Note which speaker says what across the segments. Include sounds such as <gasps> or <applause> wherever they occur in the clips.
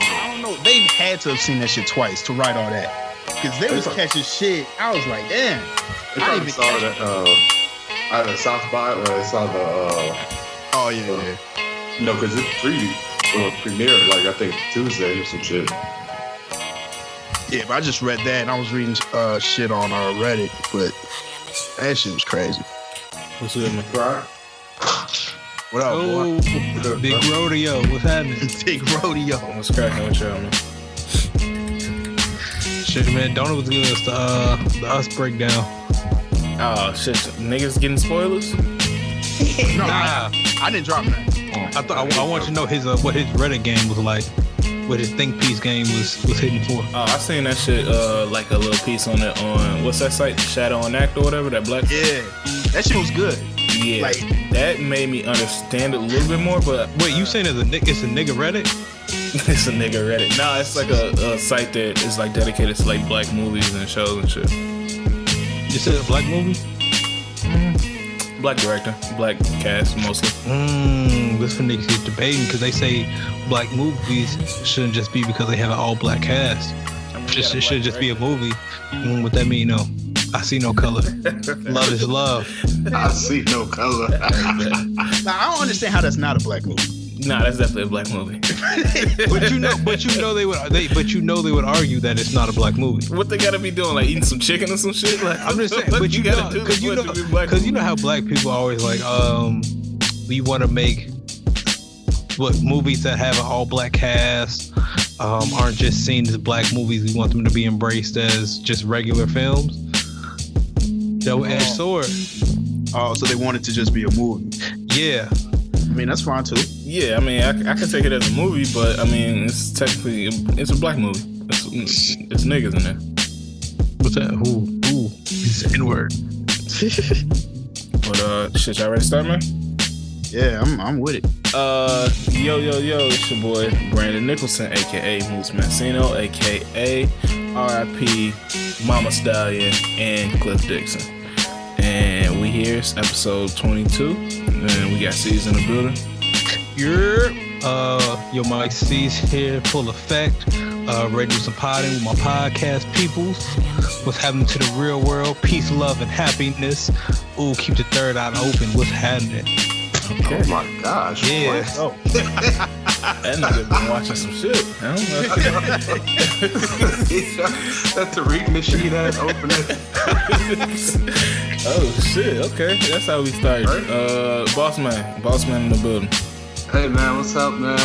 Speaker 1: don't know. They had to have seen that shit twice to write all that. Because they was catching shit. I was like, damn.
Speaker 2: They
Speaker 1: I
Speaker 2: probably
Speaker 1: didn't
Speaker 2: saw the uh, either South by or they saw the uh,
Speaker 1: Oh, yeah, yeah.
Speaker 2: no, because it pre or premiered like I think Tuesday or some shit.
Speaker 1: Yeah, but I just read that and I was reading uh, shit on uh, Reddit, but that shit was crazy.
Speaker 3: What's good, man?
Speaker 2: Right?
Speaker 1: What up, boy?
Speaker 4: Oh, big rodeo. What's happening?
Speaker 1: <laughs> Big rodeo.
Speaker 3: What's cracking with y'all, man?
Speaker 4: Shit, man. Donald was giving us the, uh, the us breakdown.
Speaker 3: Oh shit, niggas getting spoilers?
Speaker 1: No, I,
Speaker 4: Nah,
Speaker 1: I didn't drop that.
Speaker 4: I thought I, I want you to know his uh, what his Reddit game was like, what his think piece game was was hitting for.
Speaker 3: Oh, I seen that shit. Uh, like a little piece on it on what's that site, Shadow on Act or whatever. That black.
Speaker 1: Yeah. That shit was good.
Speaker 3: Yeah,
Speaker 1: like-
Speaker 3: that made me understand it a little bit more. But <laughs>
Speaker 4: Wait, you saying it's a nigga? It's a nigga Reddit?
Speaker 3: it's a nigga Reddit? Nah, it's like a, a site that is like dedicated to like black movies and shows and shit.
Speaker 4: You said a black movie?
Speaker 3: Black director, black cast mostly.
Speaker 4: Mmm, this for niggas get debating because they say black movies shouldn't just be because they have an all black cast.
Speaker 3: I mean, we
Speaker 4: Just
Speaker 3: got a
Speaker 4: it should
Speaker 3: black
Speaker 4: just be a
Speaker 3: director.
Speaker 4: movie. Mm, what that mean? No, I see no <laughs> color. love is love.
Speaker 2: I see no color.
Speaker 1: Now, I don't understand how that's not a black movie.
Speaker 3: Nah, that's definitely a black movie. <laughs>
Speaker 4: But you know, but you know they would. They, but you know they would argue that it's not a black movie.
Speaker 3: What they gotta be doing? Like eating some chicken or some shit? Like
Speaker 4: I'm
Speaker 3: <laughs>
Speaker 4: just saying,
Speaker 3: what
Speaker 4: but you, know,
Speaker 3: gotta do
Speaker 4: because you
Speaker 3: for it
Speaker 4: know,
Speaker 3: to be black
Speaker 4: because you know how black people are always like, um, we want to make what movies that have an all black cast um, aren't just seen as black movies. We want them to be embraced as just regular films. Double edged sword.
Speaker 1: Oh, so they wanted to just be a movie.
Speaker 4: Yeah,
Speaker 1: I mean, that's fine too.
Speaker 3: Yeah, I mean, I, I can take it as a movie, but I mean, it's technically it's a black movie. It's, it's niggas in there.
Speaker 4: what's that? Who? Who? It's N word.
Speaker 3: But uh, shit, y'all ready to start, man?
Speaker 1: <laughs> Yeah, I'm, I'm with it.
Speaker 3: Uh, yo, yo, yo, it's your boy Brandon Nicholson, aka Moose Mancino, aka R.I.P. Mama Stallion, and Cliff Dixon. And we here, it's episode 22, and we got C's in the building.
Speaker 4: You're uh your mic C's here, full effect. Uh ready to do some potting with my podcast peoples. What's happening to the real world? Peace, love, and happiness. Ooh, keep the third eye open. What's happening?
Speaker 2: Oh my gosh.
Speaker 4: Yeah.
Speaker 2: what? <laughs>
Speaker 3: Oh. that nigga been watching some shit. I don't know.
Speaker 2: That's the reading machine ass opening.
Speaker 3: oh shit, okay. That's how we started. Uh boss man. Boss man in the building.
Speaker 2: Hey man, what's up, man?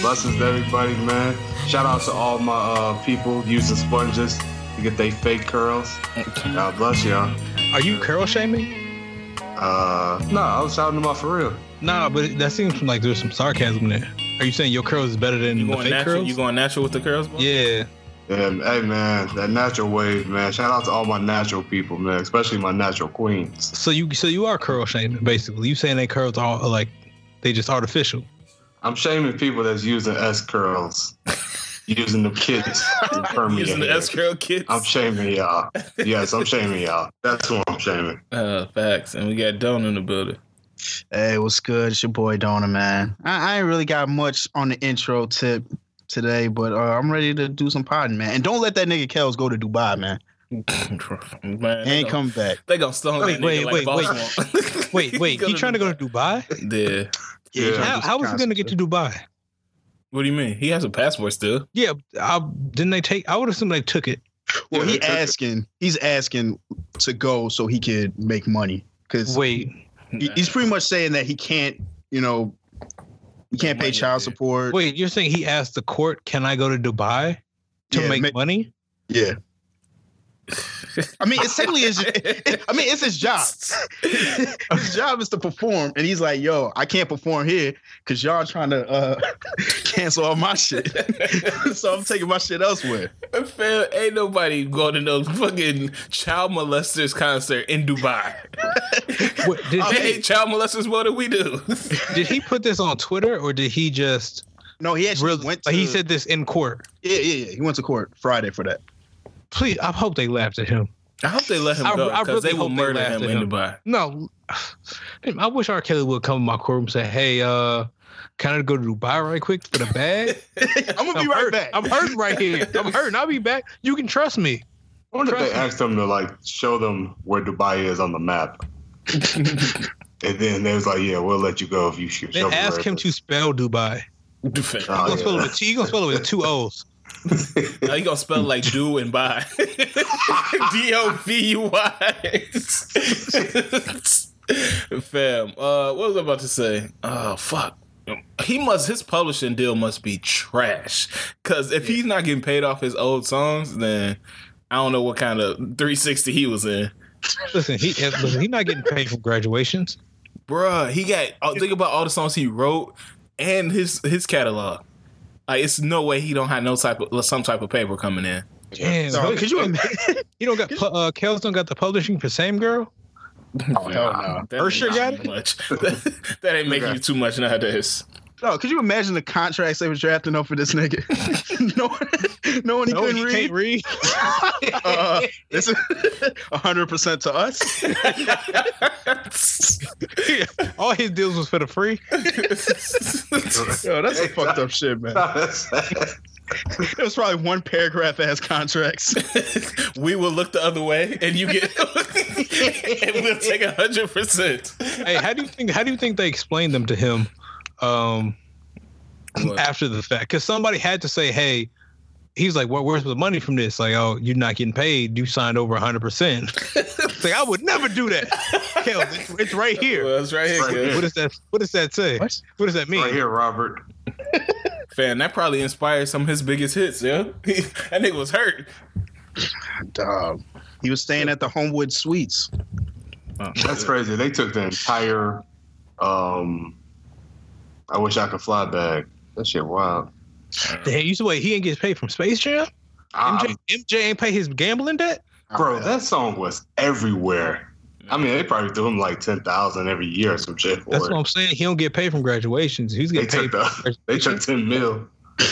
Speaker 2: Blessings to everybody, man. Shout out to all my uh, people using sponges to get they fake curls. God bless y'all.
Speaker 4: Are you curl shaming?
Speaker 2: Uh, no, I was shouting them out for real.
Speaker 4: Nah, but that seems like there's some sarcasm there. Are you saying your curls is better than
Speaker 3: You
Speaker 4: the
Speaker 3: going
Speaker 4: fake
Speaker 3: natural?
Speaker 4: curls?
Speaker 3: You going natural with the curls, boy?
Speaker 4: yeah.
Speaker 2: And Um, hey man, that natural wave, man. Shout out to all my natural people, man, especially my natural queens.
Speaker 4: So you so you are curl shaming basically. You saying they curls are like they just artificial.
Speaker 2: I'm shaming people that's using S
Speaker 3: <laughs>
Speaker 2: curls, using the kids in Permian.
Speaker 3: Using the S curl kits.
Speaker 2: I'm shaming y'all. Yes, I'm shaming y'all. That's what I'm shaming.
Speaker 3: uh facts. And we got Don in the <laughs> building.
Speaker 1: Hey, what's good? It's your boy Donna, man. I, I ain't really got much on the intro tip today, but uh, I'm ready to do some podding, man. And don't let that nigga Kels go to Dubai, man.
Speaker 3: man,
Speaker 1: He
Speaker 3: they
Speaker 1: ain't come
Speaker 3: gon-
Speaker 1: back.
Speaker 3: They gonna stone
Speaker 4: Wait,
Speaker 3: that nigga
Speaker 4: wait,
Speaker 3: like
Speaker 4: wait,
Speaker 3: boss <laughs> won't.
Speaker 4: Wait, wait. he trying to go to Dubai?
Speaker 3: Yeah.
Speaker 2: Yeah.
Speaker 1: he
Speaker 4: How,
Speaker 1: trying
Speaker 4: how is he gonna get to Dubai?
Speaker 3: What do you mean? He has a passport still.
Speaker 4: Yeah, I, didn't they take? I would assume they took it.
Speaker 1: Well, he
Speaker 2: Yeah, they took it.
Speaker 1: asking. He's asking to go so he could make money because
Speaker 4: Wait,
Speaker 1: he's pretty much saying that he can't, you know, he can't pay
Speaker 3: Money,
Speaker 1: child
Speaker 3: yeah.
Speaker 1: support.
Speaker 4: wait, you're saying he asked the court, "Can I go to Dubai to
Speaker 1: Yeah,
Speaker 4: make
Speaker 1: ma-
Speaker 4: money?"
Speaker 1: Yeah. I mean, it's technically his. <laughs> I mean, it's his job. his job is to perform, and he's like, "Yo, I can't perform here because y'all trying to uh, <laughs> cancel all my shit, <laughs> so I'm taking my shit elsewhere."
Speaker 3: <laughs> Fam, ain't nobody going to no fucking child molesters concert in Dubai.
Speaker 4: What, did,
Speaker 3: They
Speaker 4: he,
Speaker 3: hate child molesters more than we do.
Speaker 4: did he put this on Twitter or did he just
Speaker 1: No, he actually
Speaker 4: really?
Speaker 1: went. To,
Speaker 4: like, he said this in court.
Speaker 1: "Yeah, yeah, yeah." He went to court Friday for that.
Speaker 4: Please, I hope they laughed at him.
Speaker 3: I hope they let him
Speaker 4: I-
Speaker 3: go
Speaker 4: I
Speaker 3: because
Speaker 4: really
Speaker 3: they will
Speaker 4: hope they
Speaker 3: murder
Speaker 4: laughed at
Speaker 3: him in
Speaker 4: him.
Speaker 3: Dubai.
Speaker 4: No, I wish R. Kelly would come in my courtroom and say, "Hey, uh, kind of go to Dubai right quick for the <laughs> bag.
Speaker 1: I'm gonna
Speaker 4: I'm
Speaker 1: be right
Speaker 4: hurt.
Speaker 1: back.
Speaker 4: I'm hurting right here. I'm hurting. I'll be back. You can trust me.
Speaker 2: I wonder if they
Speaker 4: Trust me.
Speaker 2: asked them to like show them where Dubai is on the
Speaker 3: <laughs>
Speaker 2: map. and then they was like, "Yeah, we'll let you go if you shoot."
Speaker 4: Then ask him to spell Dubai.
Speaker 3: Defense.
Speaker 4: You gonna spell it
Speaker 2: Oh, <laughs>
Speaker 4: with T? You gonna spell it with two O's?
Speaker 3: Now you gonna spell like do and buy. <laughs> D O V U Y. <laughs> Fam. Uh, what was I about to say? Oh fuck. He must his publishing deal must be trash. Cause if he's not getting paid off his old songs, then I don't know what kind of 360 he was in.
Speaker 4: Listen, he listen, he not getting paid for graduations.
Speaker 3: Bruh, he got oh, think about all the songs he wrote and his his catalog. Like it's no way he don't have no type of some type of paper coming in.
Speaker 4: Damn,
Speaker 1: Sorry,
Speaker 4: look,
Speaker 1: could you
Speaker 4: and he don't got pu- uh, Kels don't got the publishing for same girl.
Speaker 1: Oh, hell no.
Speaker 3: That
Speaker 4: Ursher got
Speaker 3: ain't too
Speaker 4: it?
Speaker 3: Much. <laughs> that, that ain't making
Speaker 1: Okay.
Speaker 3: you too much nowadays. <laughs>
Speaker 1: No, could you imagine the contracts they were drafting up for this nigga? <laughs> no, one- no one he couldn't read.
Speaker 4: read.
Speaker 1: Uh, this is <laughs> 100% to us.
Speaker 4: <laughs> All his deals was for the free.
Speaker 1: Yo, that's a fucked up shit, man. It was probably one paragraph ass contracts.
Speaker 3: we will look the other way, and you get, <laughs> and we'll take a hundred percent.
Speaker 4: Hey, how do you think? How do you think they explained them to him um,
Speaker 3: What?
Speaker 4: after the fact? Because somebody had to say, "Hey." He's like, well, where's the money from this? Like, oh, you're not getting paid. You signed over 100%. It's like, I would never do that. Kels, it's, it's right here.
Speaker 3: <laughs> Well, it's right here,
Speaker 2: Right
Speaker 3: good.
Speaker 4: What does that What does that say? What, does that mean?
Speaker 2: right here, Robert.
Speaker 3: Fan, that probably inspired some of his biggest hits. Yeah, <laughs> that nigga was hurt.
Speaker 1: <laughs> Dog. He was staying at the Homewood Suites.
Speaker 2: That's crazy. They took the entire. um I wish I could fly bag. That shit wild.
Speaker 4: Damn, you see, wait, he ain't get paid from Space Jam.
Speaker 2: I-
Speaker 4: MJ, MJ ain't pay his gambling debt.
Speaker 2: Bro, that song was everywhere. I mean, they probably do him like ten thousand every year or some shit. For
Speaker 4: That's
Speaker 2: it.
Speaker 4: what I'm saying. He don't get paid from graduations. He's
Speaker 2: they
Speaker 4: getting
Speaker 2: took
Speaker 4: paid.
Speaker 2: the, they took ten mil. <laughs>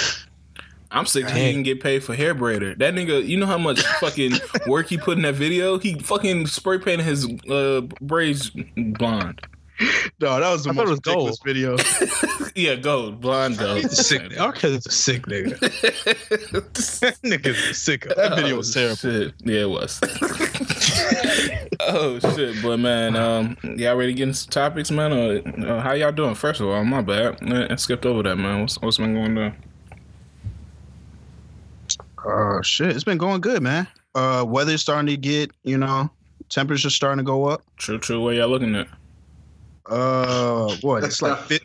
Speaker 3: I'm sick. He didn't get paid for hair braider. That nigga, you know how much fucking work he put in that video. He fucking spray painted his uh, braids blonde.
Speaker 1: No, that was the
Speaker 4: I thought
Speaker 1: most
Speaker 4: it was gold.
Speaker 1: ridiculous video.
Speaker 3: Yeah, gold, blonde gold.
Speaker 4: He's a
Speaker 3: <laughs>
Speaker 4: sick. nigga. Our cousin's a sick nigga. that nigga's a sicko.
Speaker 1: That video was terrible.
Speaker 3: Shit. Yeah,
Speaker 4: <laughs>
Speaker 3: it was. oh shit, but man, um, y'all ready to get into some topics, man? Or uh, how y'all doing? First of all, my bad, I, I skipped over that, man. What's, what's been going on?
Speaker 1: Oh shit, it's been going good, man. Uh, weather's starting to get, you know, temperature's starting to go up.
Speaker 3: True, true. What y'all looking at?
Speaker 1: Uh, what? It's <laughs> like fi-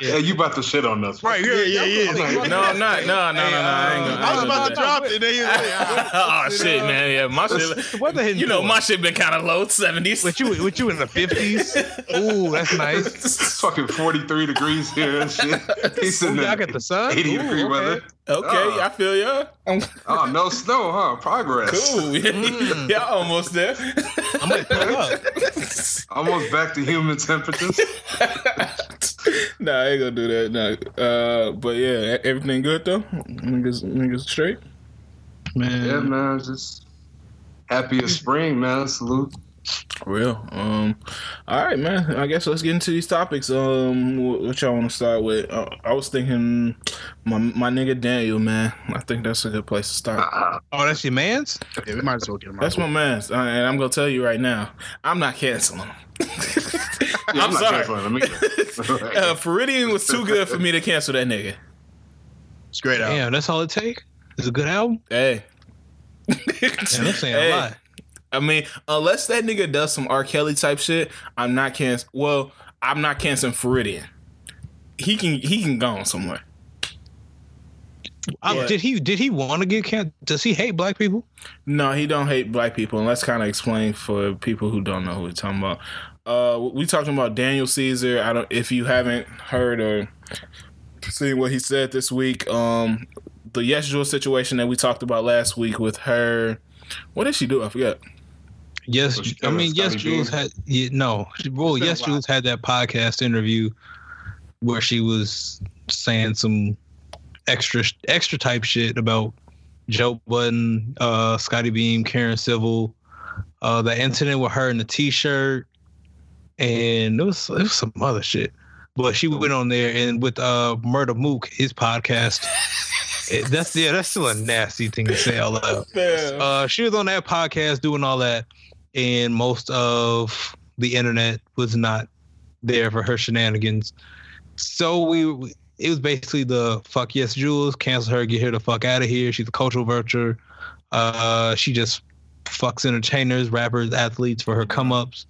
Speaker 2: yeah, you about to shit on us.
Speaker 1: <laughs>
Speaker 4: Right, yeah, yeah, yeah.
Speaker 3: No, I'm not. No, no, no, no. I ain't gonna.
Speaker 1: I was about to drop it. Then he was like,
Speaker 3: <laughs> oh shit, man! Yeah, my shit.
Speaker 4: What the hell?
Speaker 3: You know, my shit been kind of low, seventies.
Speaker 4: with you with you in the fifties. Ooh, that's nice.
Speaker 2: <laughs> It's fucking forty three degrees here and
Speaker 4: <laughs>
Speaker 2: shit. He's
Speaker 4: Ooh,
Speaker 2: sitting
Speaker 4: y'all
Speaker 2: there
Speaker 4: got the sun.
Speaker 2: eighty
Speaker 4: Ooh,
Speaker 2: degree
Speaker 4: okay.
Speaker 2: weather.
Speaker 3: Okay,
Speaker 4: Ah.
Speaker 3: I feel ya. I'm
Speaker 2: Oh no snow, huh? Progress.
Speaker 3: cool. <laughs> y'all almost there.
Speaker 4: I'm gonna pull up.
Speaker 2: Almost back to human temperatures.
Speaker 3: <laughs> nah, I ain't gonna do that. Nah. Uh, but yeah, e- everything good though. Niggas, niggas straight.
Speaker 2: yeah,
Speaker 4: Mm-hmm.
Speaker 2: man. Just happy as spring, man.
Speaker 3: <laughs>
Speaker 2: Salute.
Speaker 3: Real. Um. All right, man. I guess let's get into these topics. Um. wh- What y'all want to start with? Uh, I was thinking, my my nigga Daniel, man. I think that's a good place to start.
Speaker 2: Uh,
Speaker 4: Oh, that's your man's.
Speaker 1: yeah, we might as well get him out.
Speaker 3: That's my man, and I'm gonna tell you right now, I'm not canceling. him. <laughs>
Speaker 2: yeah,
Speaker 3: I'm
Speaker 2: not
Speaker 3: sorry.
Speaker 2: canceling them
Speaker 3: <laughs>
Speaker 2: either.
Speaker 3: Uh, Feridian was too good for me to cancel that nigga.
Speaker 1: It's great out.
Speaker 4: Damn, that's all it take. It's a good album.
Speaker 3: Hey.
Speaker 4: Damn, that's saying
Speaker 3: <laughs> Hey.
Speaker 4: a lot.
Speaker 3: I mean, unless that nigga does some R. Kelly type shit, I'm not canc. Well, I'm not canceling Feridian. He can he can go on somewhere.
Speaker 4: Um,
Speaker 3: Yeah.
Speaker 4: Did he did he want to get can? Does he hate black people?
Speaker 3: No, he don't hate black people, and let's kind of explain for people who don't know who we're talking about. Uh, we talking about Daniel Caesar. I don't. If you haven't heard or seen what he said this week, um, the Yes Jewel situation that we talked about last week with her. What did she do? I forget.
Speaker 4: Yes,
Speaker 2: So she
Speaker 4: I
Speaker 2: came
Speaker 4: mean
Speaker 2: with
Speaker 4: yes.
Speaker 2: Scotty
Speaker 4: Jules
Speaker 2: Beam?
Speaker 4: had yeah, no. Well,
Speaker 1: been a
Speaker 4: yes,
Speaker 1: while.
Speaker 4: Jules had that podcast interview where she was saying some extra extra type shit about Joe Budden, uh, Scotty Beam, Karen Civil, uh, the incident with her in the T-shirt, and it was it was some other shit. But she went on there and with uh Murder Mook, his podcast. it- that's yeah, that's still a nasty thing to say out loud.
Speaker 3: Damn.
Speaker 4: Uh, she was on that podcast doing all that, and most of the internet was not there for her shenanigans. So we, it was basically the fuck yes, Jules, cancel her, get her the fuck out of here. She's a cultural vulture. Uh, she just fucks entertainers, rappers, athletes for her come ups,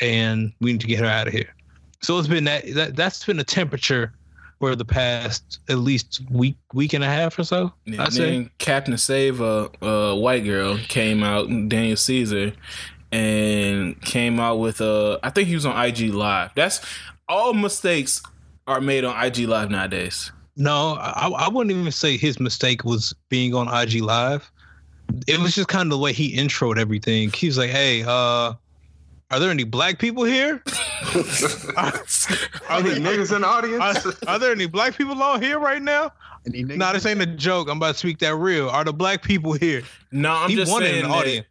Speaker 4: and we need to get her out of here. So it's been that, that that's been the temperature for the past at least week week and a half or so.
Speaker 3: Yeah,
Speaker 4: I
Speaker 3: and
Speaker 4: say.
Speaker 3: then Captain Save a, a white girl came out, Daniel Caesar, and came out with a. I think he was on IG Live. That's all mistakes are made on IG Live nowadays.
Speaker 4: No, I, I wouldn't even say his mistake was being on IG Live. It was just kind of the way he introed everything. He was like, "Hey, uh, are there any black people here? are, are
Speaker 2: Any
Speaker 4: there,
Speaker 2: niggas in the
Speaker 4: are,
Speaker 2: audience?
Speaker 4: are there any black people out here right now?
Speaker 1: Any nigga-
Speaker 4: No, nah, this ain't a joke. I'm about to speak that real. Are the black people here?
Speaker 3: No, I'm
Speaker 4: He
Speaker 3: just
Speaker 4: wanted
Speaker 3: saying
Speaker 4: an
Speaker 3: that
Speaker 4: audience.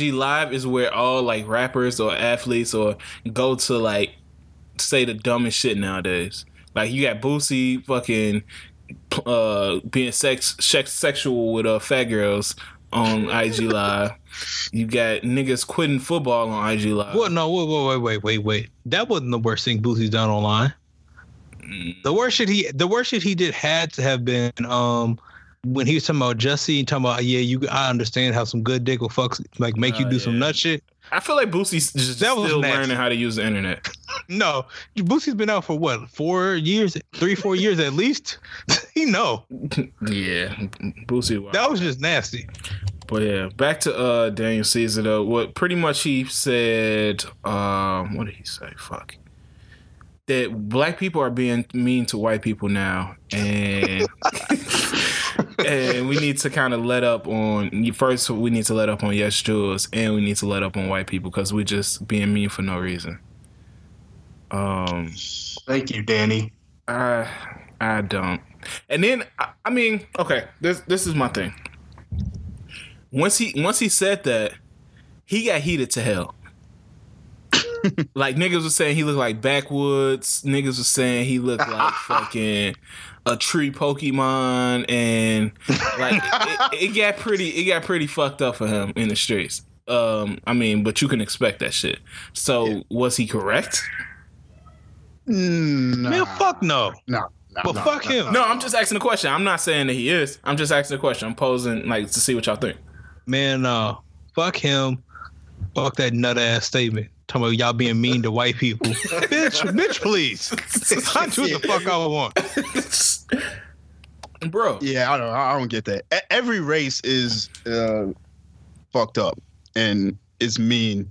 Speaker 3: IG Live is where all like rappers or athletes or go to like say the dumbest shit nowadays. Like you got Boosie fucking uh being sex, sex sexual with uh fat girls on IG Live. You got niggas quitting football on IG Live.
Speaker 4: Well, no, wait, wait, wait, wait, wait, wait. That wasn't the worst thing Boosie's done online.
Speaker 3: Mm.
Speaker 4: The worst shit he, the worst shit he did had to have been um when he was talking about Jesse and talking about yeah, you, I understand how some good dick will fuck like make you
Speaker 3: Oh,
Speaker 4: do some
Speaker 3: yeah.
Speaker 4: nut shit.
Speaker 3: I feel like Boosie's just
Speaker 4: That was
Speaker 3: still
Speaker 4: nasty.
Speaker 3: learning how to use the internet.
Speaker 4: No, Boosie's been out for what four years, three, four years at least. <laughs> he know
Speaker 3: Yeah, Boosie. wild.
Speaker 4: that was just nasty.
Speaker 3: But yeah, back to uh Daniel Caesar though. What pretty much he said um what did he say? Fuck. That black people are being mean to white people now and and we need to kind of let up on first we need to let up on yes Jules and we need to let up on white people because we're just being mean for no reason. Um
Speaker 2: Thank you, Danny.
Speaker 3: I I don't. And then I, I mean, okay, this this is my thing. Once he once he said that, he got heated to hell. like niggas was saying he looked like backwoods. Niggas was saying he looked like fucking a tree Pokemon, and like it, it got pretty it got pretty fucked up for him in the streets. Um, I mean, but you can expect that shit. So was he correct?
Speaker 1: Mm,
Speaker 4: Man,
Speaker 1: nah.
Speaker 4: fuck no.
Speaker 1: No, no,
Speaker 4: But
Speaker 1: no,
Speaker 4: fuck
Speaker 1: no.
Speaker 4: him.
Speaker 3: No,
Speaker 2: <laughs>
Speaker 3: I'm just asking a question. I'm not saying that he is. I'm just asking a question. I'm posing like to see what y'all
Speaker 1: <laughs>
Speaker 3: think.
Speaker 4: Man, uh, fuck him. Fuck that nut ass statement. Talking about y'all being mean to white
Speaker 3: <laughs>
Speaker 4: people. bitch, bitch, please. I do what the fuck I want.
Speaker 3: Bro.
Speaker 1: Yeah, I don't. I don't get that. E- Every race is uh, fucked up and is mean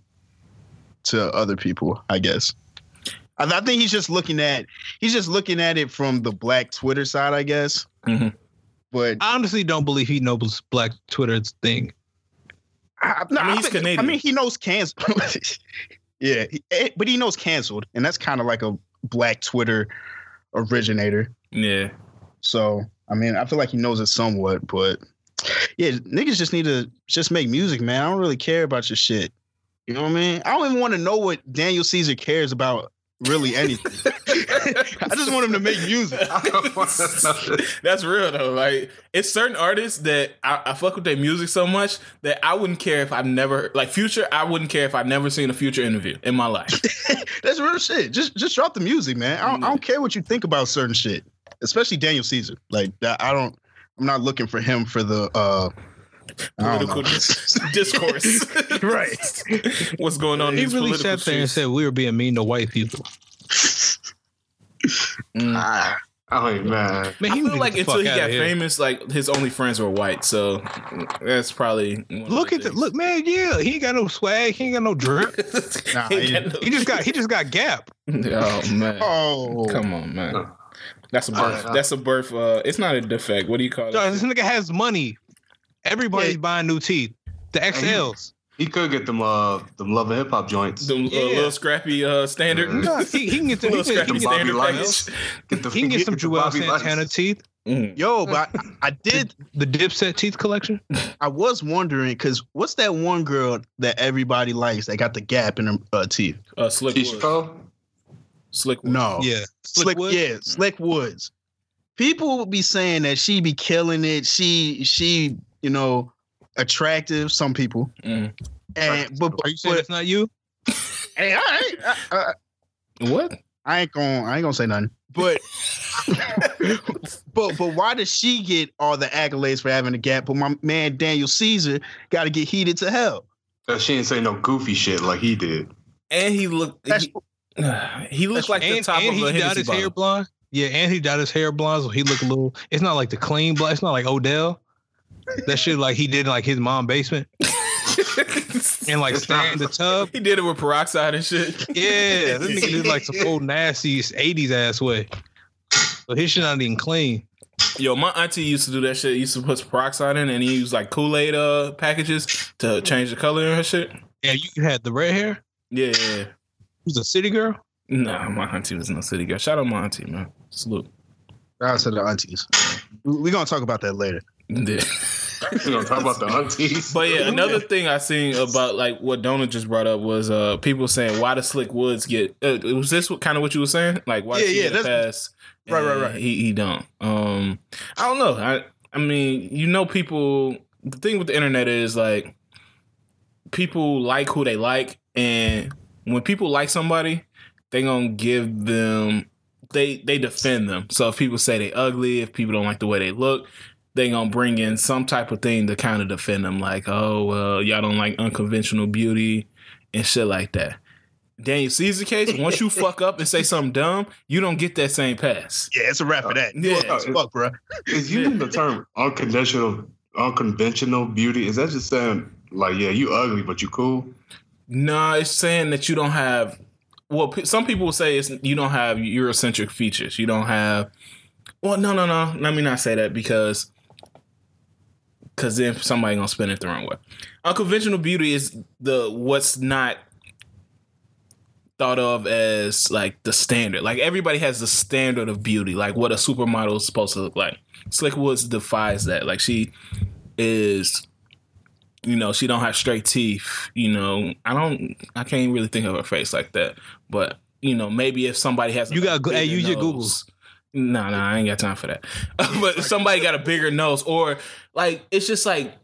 Speaker 1: to other people. I guess. I, I think he's just looking at he's just looking at it from the black Twitter side. I guess.
Speaker 3: Mhm.
Speaker 1: But
Speaker 4: I honestly don't believe he knows Black Twitter's thing.
Speaker 1: I, no,
Speaker 3: I mean, he's
Speaker 1: think-
Speaker 3: Canadian.
Speaker 1: I mean, he knows canceled. <laughs> yeah, he- eh, but he knows canceled, and that's kind of like a black Twitter originator.
Speaker 3: Yeah.
Speaker 1: So I mean, I feel like he knows it somewhat, but yeah, niggas just need to just make music, man. I don't really care about your shit. You know what I mean? I don't even want to know what Daniel Caesar cares about really anything. <laughs>
Speaker 3: <laughs>
Speaker 1: I just want him to make music. <laughs>
Speaker 3: <laughs> That's real though. Like it's certain artists that I, I fuck with their music so much that I wouldn't care if I've never like future, I wouldn't care if I've never seen a future interview in my life.
Speaker 1: <laughs> That's real shit. Just just drop the music, man. I don't, I don't care what you think about certain shit, especially Daniel Caesar. Like that, I don't. I'm not looking for him for the uh, I don't know.
Speaker 3: Political dis- discourse.
Speaker 1: Right.
Speaker 3: <laughs> What's going on in
Speaker 4: He
Speaker 3: these
Speaker 4: really
Speaker 3: political
Speaker 4: sat there and
Speaker 3: streets?
Speaker 4: said we were being mean to white people.
Speaker 3: Mm.
Speaker 1: ah,
Speaker 2: Oh man,
Speaker 4: Man,
Speaker 3: I
Speaker 4: he
Speaker 3: feel like until he got
Speaker 4: famous.
Speaker 3: famous, like his only friends were white, so that's probably. one of
Speaker 4: Look
Speaker 3: the
Speaker 4: at the
Speaker 3: things.
Speaker 4: look, man. Yeah, he ain't got no swag. He ain't got no drip.
Speaker 3: <laughs>
Speaker 1: Nah,
Speaker 3: He
Speaker 1: yeah.
Speaker 3: got no-
Speaker 4: He just got he just got gap.
Speaker 3: oh man!
Speaker 1: <laughs> oh,
Speaker 3: Come on, man.
Speaker 2: No.
Speaker 3: That's a birth.
Speaker 2: Uh,
Speaker 3: That's a birth. Uh, it's not a defect. What do you call
Speaker 4: Dog,
Speaker 3: it?
Speaker 4: This nigga has money. Everybody's
Speaker 1: Yeah.
Speaker 4: buying new teeth. The XLs.
Speaker 2: he could get them uh them love and hip hop joints.
Speaker 3: The uh,
Speaker 4: Yeah.
Speaker 3: little scrappy uh, standard.
Speaker 2: Mm.
Speaker 3: <laughs>
Speaker 4: Dog, <laughs> he, he can get the, he
Speaker 3: little
Speaker 4: can, he
Speaker 3: scrappy
Speaker 4: can
Speaker 2: Bobby
Speaker 4: get,
Speaker 3: standard
Speaker 2: Light's.
Speaker 3: package.
Speaker 2: Get the,
Speaker 4: he can get some
Speaker 2: the
Speaker 4: Joel
Speaker 2: Bobby Light's.
Speaker 4: Santana teeth.
Speaker 3: <laughs> Mm.
Speaker 1: yo, but I, I did
Speaker 4: The Dipset teeth collection.
Speaker 1: I was wondering because what's that one girl that everybody likes that got the gap in her uh, teeth?
Speaker 3: Uh, slick
Speaker 2: Keisha
Speaker 3: wood.
Speaker 2: Cole.
Speaker 3: Slick. Willie.
Speaker 1: No.
Speaker 4: Yeah.
Speaker 1: Oh. Slick,
Speaker 4: Woods?
Speaker 1: yeah, Slick Woods. People would be saying that she be killing it. She she, you know, attractive, some people.
Speaker 3: Mm.
Speaker 1: And but,
Speaker 4: Are
Speaker 1: but,
Speaker 4: you saying it's not you?
Speaker 1: hey, all right. I, I,
Speaker 3: What?
Speaker 1: I ain't going I ain't gonna say nothing. But
Speaker 4: <laughs>
Speaker 1: but but why does she get all the accolades for having a gap? But my man Daniel Caesar gotta get heated to hell.
Speaker 2: Cause she didn't say no goofy shit like he did.
Speaker 3: And he looked.
Speaker 1: That's
Speaker 3: He, <sighs> he looked like the
Speaker 4: and,
Speaker 3: top
Speaker 4: and
Speaker 3: of a
Speaker 4: he dyed
Speaker 3: Hennessy
Speaker 4: his hair
Speaker 3: bottle.
Speaker 4: blonde. Yeah, and he dyed his hair blonde, so he looked a little. It's not like the clean black. It's not like Odell. That shit like he did in, like his mom basement
Speaker 3: <laughs>
Speaker 4: and like
Speaker 2: It's
Speaker 4: stand in the
Speaker 2: not-
Speaker 4: tub.
Speaker 3: he did it with peroxide and shit.
Speaker 4: Yeah, this nigga did like some old nasty '80s ass way. So his shit not even clean.
Speaker 3: Yo, my auntie used to do that shit. Used to put peroxide in, and he used like Kool Aid uh, packages to change the color in her shit.
Speaker 4: Yeah, you had the red hair.
Speaker 3: Yeah, yeah, yeah.
Speaker 4: Who's a city girl?
Speaker 3: Nah, my auntie was no city girl. Shout out my auntie, man. Salute.
Speaker 1: Shout out to the aunties. We're gonna talk about that later.
Speaker 3: Yeah.
Speaker 2: You know, talk about
Speaker 3: <laughs>
Speaker 2: the aunties.
Speaker 3: But yeah, another thing I seen about like what Donna just brought up was uh people saying why does Slick Woods get uh, was this what kind of what you were saying like why does
Speaker 1: Yeah,
Speaker 3: he
Speaker 1: yeah,
Speaker 3: get a pass
Speaker 1: Right, right,
Speaker 3: and
Speaker 1: right.
Speaker 3: he he don't um I don't know I I mean you know people the thing with the internet is like people like who they like and when people like somebody they gonna give them they they defend them so if people say they ugly if people don't like the way they look they gonna bring in some type of thing to kind of defend them, like, oh well, y'all don't like unconventional beauty and shit like that. Daniel Caesar case, once you fuck up and say something dumb, you don't get that same pass.
Speaker 1: Uh, Yeah, it's a wrap for that.
Speaker 3: Yeah.
Speaker 1: Fuck, fuck, bro.
Speaker 2: <laughs> Is using the term unconventional unconventional beauty, is that just saying like, yeah, you ugly but you cool?
Speaker 3: Nah, it's saying that you don't have. Well, p- some people will say it's you don't have Eurocentric features. You don't have. Well, no, no, no. Let me not say that because. Because then somebody gonna spin it the wrong way. Unconventional beauty is the what's not thought of as like the standard. Like everybody has the standard of beauty, like what a supermodel is supposed to look like. Slick Woods defies that. Like she is you know she don't have straight teeth you know i don't i can't really think of her face like that but you know maybe if somebody has
Speaker 4: You
Speaker 3: a
Speaker 4: got- hey,
Speaker 3: bigger
Speaker 4: use your
Speaker 3: nose-
Speaker 4: Googles.
Speaker 3: no no i ain't got time for that <laughs> but if somebody got a bigger nose or like it's just like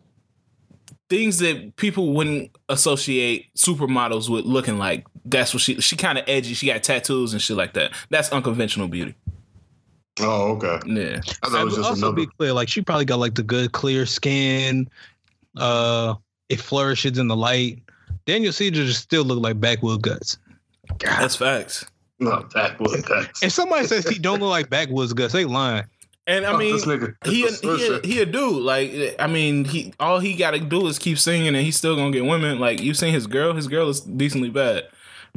Speaker 3: things that people wouldn't associate supermodels with looking like that's what she she kind of edgy she got tattoos and shit like that that's unconventional beauty
Speaker 2: Oh, okay.
Speaker 3: yeah
Speaker 2: I thought it was
Speaker 4: would
Speaker 2: just
Speaker 4: also
Speaker 2: another.
Speaker 4: be clear, like she probably got like the good clear skin. Uh, it flourishes in the light. Daniel Caesar just still look like backwood guts.
Speaker 3: that's facts
Speaker 2: no, that was that.
Speaker 4: If somebody says he don't look like backwoods guts, they lying.
Speaker 3: and i mean
Speaker 2: Oh, this nigga,
Speaker 3: he a, he a, he a dude. Like I mean, he all he got to do is keep singing, and he's still gonna get women. Like you seen his girl, his girl is decently bad.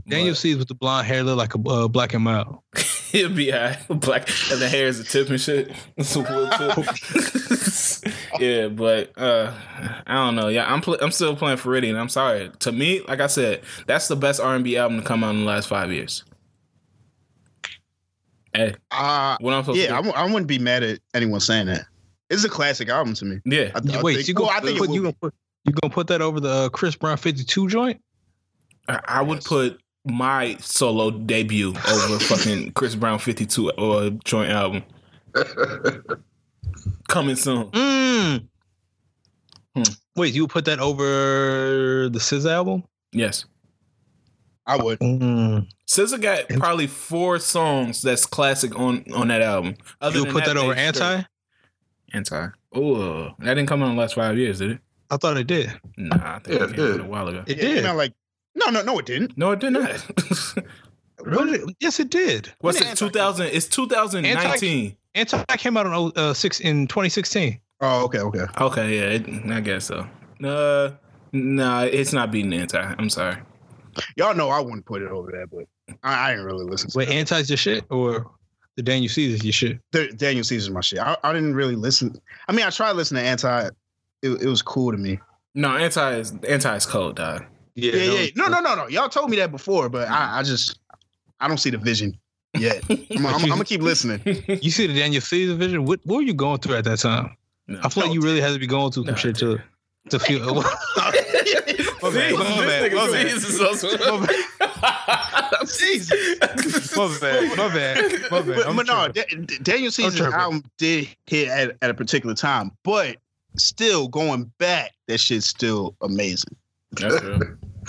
Speaker 4: Daniel Caesar with the blonde hair look like a uh, black and mild.
Speaker 3: But <laughs> he'll be high, black, and the hair is a tip and shit. <laughs> It's a wood tip. yeah, but uh, I don't know. Yeah, I'm pl- I'm still playing Feridian. I'm sorry. To me, like I said, that's the best R and B album to come out in the last five years. Hey,
Speaker 1: Uh,
Speaker 3: what I'm supposed
Speaker 1: yeah, I,
Speaker 3: to do?
Speaker 1: w- I wouldn't be mad at anyone saying that. It's a classic album to me.
Speaker 3: yeah,
Speaker 1: I, th- I
Speaker 4: Wait,
Speaker 1: think,
Speaker 4: you
Speaker 1: well,
Speaker 4: gonna,
Speaker 1: I think it
Speaker 4: put,
Speaker 1: would
Speaker 4: you
Speaker 1: be.
Speaker 4: gonna put you gonna put that over the uh, Chris Brown fifty two joint?
Speaker 3: I, I would put my solo debut over fucking Chris Brown 52 or joint album coming soon.
Speaker 4: Mm.
Speaker 3: Hmm.
Speaker 4: Wait, you would put that over the SZA album?
Speaker 3: Yes.
Speaker 1: I would.
Speaker 4: Mm.
Speaker 3: SZA got probably four songs that's classic on on that album. Other
Speaker 4: You would
Speaker 3: than
Speaker 4: put that, over
Speaker 3: they straight-
Speaker 4: Anti?
Speaker 3: Anti. Oh, that didn't come out in the last five years, did it?
Speaker 4: I thought it did.
Speaker 3: Nah, I think
Speaker 2: Yeah,
Speaker 3: it
Speaker 2: it
Speaker 3: came out
Speaker 2: did.
Speaker 3: a while ago.
Speaker 4: It
Speaker 1: Yeah,
Speaker 4: did.
Speaker 1: Not like no, no, no, it didn't.
Speaker 3: No, it did not. <laughs>
Speaker 4: What did it- Yes, it did.
Speaker 3: What's
Speaker 1: When
Speaker 3: it?
Speaker 1: Anti-
Speaker 3: Two thousand. It's two thousand nineteen.
Speaker 4: Anti came out in oh, uh, six in twenty sixteen.
Speaker 1: Oh, okay, okay.
Speaker 3: Okay, yeah, it, I guess so. Uh, nah, it's not beating Anti. I'm sorry.
Speaker 1: Y'all know I wouldn't put it over that, but I, I didn't really listen to
Speaker 4: Wait, Anti's your shit or the Daniel Caesar's your shit?
Speaker 1: it. Daniel Caesar's my shit. I, I didn't really listen. I mean, I tried listening to Anti. It, it was cool to me.
Speaker 3: No, Anti is Anti is cold, dog.
Speaker 1: Yeah, yeah. No, no, no, no. Y'all told me that before, but I, I just I don't see the vision yet. I'm, I'm, I'm gonna keep
Speaker 3: <laughs>
Speaker 1: listening.
Speaker 4: You see the Daniel Caesar vision? What, what were you going through at that time?
Speaker 3: <laughs> No.
Speaker 4: I feel like you really had to be going through some
Speaker 3: No, I
Speaker 4: shit to to feel.
Speaker 3: <laughs> See,
Speaker 4: bad, Oh, my
Speaker 3: this
Speaker 4: bad,
Speaker 3: nigga
Speaker 4: my bad.
Speaker 3: sees us also. <laughs>
Speaker 1: Jesus.
Speaker 4: <laughs> My bad. My bad. My bad.
Speaker 1: But,
Speaker 4: I'm
Speaker 1: but no,
Speaker 4: tripping.
Speaker 1: Da- Daniel Caesar's
Speaker 4: tripping.
Speaker 1: album did hit at, at a particular time, but still going back, that shit's still amazing.
Speaker 3: That's real.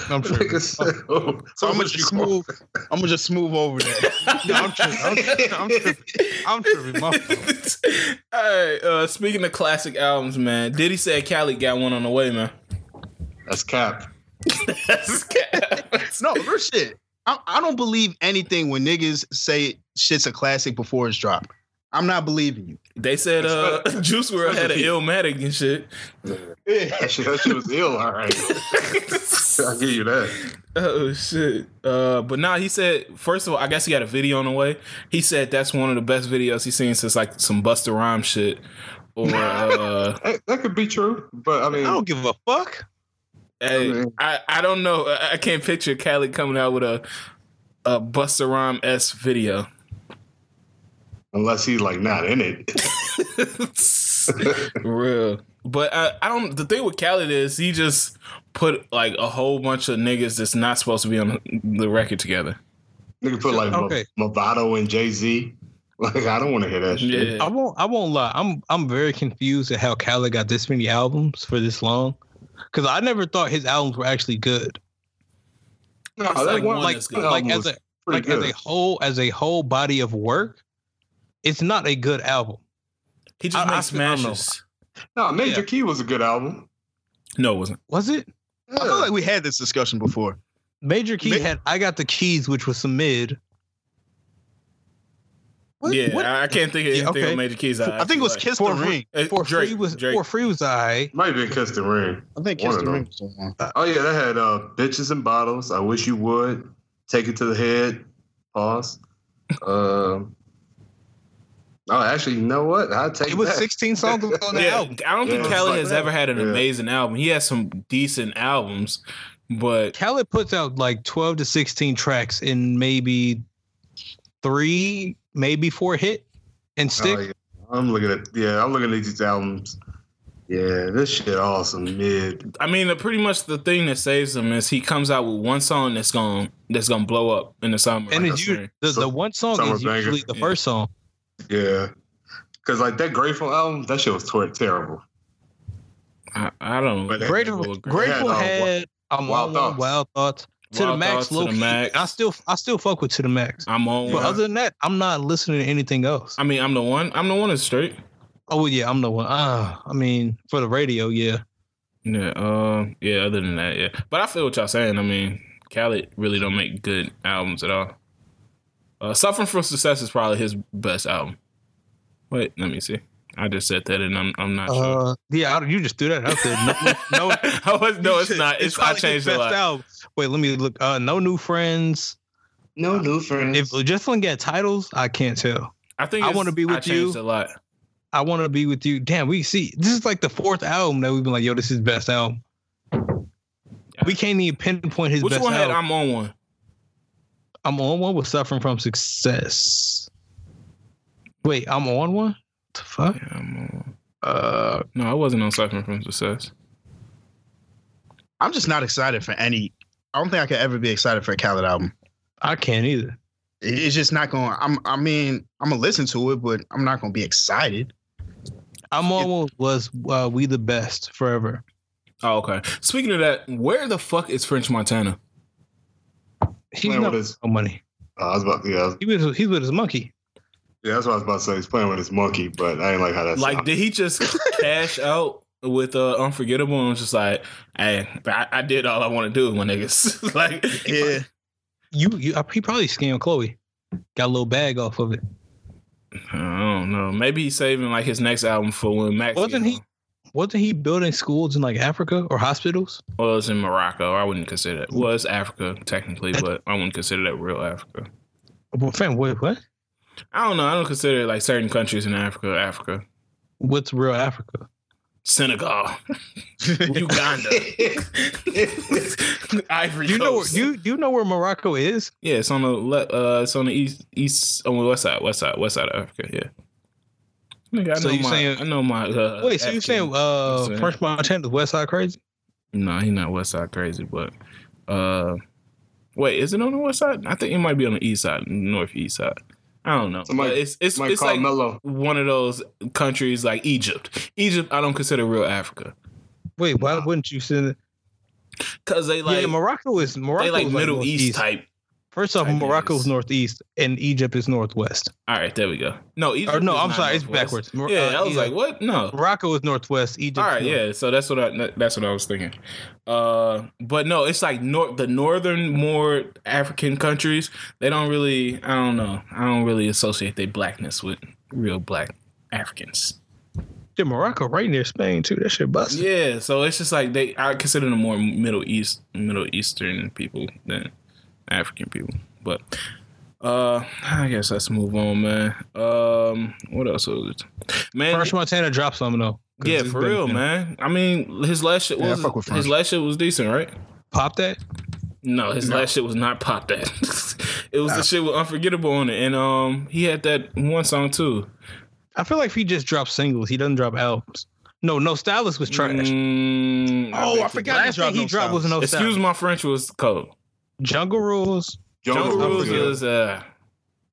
Speaker 4: I'm tripping.
Speaker 2: <laughs> Nigga said, oh,
Speaker 1: So I'm gonna
Speaker 2: what you
Speaker 1: just
Speaker 2: call-
Speaker 1: move. I'm gonna just move over there.
Speaker 4: No, I'm tripping. I'm tripping. I'm tripping. I'm tripping. My fault.
Speaker 3: <laughs> All right. Uh, speaking of classic albums, man, Diddy said Cali got one on the way, man. <laughs>
Speaker 2: That's cap.
Speaker 3: That's
Speaker 1: no, real shit. I, I don't believe anything when niggas say shit's a classic before it's dropped. I'm not believing you.
Speaker 3: They said uh, <laughs> Juice World had an illmatic and shit. <laughs>
Speaker 2: That shit, that shit was ill. All right, <laughs> I'll give you that.
Speaker 3: Oh shit! Uh, but nah, he said. First of all, I guess he got a video on the way. He said that's one of the best videos he's seen since like some Buster Rhyme shit, or
Speaker 4: <laughs>
Speaker 3: uh,
Speaker 2: Hey, that could be true, but I
Speaker 4: I
Speaker 2: mean,
Speaker 1: Oh.
Speaker 4: don't give a fuck.
Speaker 3: hey, I I don't know. I, I can't picture Cali coming out with a a Buster Rhyme s video.
Speaker 2: unless he's like not in it.
Speaker 3: Real. But I, I don't. The thing with Khaled is he just put like a whole bunch of niggas that's not supposed to be on the record together.
Speaker 2: Nigga put like
Speaker 4: Okay.
Speaker 2: Ma- Movado and Jay Z. Like I don't want to hear that shit.
Speaker 4: I won't. I won't lie. I'm. I'm very confused at how Khaled got this many albums for this long, because I never thought his albums were actually good.
Speaker 2: No,
Speaker 3: It's
Speaker 2: that
Speaker 3: like
Speaker 2: one,
Speaker 3: one
Speaker 2: like,
Speaker 4: Like, like
Speaker 3: that's good.
Speaker 4: as
Speaker 2: Almost
Speaker 4: a
Speaker 2: pretty
Speaker 4: like as a
Speaker 2: good.
Speaker 4: whole as a whole body of work, it's not a good album.
Speaker 3: He just
Speaker 4: I- I
Speaker 3: makes
Speaker 4: feel- I don't know.
Speaker 3: smashes.
Speaker 2: no, Major
Speaker 4: yeah.
Speaker 2: Key was a good album.
Speaker 3: No, it wasn't.
Speaker 4: Was it?
Speaker 1: I feel like we had this discussion before.
Speaker 4: Major Key
Speaker 1: Ma-
Speaker 4: had I got the keys, which was some mid. What-
Speaker 3: yeah,
Speaker 4: what-
Speaker 3: I I can't think of
Speaker 4: Yeah,
Speaker 3: anything
Speaker 4: okay.
Speaker 3: with Major Keys. I,
Speaker 1: I think it was Kiss the
Speaker 4: For-
Speaker 1: Ring.
Speaker 3: Kiss.
Speaker 4: for
Speaker 3: uh, Drake
Speaker 4: free was
Speaker 3: Drake.
Speaker 4: for free was I.
Speaker 2: Might have been Kiss the Ring.
Speaker 1: I think
Speaker 2: One
Speaker 1: Kiss the
Speaker 2: of them.
Speaker 1: Ring was the one.
Speaker 2: Oh yeah, that had uh, bitches and bottles. I wish you would take it to the head. Pause. Um. oh, actually, you know what? I take
Speaker 4: It was
Speaker 2: that.
Speaker 4: 16 songs on the
Speaker 3: <laughs> yeah,
Speaker 4: album.
Speaker 3: I don't think
Speaker 2: Yeah.
Speaker 3: Khaled
Speaker 2: Fuck
Speaker 3: has
Speaker 2: that.
Speaker 3: ever had an
Speaker 2: Yeah.
Speaker 3: amazing album. He has some decent albums, but
Speaker 4: Khaled puts out like 12 to 16 tracks in maybe three, maybe four hit and
Speaker 2: Oh,
Speaker 4: stick.
Speaker 2: yeah. I'm looking at yeah. I'm looking at these albums. Yeah, this shit awesome mid.
Speaker 3: I mean, the- pretty much the thing that saves him is he comes out with one song that's going that's going to blow up in the summer.
Speaker 4: and
Speaker 3: Like,
Speaker 4: it's
Speaker 3: I'm
Speaker 4: you, the, the one song
Speaker 2: Summer
Speaker 4: is
Speaker 2: Banger.
Speaker 4: usually the
Speaker 3: Yeah.
Speaker 4: first song.
Speaker 2: Yeah, because like that Grateful album, that shit was tor- terrible.
Speaker 3: I, I don't.
Speaker 2: But-
Speaker 4: Grateful,
Speaker 2: Had,
Speaker 4: Grateful
Speaker 2: uh,
Speaker 4: had um,
Speaker 2: Wild
Speaker 4: Wild,
Speaker 2: Thoughts.
Speaker 4: thoughts. wild thoughts. To the
Speaker 3: Wild
Speaker 4: max,
Speaker 3: Thoughts to
Speaker 4: low
Speaker 3: the
Speaker 4: key.
Speaker 3: Max.
Speaker 4: I still, I still fuck with to the max.
Speaker 3: I'm on.
Speaker 4: But
Speaker 2: Yeah.
Speaker 4: other than that, I'm not listening to anything else.
Speaker 3: I mean, I'm the one. I'm the one that's straight.
Speaker 4: oh yeah, I'm the one. Uh, I mean, for the radio, yeah.
Speaker 3: Yeah. Um. Yeah. Other than that, yeah. But I feel what y'all saying. I mean, Khaled really don't make good albums at all. Uh, Suffering from Success is probably his best album. Wait, let me see. I just said that, and I'm I'm not sure.
Speaker 4: Uh, yeah, I, you just threw that out there. No, no,
Speaker 3: <laughs> I was,
Speaker 4: <laughs>
Speaker 3: no, it's not. It's, I
Speaker 4: probably his
Speaker 3: changed a lot.
Speaker 4: album. Wait, let me look. Uh, no new friends.
Speaker 2: No new
Speaker 3: Mm-hmm.
Speaker 2: friends.
Speaker 4: If Justin got titles, I can't tell.
Speaker 3: I think
Speaker 4: I
Speaker 3: it's-
Speaker 4: Wanna Be
Speaker 3: I
Speaker 4: With
Speaker 3: changed
Speaker 4: You.
Speaker 3: a lot.
Speaker 4: I want to be with you. Damn, we see this is like the fourth album that we've been like, yo, this is best album. We can't even pinpoint his
Speaker 3: Which
Speaker 4: best
Speaker 3: one had
Speaker 4: album.
Speaker 3: I'm on one?
Speaker 4: I'm, on one with suffering from success. Wait, I'm on one. What the fuck?
Speaker 3: Yeah, I'm on one.
Speaker 4: Uh,
Speaker 3: No, I wasn't on Suffering from Success.
Speaker 1: I'm just not excited for any. I don't think I could ever be excited for a Khaled album.
Speaker 4: I can't either.
Speaker 1: It- It's just not going. I'm. I mean, I'm gonna listen to it, but I'm not gonna be excited.
Speaker 4: I'm on one was uh, we the best forever.
Speaker 3: Oh, okay. Speaking of that, where the fuck is French Montana?
Speaker 4: He's
Speaker 2: playing
Speaker 4: not
Speaker 2: with his,
Speaker 4: no money.
Speaker 2: oh, I was about yeah, I was-
Speaker 4: He was he's with his monkey.
Speaker 2: yeah, that's what I was about to say. He's playing with his monkey, but I ain't like how that's
Speaker 3: Like, did
Speaker 4: <laughs>
Speaker 3: he just cash out with uh, Unforgettable and was just like, hey, I, I did all I want to do, my niggas. <laughs> like,
Speaker 1: Yeah,
Speaker 4: You, you uh, he probably scammed Chloe. Got a little bag off of it.
Speaker 3: I don't know. Maybe he's saving like his next album for when Max.
Speaker 4: Wasn't
Speaker 3: gets
Speaker 4: he- Wasn't he building schools in like Africa or hospitals?
Speaker 3: on. Well, it's uh, in Morocco. I wouldn't consider that. Well, it's Africa technically, but I wouldn't consider that real Africa.
Speaker 4: Well, fam, wait, what?
Speaker 3: I don't know. I don't consider like certain countries in Africa Africa.
Speaker 4: What's real Africa?
Speaker 3: Senegal, <laughs>
Speaker 4: <laughs>
Speaker 3: Uganda, <laughs> Ivory
Speaker 4: Do you know where
Speaker 3: Coast.
Speaker 4: do you, do you know where Morocco is?
Speaker 3: Yeah, it's on the le- uh, it's on the east east on the west side, west side, west side of Africa. Yeah. Nigga, I
Speaker 4: So
Speaker 3: know
Speaker 4: you
Speaker 3: my,
Speaker 4: saying-
Speaker 3: I know my. Uh,
Speaker 4: Wait, so you're saying uh
Speaker 3: Yes, sir.
Speaker 4: French Montana's West Side crazy?
Speaker 3: No, he's not west side crazy, but uh, Wait, is it on the west side? I think it might be on the east side, northeast side. I don't know.
Speaker 2: Somebody-
Speaker 3: But it's it's
Speaker 2: Might
Speaker 3: it's
Speaker 2: call
Speaker 3: like
Speaker 2: Mello.
Speaker 3: one of those countries like Egypt. Egypt, I don't consider real Africa
Speaker 4: Wait, why wouldn't you send it?
Speaker 3: because they like
Speaker 4: yeah, Morocco is Morocco.
Speaker 3: they like
Speaker 4: is
Speaker 3: Middle East
Speaker 4: northeast.
Speaker 3: type.
Speaker 4: First off,
Speaker 3: type
Speaker 4: Morocco's
Speaker 3: is.
Speaker 4: northeast and Egypt is northwest.
Speaker 3: All right, there we go. No, Egypt.
Speaker 4: Or no,
Speaker 3: is
Speaker 4: I'm
Speaker 3: not
Speaker 4: sorry, it's
Speaker 3: Northwest.
Speaker 4: backwards. Mor-
Speaker 3: Yeah,
Speaker 4: uh,
Speaker 3: I was like, what? No.
Speaker 4: Morocco is northwest. Egypt.
Speaker 3: All right, yeah. So that's what I that's what I was thinking. Uh, but no, it's like nor- the northern more African countries. They don't really. I don't know. I don't really associate their blackness with real black Africans.
Speaker 4: yeah. Morocco right near Spain too. That shit busted.
Speaker 3: Yeah, so it's just like they. I consider them more Middle East, Middle Eastern people than African people. But uh, I guess let's move on, man. Um, what else was it? Man,
Speaker 4: French Montana dropped some though. 'cause
Speaker 3: yeah,
Speaker 4: it's
Speaker 3: for
Speaker 4: been-
Speaker 3: real, man. I mean, his last shit
Speaker 1: Yeah, I
Speaker 3: was
Speaker 1: fuck with
Speaker 3: his
Speaker 1: French.
Speaker 3: last shit was decent, right?
Speaker 4: Pop that.
Speaker 3: No, his
Speaker 1: No.
Speaker 3: last shit was not pop that. <laughs> it was the shit with unforgettable on it, and um, he had that one song too.
Speaker 4: I feel like if he just drops singles, he doesn't drop albums. No, no stylist was trash.
Speaker 3: Mm,
Speaker 1: Oh,
Speaker 3: bet
Speaker 1: I
Speaker 3: you-
Speaker 1: forgot. Gotta
Speaker 4: Last thing
Speaker 1: drop
Speaker 4: he
Speaker 1: no
Speaker 4: dropped was
Speaker 1: stylist.
Speaker 4: no
Speaker 3: Excuse
Speaker 4: stylist.
Speaker 3: my French was cold.
Speaker 4: Jungle Rules.
Speaker 3: Jungle
Speaker 4: Rules
Speaker 3: Rules
Speaker 4: Unforgettable.
Speaker 3: is uh.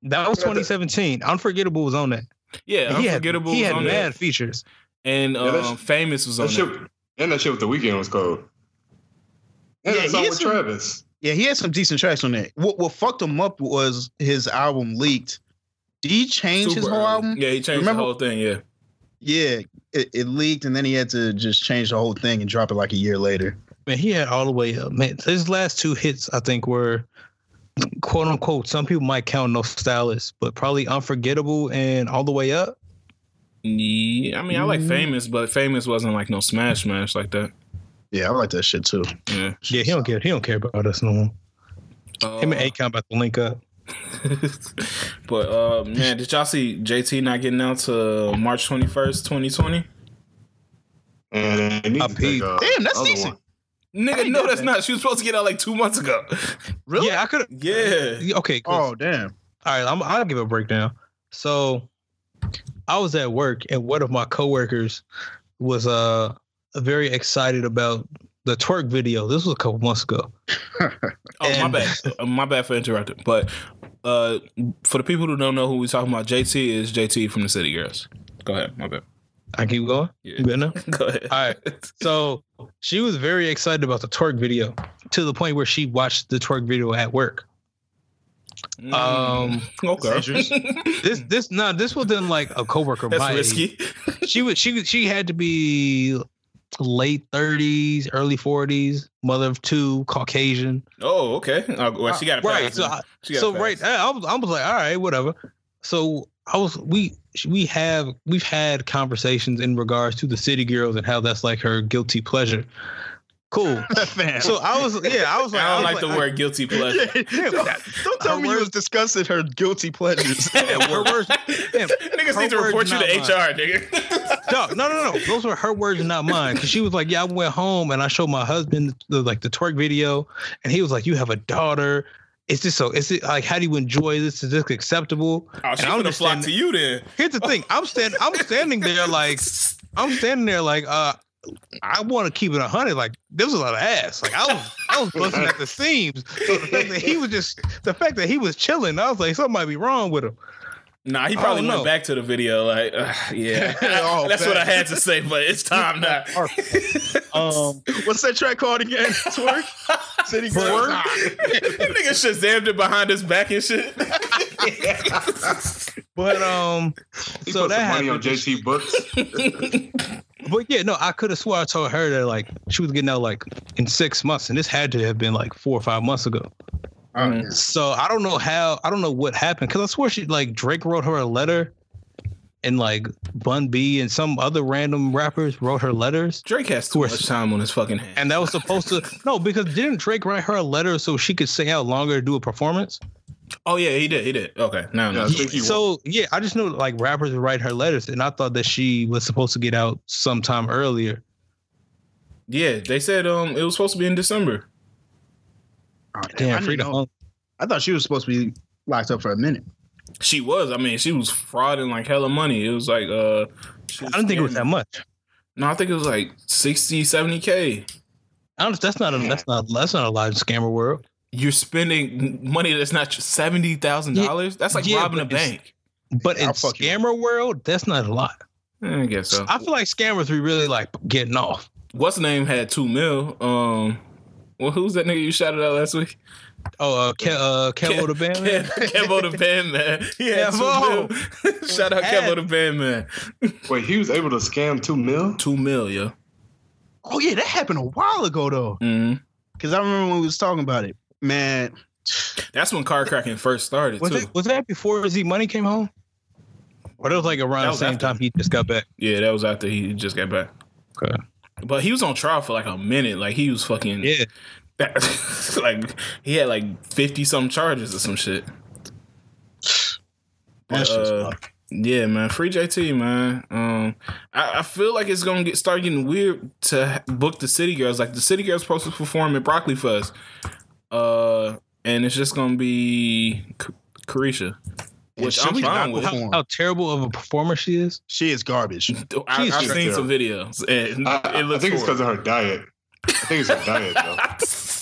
Speaker 4: That was 2017. Unforgettable was on that.
Speaker 3: Yeah,
Speaker 4: he had,
Speaker 3: Unforgettable
Speaker 4: he
Speaker 3: was
Speaker 4: had
Speaker 3: on
Speaker 4: mad
Speaker 3: there.
Speaker 4: features.
Speaker 3: And
Speaker 2: Yeah, that's-
Speaker 3: um, Famous was on
Speaker 2: That shit,
Speaker 3: there.
Speaker 2: and that shit with the weekend was cold. And
Speaker 1: Yeah,
Speaker 2: yeah, that song
Speaker 1: he
Speaker 2: with
Speaker 1: is-
Speaker 2: Travis.
Speaker 1: Yeah, he had some decent tracks on that. What what fucked him up was his album leaked. Did he change his
Speaker 3: Super
Speaker 1: whole
Speaker 3: early.
Speaker 1: album?
Speaker 3: Yeah, he changed
Speaker 1: Remember-
Speaker 3: the whole thing, yeah.
Speaker 1: Yeah, it, it leaked, and then he had to just change the whole thing and drop it like a year later.
Speaker 4: Man, he had all the way up. Man, his last two hits, I think, were quote unquote. Some people might count no stylist, but probably unforgettable and all the way up.
Speaker 3: Yeah, I mean, I like
Speaker 4: Mm.
Speaker 3: Famous, but Famous wasn't like no smash smash like that.
Speaker 1: Yeah, I like that shit too.
Speaker 3: Yeah.
Speaker 4: Yeah, he don't care. He don't care about us no more.
Speaker 3: Uh,
Speaker 4: Him and Akon about to link up.
Speaker 3: <laughs> but uh, man, did y'all see JT not getting out to March twenty first, twenty twenty?
Speaker 2: And they need
Speaker 4: I
Speaker 2: to
Speaker 4: peed.
Speaker 2: take, uh,
Speaker 1: Damn, that's
Speaker 2: other
Speaker 1: decent.
Speaker 3: Nigga,
Speaker 4: ain't
Speaker 3: no,
Speaker 4: got
Speaker 3: that's
Speaker 4: that.
Speaker 3: not. She was supposed to get out like two months ago.
Speaker 1: Really?
Speaker 4: Yeah, I could.
Speaker 3: yeah.
Speaker 4: Okay. Cool.
Speaker 1: Oh damn.
Speaker 4: All right, I'm, I'll give a breakdown. So, I was at work, and one of my coworkers was uh very excited about the twerk video. This was a couple months ago.
Speaker 3: Oh, my
Speaker 4: And-
Speaker 3: bad. Uh, my bad for interrupting. But uh, for the people who don't know who we talking about, JT is JT from the City Girls. Go ahead. My bad.
Speaker 4: I keep going.
Speaker 3: Yeah.
Speaker 4: You good now?
Speaker 3: <laughs> Go ahead.
Speaker 4: All right.
Speaker 3: <laughs>
Speaker 4: So she was very excited about the twerk video to the point where she watched the twerk video at work. Um,
Speaker 3: Mm-hmm. okay.
Speaker 1: Dangerous.
Speaker 4: This this no, this wasn't like a coworker. of
Speaker 3: <laughs> That's
Speaker 4: my age.
Speaker 3: risky.
Speaker 4: She was she she had to be late thirties, early forties, mother of two, Caucasian.
Speaker 3: Oh, okay. Uh, well, she got a
Speaker 4: right.
Speaker 3: pass.
Speaker 4: So I,
Speaker 3: She got a
Speaker 4: so
Speaker 3: pass.
Speaker 4: right, I I was I was like, all right, whatever. So I was we we have we've had conversations in regards to the city girls and how that's like her guilty pleasure. Cool.
Speaker 1: <laughs> Fam.
Speaker 4: So I was yeah, I was like,
Speaker 3: I don't
Speaker 4: was
Speaker 3: like the
Speaker 4: <laughs>
Speaker 3: word guilty pleasure.
Speaker 1: Yeah, don't, don't tell
Speaker 4: Her
Speaker 1: me you
Speaker 4: words-
Speaker 1: was discussing her guilty <laughs> pleasures.
Speaker 4: her words, damn,
Speaker 3: <laughs> Niggas
Speaker 4: her
Speaker 3: need to
Speaker 4: word's
Speaker 3: report you to
Speaker 4: not mine.
Speaker 3: HR, nigga. <laughs>
Speaker 4: no, no, no, no. Those were her words, not mine. Because she was like, "Yeah, I went home and I showed my husband the, like the twerk video, and he was like, you have a daughter. Is this so? Is it like how do you enjoy this? Is this acceptable?'"
Speaker 3: oh, she
Speaker 4: I
Speaker 3: gonna flock
Speaker 4: understand-
Speaker 3: to you then.
Speaker 4: Here's the thing: I'm stand, I'm standing there like I'm standing there like uh. I want to keep it a hundred. Like there was a lot of ass. Like I was, I was busting at the seams. So the fact that he was just, the fact that he was chilling, I was like, something might be wrong with him.
Speaker 3: Nah, he
Speaker 4: I
Speaker 3: probably
Speaker 4: don't
Speaker 3: went
Speaker 4: know.
Speaker 3: back to the video. Like, uh, <laughs> yeah,
Speaker 1: Oh,
Speaker 3: <laughs> that's what I
Speaker 1: bad.
Speaker 3: had to say, but it's time <laughs> now.
Speaker 4: Um,
Speaker 1: What's that track called again? Twerk. <laughs> City Girls.
Speaker 4: Twerk?
Speaker 3: that nigga Shazammed it behind his back and shit.
Speaker 4: but um,
Speaker 2: He
Speaker 4: so
Speaker 2: put
Speaker 4: that
Speaker 2: some money
Speaker 4: happened.
Speaker 2: on JT
Speaker 3: <laughs>
Speaker 2: Books.
Speaker 4: But yeah, no, I could have swore I told her that like she was getting out like in six months, and this had to have been like four or five months ago.
Speaker 1: Oh, yeah.
Speaker 4: So I don't know how I don't know what happened because I swear she like Drake wrote her a letter, and like Bun B and some other random rappers wrote her letters,
Speaker 3: <laughs> Drake has too
Speaker 4: Course.
Speaker 3: much time on his fucking hands.
Speaker 4: and that was supposed to no because didn't Drake write her a letter so she could sing out longer to do a performance?
Speaker 3: oh yeah, he did. He did. Okay, now
Speaker 2: Yeah, I
Speaker 3: no.
Speaker 2: think he
Speaker 4: So yeah, I just know like rappers would write her letters, and I thought that she was supposed to get out sometime earlier.
Speaker 3: Yeah, they said um it was supposed to be in December.
Speaker 1: Oh, damn, I
Speaker 4: Damn,
Speaker 1: didn't
Speaker 4: freedom.
Speaker 1: know. I thought she was supposed to be locked up for a minute.
Speaker 3: She was. I mean, she was frauding like hella money. It was like uh she
Speaker 4: I don't think it was that much.
Speaker 3: No, I think it was like 60, 70 K.
Speaker 4: Honest, that's not a that's not that's not a lot in scammer world.
Speaker 3: you're spending money that's not seventy thousand dollars. That's like
Speaker 4: Yeah,
Speaker 3: robbing a
Speaker 4: but it's-
Speaker 3: bank.
Speaker 4: But in
Speaker 1: I'll fuck you.
Speaker 4: scammer world, that's not a lot.
Speaker 3: Eh, I guess so.
Speaker 4: I feel like scammers be really like getting off.
Speaker 3: What's the name had two mil. Um, well, who's that nigga you shouted out
Speaker 4: <laughs>
Speaker 3: last week?
Speaker 4: Oh, uh, Ke- uh,
Speaker 3: Ke-
Speaker 4: Kevo the
Speaker 3: <laughs>
Speaker 4: band.
Speaker 3: Kev, Kevo the Band Man. Yeah,
Speaker 4: Kevo.
Speaker 3: two mil. <laughs> Shout out Kevo the Band Man.
Speaker 2: Wait, he was able to scam two mil?
Speaker 3: Two mil, yo.
Speaker 1: Oh yeah, that happened a while ago though.
Speaker 3: Mhm.
Speaker 1: Because I remember when we was talking about it. Man,
Speaker 3: That's when car cracking first started
Speaker 4: Was
Speaker 3: too.
Speaker 4: it was that before Z Money came home? Or that was like around
Speaker 3: That
Speaker 4: the
Speaker 3: was
Speaker 4: same
Speaker 3: after.
Speaker 4: time he just got back.
Speaker 3: Yeah, that was after he just got back.
Speaker 4: Okay.
Speaker 3: But he was on trial for like a minute. Like he was fucking
Speaker 4: Yeah.
Speaker 3: <laughs> like he had like fifty some charges or some shit.
Speaker 1: that shit's
Speaker 3: Uh, yeah, man. Free JT, man. Um, I, I feel like it's gonna get start getting weird to ha- book the City Girls. Like the City Girls supposed to perform at Broccoli Fest, uh, and it's just gonna be K- Carisha, which
Speaker 1: And
Speaker 3: I'm
Speaker 1: she
Speaker 3: fine
Speaker 1: cannot
Speaker 3: with.
Speaker 1: perform.
Speaker 4: How terrible of a performer she is.
Speaker 1: She is garbage.
Speaker 3: I,
Speaker 4: She's
Speaker 3: I've
Speaker 4: straight
Speaker 3: seen
Speaker 2: up.
Speaker 3: some videos. And
Speaker 2: I,
Speaker 3: it
Speaker 2: I
Speaker 3: looks
Speaker 2: think it's
Speaker 3: horrible.
Speaker 2: because of her diet. I think
Speaker 3: <laughs>
Speaker 2: it's her diet, though.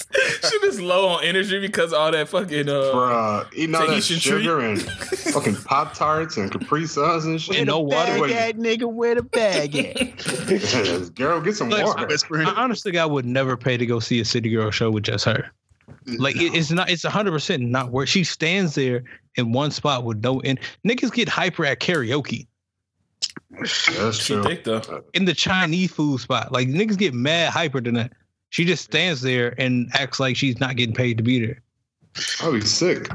Speaker 3: she just low on energy because all that fucking uh
Speaker 2: Bruh, eating all that
Speaker 3: Tahitian
Speaker 2: sugar and
Speaker 3: <laughs>
Speaker 2: fucking Pop Tarts and Capri Suns and shit. <laughs>
Speaker 4: And no water.
Speaker 2: Wait.
Speaker 1: nigga, where the <laughs> bag at?
Speaker 2: Girl, get some
Speaker 4: Look,
Speaker 2: water.
Speaker 1: Whispering.
Speaker 4: I honestly, think I would never pay to go see a City Girl show with just her. Like it, it's not. It's hundred percent not where she stands there in one spot with no end. Niggas get hyper at karaoke
Speaker 2: Yeah, that's
Speaker 3: she
Speaker 2: true.
Speaker 3: thick though. <laughs>
Speaker 4: in the Chinese food spot. Like niggas get mad hyper than that. She just stands there and acts like she's not getting paid to be there.
Speaker 2: I'll be sick.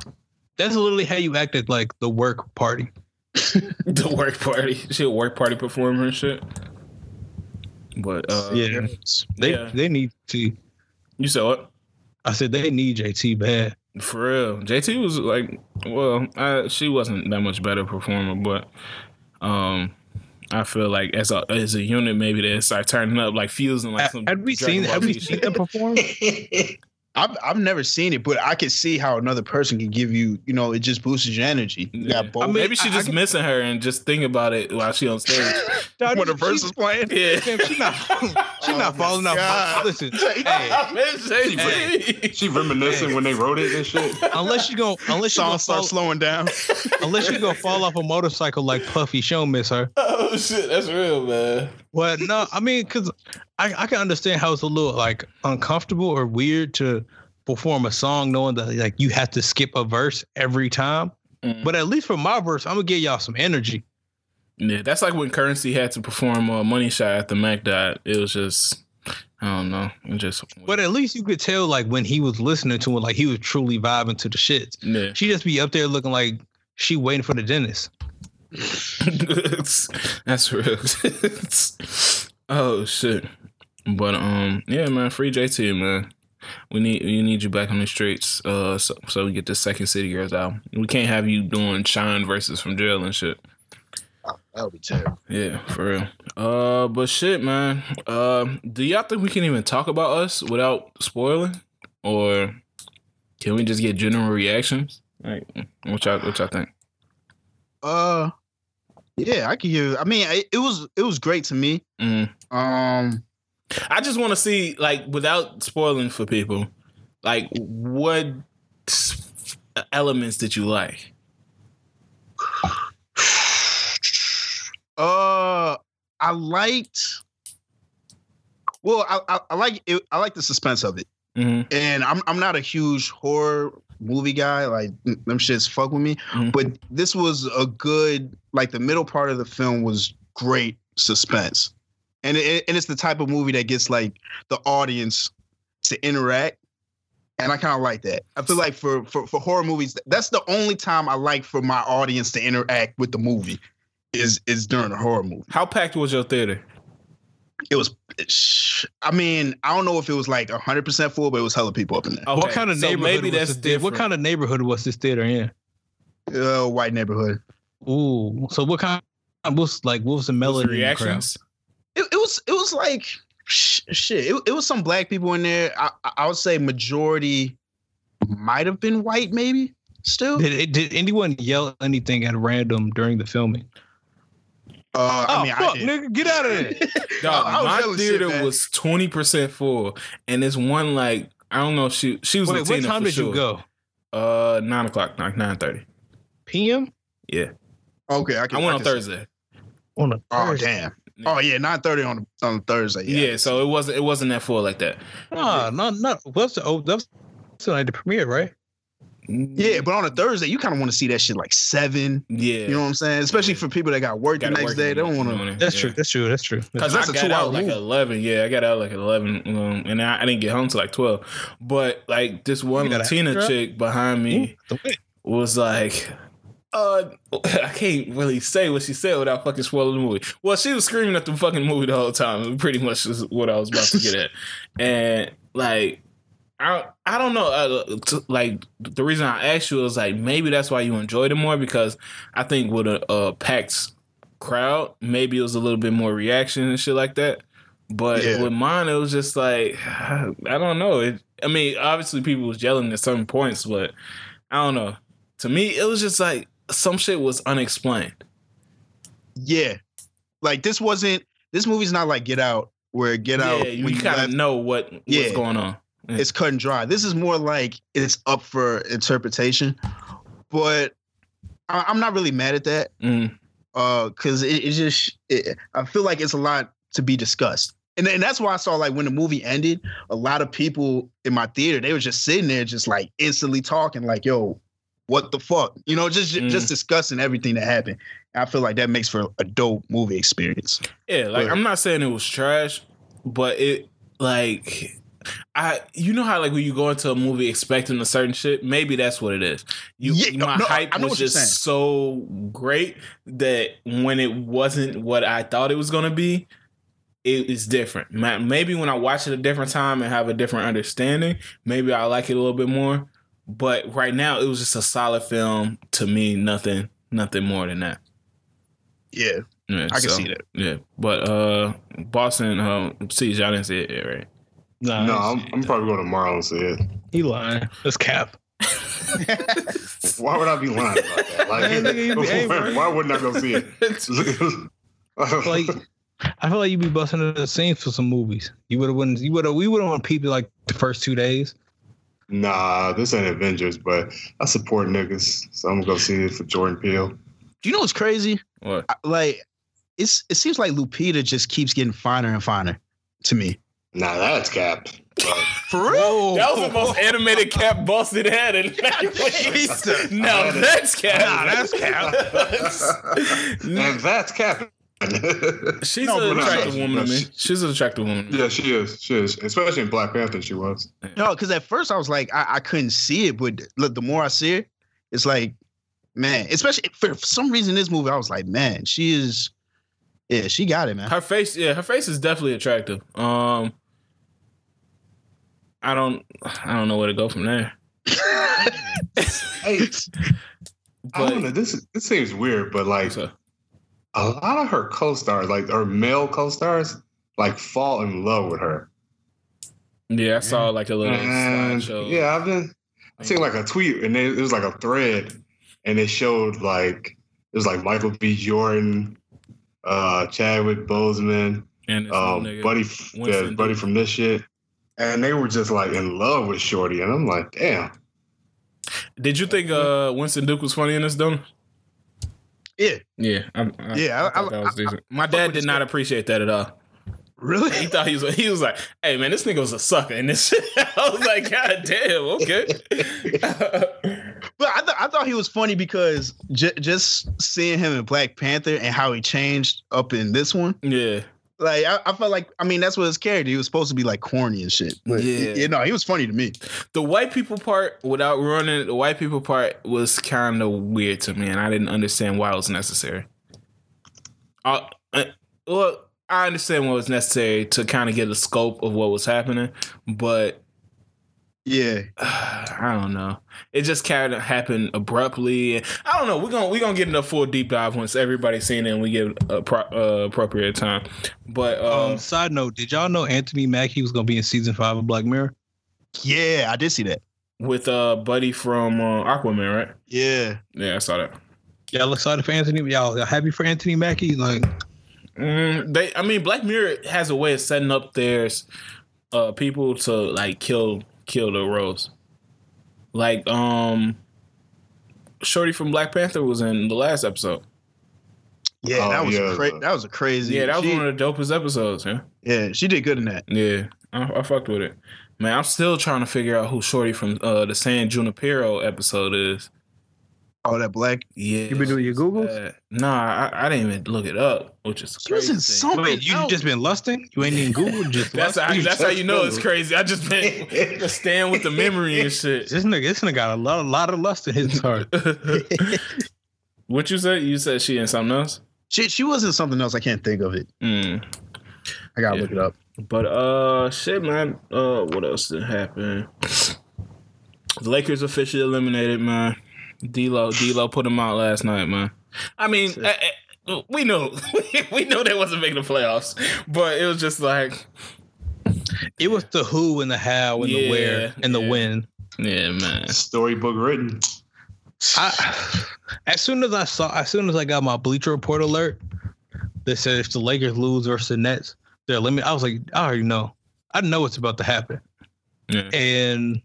Speaker 4: That's literally how you act at like the work party.
Speaker 3: The work party. She a work party performer and shit. But uh
Speaker 4: Yeah,
Speaker 1: <laughs>
Speaker 4: they
Speaker 3: Yeah.
Speaker 4: they need to.
Speaker 3: you said what?
Speaker 4: I said they need JT bad.
Speaker 3: For real. JT was like well, I, she wasn't that much better performer, but um I feel like as a as a unit maybe they start turning up like fusing like some
Speaker 4: Have we
Speaker 3: Dragon
Speaker 4: seen
Speaker 3: Ball
Speaker 4: have we
Speaker 3: Z
Speaker 4: seen
Speaker 3: shit.
Speaker 4: them perform?
Speaker 1: I've I've never seen it, but I can see how another person can give you. You know, it just boosts your energy. You
Speaker 3: Yeah.
Speaker 1: got both.
Speaker 4: I mean,
Speaker 3: Maybe she just
Speaker 4: I-
Speaker 3: missing her and just think about it while she on stage.
Speaker 1: when the verse is playing.
Speaker 3: yeah.
Speaker 4: <laughs> Damn, she
Speaker 3: <laughs>
Speaker 4: not, <laughs> she
Speaker 1: Oh my
Speaker 4: not falling off.
Speaker 1: God.
Speaker 4: Listen, hey,
Speaker 3: Miss JT.
Speaker 2: She reminiscing when they wrote it and
Speaker 3: <laughs>
Speaker 2: shit.
Speaker 4: unless you go, unless you
Speaker 1: Song
Speaker 4: go,
Speaker 1: starts
Speaker 4: fall,
Speaker 1: slowing down.
Speaker 4: unless you go fall off a motorcycle like Puffy, she don't miss her.
Speaker 3: Oh shit, that's real, man.
Speaker 4: Well, no, I mean, cause I, I can understand how it's a little like uncomfortable or weird to perform a song knowing that like you have to skip a verse every time.
Speaker 3: Mm.
Speaker 4: But at least for my verse, I'm gonna give y'all some energy.
Speaker 3: Yeah, that's like when Currency had to perform uh, Money Shot at the Mac died. It was just, I don't know, it just.
Speaker 4: But at least you could tell like when he was listening to it, like he was truly vibing to the shits.
Speaker 3: yeah,
Speaker 4: She just be up there looking like she waiting for the dentist.
Speaker 3: that's real. <laughs> oh shit! But um, yeah, man, free JT, man. We need we need you back on the streets, uh, so, so we get the second City Girls album. We can't have you doing Shine versus from jail and shit.
Speaker 1: Oh, That would be terrible.
Speaker 3: Yeah, for real. Uh, but shit, man. Uh, do y'all think we can even talk about us without spoiling, or can we just get general reactions? Like, what y'all, what y'all think?
Speaker 1: Uh, yeah, I could give. I mean, it, it was it was great to me.
Speaker 3: Mm.
Speaker 1: Um,
Speaker 3: I just want to see, like, without spoiling for people, like, what s- elements did you like?
Speaker 1: uh, I liked. Well, I I, I like it, I like the suspense of it.
Speaker 3: Mm-hmm.
Speaker 1: and I'm I'm not a huge horror movie guy. Like n- them shits fuck with me.
Speaker 3: Mhm.
Speaker 1: But this was a good like the middle part of the film was great suspense, and it, and it's the type of movie that gets like the audience to interact. And I kind of like that. I feel like for, for for horror movies, that's the only time I like for my audience to interact with the movie is is during a horror movie.
Speaker 3: How packed was your theater?
Speaker 1: It was, I mean, I don't know if it was like hundred percent full, but it was hella people up in there.
Speaker 4: What kind of
Speaker 3: so
Speaker 4: neighborhood?
Speaker 3: Maybe
Speaker 4: was
Speaker 3: that's
Speaker 4: this thea-
Speaker 3: different.
Speaker 4: What kind of neighborhood was this theater in?
Speaker 1: Uh, white neighborhood.
Speaker 4: Ooh, so what kind? What's like? What was the
Speaker 3: What's the
Speaker 4: melody? in the crowd?
Speaker 3: reactions?
Speaker 1: it, it was it was like sh- shit. It, it was some black people in there. I, I- I would say majority might have been white, maybe still.
Speaker 4: Did it, did anyone yell anything at random during the filming?
Speaker 1: Uh, I mean, I did.
Speaker 4: Oh, nigga, get out of there!
Speaker 3: Dog,
Speaker 1: Oh, I- I was
Speaker 3: my
Speaker 1: yelling shit,
Speaker 3: theater
Speaker 1: man.
Speaker 3: was twenty percent full, and this one like I don't know. If she she was
Speaker 4: Wait,
Speaker 3: Latina
Speaker 4: what time
Speaker 3: for
Speaker 4: did
Speaker 3: sure.
Speaker 4: you go?
Speaker 3: Uh, nine o'clock, like nine thirty.
Speaker 4: PM
Speaker 3: Yeah,
Speaker 1: Okay, I
Speaker 3: I
Speaker 1: can.
Speaker 3: went on
Speaker 1: can-
Speaker 3: Thursday.
Speaker 4: on a
Speaker 1: Oh
Speaker 4: Thursday.
Speaker 1: damn. Oh yeah, nine thirty on on Thursday.
Speaker 3: Yeah,
Speaker 1: Yeah.
Speaker 3: so it wasn't it wasn't that full like that.
Speaker 4: Nah, no, not what's the oh that's tonight the premiere, right?
Speaker 1: Yeah, but on a Thursday, you kind of want to see that shit like seven.
Speaker 3: yeah.
Speaker 1: You know what I'm saying? Especially for people that got work the
Speaker 3: Gotta
Speaker 1: next
Speaker 3: work
Speaker 1: day,
Speaker 3: in
Speaker 1: they
Speaker 3: the
Speaker 1: don't want
Speaker 3: morning,
Speaker 1: to.
Speaker 3: morning,
Speaker 4: That's
Speaker 3: yeah.
Speaker 4: true. That's true. That's true. That's
Speaker 3: Cause
Speaker 1: that's
Speaker 3: I
Speaker 1: a
Speaker 3: got
Speaker 1: two-hour
Speaker 3: out like
Speaker 1: move.
Speaker 3: eleven. Yeah, I got out like eleven, um, and I, I didn't get home till like twelve. But like this one
Speaker 4: You got a
Speaker 3: Latina
Speaker 4: extra?
Speaker 3: chick behind
Speaker 4: true.
Speaker 3: me was like, uh, <laughs> I can't really say what she said without fucking spoiling the movie. Well, she was screaming at the fucking movie the whole time. Pretty much is what I was about to get at, and like. I, I don't know. Uh, t- like the reason I asked you is like maybe that's why you enjoyed it more because I think with a, a packed crowd maybe it was a little bit more reaction and shit like that. But
Speaker 1: Yeah.
Speaker 3: with mine it was just like <sighs> I don't know. It, I mean obviously people was yelling at some points, but I don't know. To me, it was just like some shit was unexplained.
Speaker 1: Yeah, like this wasn't. This movie's not like Get Out, where Get Out
Speaker 3: yeah, you,
Speaker 1: when you
Speaker 3: kind
Speaker 1: left,
Speaker 3: of know what
Speaker 1: Yeah.
Speaker 3: what's going on.
Speaker 1: it's cut and dry. This is more like it's up for interpretation. But I, I'm not really mad at that
Speaker 3: Mm.
Speaker 1: because it, it just it, I feel like it's a lot to be discussed. And, and that's why I saw like when the movie ended, a lot of people in my theater they were just sitting there, just like instantly talking, like "Yo, what the fuck?" You know, just
Speaker 3: Mm.
Speaker 1: just discussing everything that happened. And I feel like that makes for a dope movie experience.
Speaker 3: Yeah, like
Speaker 1: Right.
Speaker 3: I'm not saying it was trash, but it like I you know how like when you go into a movie expecting a certain shit, maybe that's what it is. You
Speaker 1: Yeah,
Speaker 3: my
Speaker 1: no, I-
Speaker 3: hype
Speaker 1: I know
Speaker 3: was
Speaker 1: what you're saying.
Speaker 3: just so great that when it wasn't what I thought it was gonna be, it is different. Ma- Maybe when I watch it a different time and have a different understanding, maybe I like it a little bit more. But right now, it was just a solid film to me. Nothing, nothing more than that.
Speaker 1: Yeah,
Speaker 3: Yeah,
Speaker 1: I can
Speaker 3: so-
Speaker 1: see that.
Speaker 3: Yeah, but uh, Boston, um, see, y'all didn't see it yet, right?
Speaker 4: Nah,
Speaker 2: No, I'm, I'm probably going tomorrow and see it.
Speaker 4: he lying. That's cap.
Speaker 2: Why would I be lying about
Speaker 4: <laughs>
Speaker 2: that? Like,
Speaker 4: Hey, nigga, you be- hey, bro.
Speaker 2: why wouldn't I go see it?
Speaker 4: Like I feel like you'd be busting at the seams for some movies. You would have wouldn't you would have we would have won people like the first two days.
Speaker 2: <laughs> nah, this ain't Avengers, but I support niggas, so I'm gonna go see it for Jordan Peele.
Speaker 1: Do you know what's crazy?
Speaker 3: <laughs> What?
Speaker 1: I- like it's it seems like Lupita just keeps getting finer and finer to me.
Speaker 2: Nah, that's cap.
Speaker 4: <laughs>
Speaker 2: Like,
Speaker 1: For real?
Speaker 3: That was the most animated cap Boston had, and now that's cap.
Speaker 2: Nah, that's
Speaker 3: cap.
Speaker 2: and that's cap.
Speaker 3: <laughs>
Speaker 2: <laughs>
Speaker 3: She's
Speaker 1: No,
Speaker 3: an
Speaker 1: but
Speaker 3: attractive
Speaker 2: she-
Speaker 3: woman to
Speaker 2: no,
Speaker 3: me.
Speaker 2: she-
Speaker 3: She's an attractive woman. to me.
Speaker 2: yeah, she is. She is. Especially in Black Panther, she was.
Speaker 1: No, because at first I was like, I, I couldn't see it, but look, the more I see it, it's like, man, especially for, for some reason this movie, I was like, man, she is, yeah, she got it, <laughs> man.
Speaker 3: Her face, yeah, her face is definitely attractive. Um, I don't, I don't know where to go from there.
Speaker 2: Hey, I don't know.
Speaker 3: But
Speaker 2: This this seems weird, but like
Speaker 3: so,
Speaker 2: a lot of her co-stars, like her male co-stars, like fall in love with her.
Speaker 3: yeah, I saw like a little
Speaker 2: And
Speaker 3: slideshow.
Speaker 2: Mm, yeah, I've been I seen like a tweet and it, it was like a thread and it showed like it was like Michael B. Jordan, uh Chadwick Boseman,
Speaker 3: and this little
Speaker 2: um
Speaker 3: nigga.
Speaker 2: Buddy f- yeah,
Speaker 3: Winston
Speaker 2: Buddy
Speaker 3: Duke.
Speaker 2: from this shit. And they were just like in love with Shorty. And I'm like,
Speaker 3: <laughs>
Speaker 2: damn.
Speaker 3: Did you think uh Winston Duke was funny in this donor?
Speaker 1: Yeah.
Speaker 3: Yeah, I, I,
Speaker 1: Yeah,
Speaker 3: I,
Speaker 1: I-
Speaker 3: thought
Speaker 1: I-
Speaker 3: that was decent. My dad
Speaker 1: with
Speaker 3: did
Speaker 1: this
Speaker 3: not appreciate that at all. He
Speaker 1: Really?
Speaker 3: thought he was he was like, "Hey man, this nigga was a sucker." And this, shit. <laughs> I was like, "God damn, okay."
Speaker 1: But I, th- I thought he was funny because j- just seeing him in Black Panther and how he changed up in this one,
Speaker 3: <laughs> yeah,
Speaker 1: like I, I felt like, I mean, that's what his character. He was supposed to be like corny and shit. But
Speaker 3: Yeah.
Speaker 1: yeah, you know, he was funny to me.
Speaker 3: the white people part without running the white people part was kind of weird to me, and I didn't understand why it was necessary. I, I- well, I understand what was necessary to kind of get a scope of what was happening, but
Speaker 1: Yeah,
Speaker 3: <sighs> I don't know. It just kind of happened abruptly. I don't know. We're gonna we're gonna get into a full deep dive once everybody's seen it and we give a pro, uh, appropriate time. But um,
Speaker 4: Um, side note, did y'all know Anthony Mackie was gonna be in season five of Black Mirror?
Speaker 1: yeah, I did see that.
Speaker 3: with uh buddy from uh, Aquaman, right?
Speaker 1: Yeah,
Speaker 3: Yeah, I saw that.
Speaker 4: Y'all excited for Anthony? Y'all, y'all happy for Anthony Mackie? Like
Speaker 3: Mm, they, I mean, Black Mirror has a way of setting up their uh, people to like kill killed a rose. Like um, Shorty from Black Panther was in the last episode.
Speaker 1: Yeah,
Speaker 2: Oh,
Speaker 1: that was
Speaker 2: yeah.
Speaker 1: a cra- that was a crazy.
Speaker 3: Yeah, that was
Speaker 1: she,
Speaker 3: one of the dopest episodes. Yeah,
Speaker 1: yeah, she did good in that.
Speaker 3: yeah, I, I fucked with it. Man, I'm still trying to figure out who Shorty from uh, the San Junipero episode is.
Speaker 1: Oh, that black.
Speaker 3: Yeah,
Speaker 5: You been doing your Googles?
Speaker 3: Uh, nah, I, I didn't even look it up, which is
Speaker 1: She was
Speaker 3: crazy.
Speaker 1: in something.
Speaker 4: Wait, you
Speaker 1: else.
Speaker 4: just been lusting? You ain't even Google just
Speaker 3: <laughs> That's
Speaker 4: lusting?
Speaker 3: how, that's how you know it's crazy. I
Speaker 1: <laughs>
Speaker 3: just been
Speaker 2: That's
Speaker 3: staying with the memory and shit. <laughs>
Speaker 4: This nigga, this nigga got a lot, a lot of lust in his heart.
Speaker 3: what you said? You said she in something else?
Speaker 1: she she was in something else. I can't think of it.
Speaker 3: Mm.
Speaker 1: I gotta
Speaker 3: Yeah.
Speaker 1: look it up.
Speaker 3: But uh, shit, man. Uh, what else did happen? The Lakers officially eliminated, man. D'Lo, D'Lo put them out last night, man. I mean, eh, eh, we knew, <laughs> we knew they wasn't making the playoffs, but it was just like,
Speaker 4: It was the who and the how and
Speaker 3: Yeah,
Speaker 4: the where and the
Speaker 3: yeah.
Speaker 4: when.
Speaker 3: yeah, man.
Speaker 2: Storybook written.
Speaker 4: I, as soon as I saw, as soon as I got my Bleacher Report alert that said if the Lakers lose versus the Nets, they're limited. I was like, I already know. I know what's about to happen.
Speaker 3: Yeah.
Speaker 4: And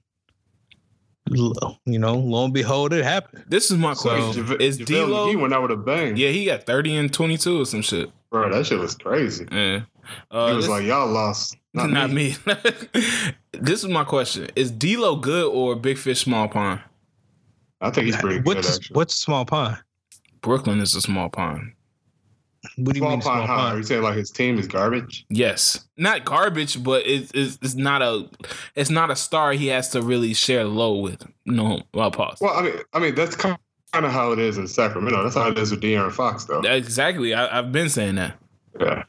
Speaker 4: lo- you know, lo and behold, it happened.
Speaker 3: This is my
Speaker 4: So,
Speaker 3: question: Is D'Lo?
Speaker 2: He went out with a bang.
Speaker 3: Yeah, he got thirty and twenty-two or some shit.
Speaker 2: bro, that shit was crazy.
Speaker 3: Yeah. Uh,
Speaker 2: he was
Speaker 3: this-
Speaker 2: like, y'all lost.
Speaker 3: <laughs> Not, me. this is my question: Is D'Lo good or Big Fish Small Pond?
Speaker 2: I think he's pretty good.
Speaker 4: What's
Speaker 2: Actually.
Speaker 4: what's small pond?
Speaker 3: Brooklyn is a small pond.
Speaker 4: What do you
Speaker 2: small
Speaker 4: mean
Speaker 2: pond?
Speaker 4: small
Speaker 2: How? Are you
Speaker 4: pond?
Speaker 2: saying like his team is garbage?
Speaker 3: Yes, not garbage, but it's, it's it's not a it's not a star he has to really share the load with. No, I'll pause.
Speaker 2: Well, I mean, I mean that's kind of how it is in Sacramento. That's how it is with De'Aaron Fox, though.
Speaker 3: exactly, I, I've been saying that.
Speaker 2: yeah,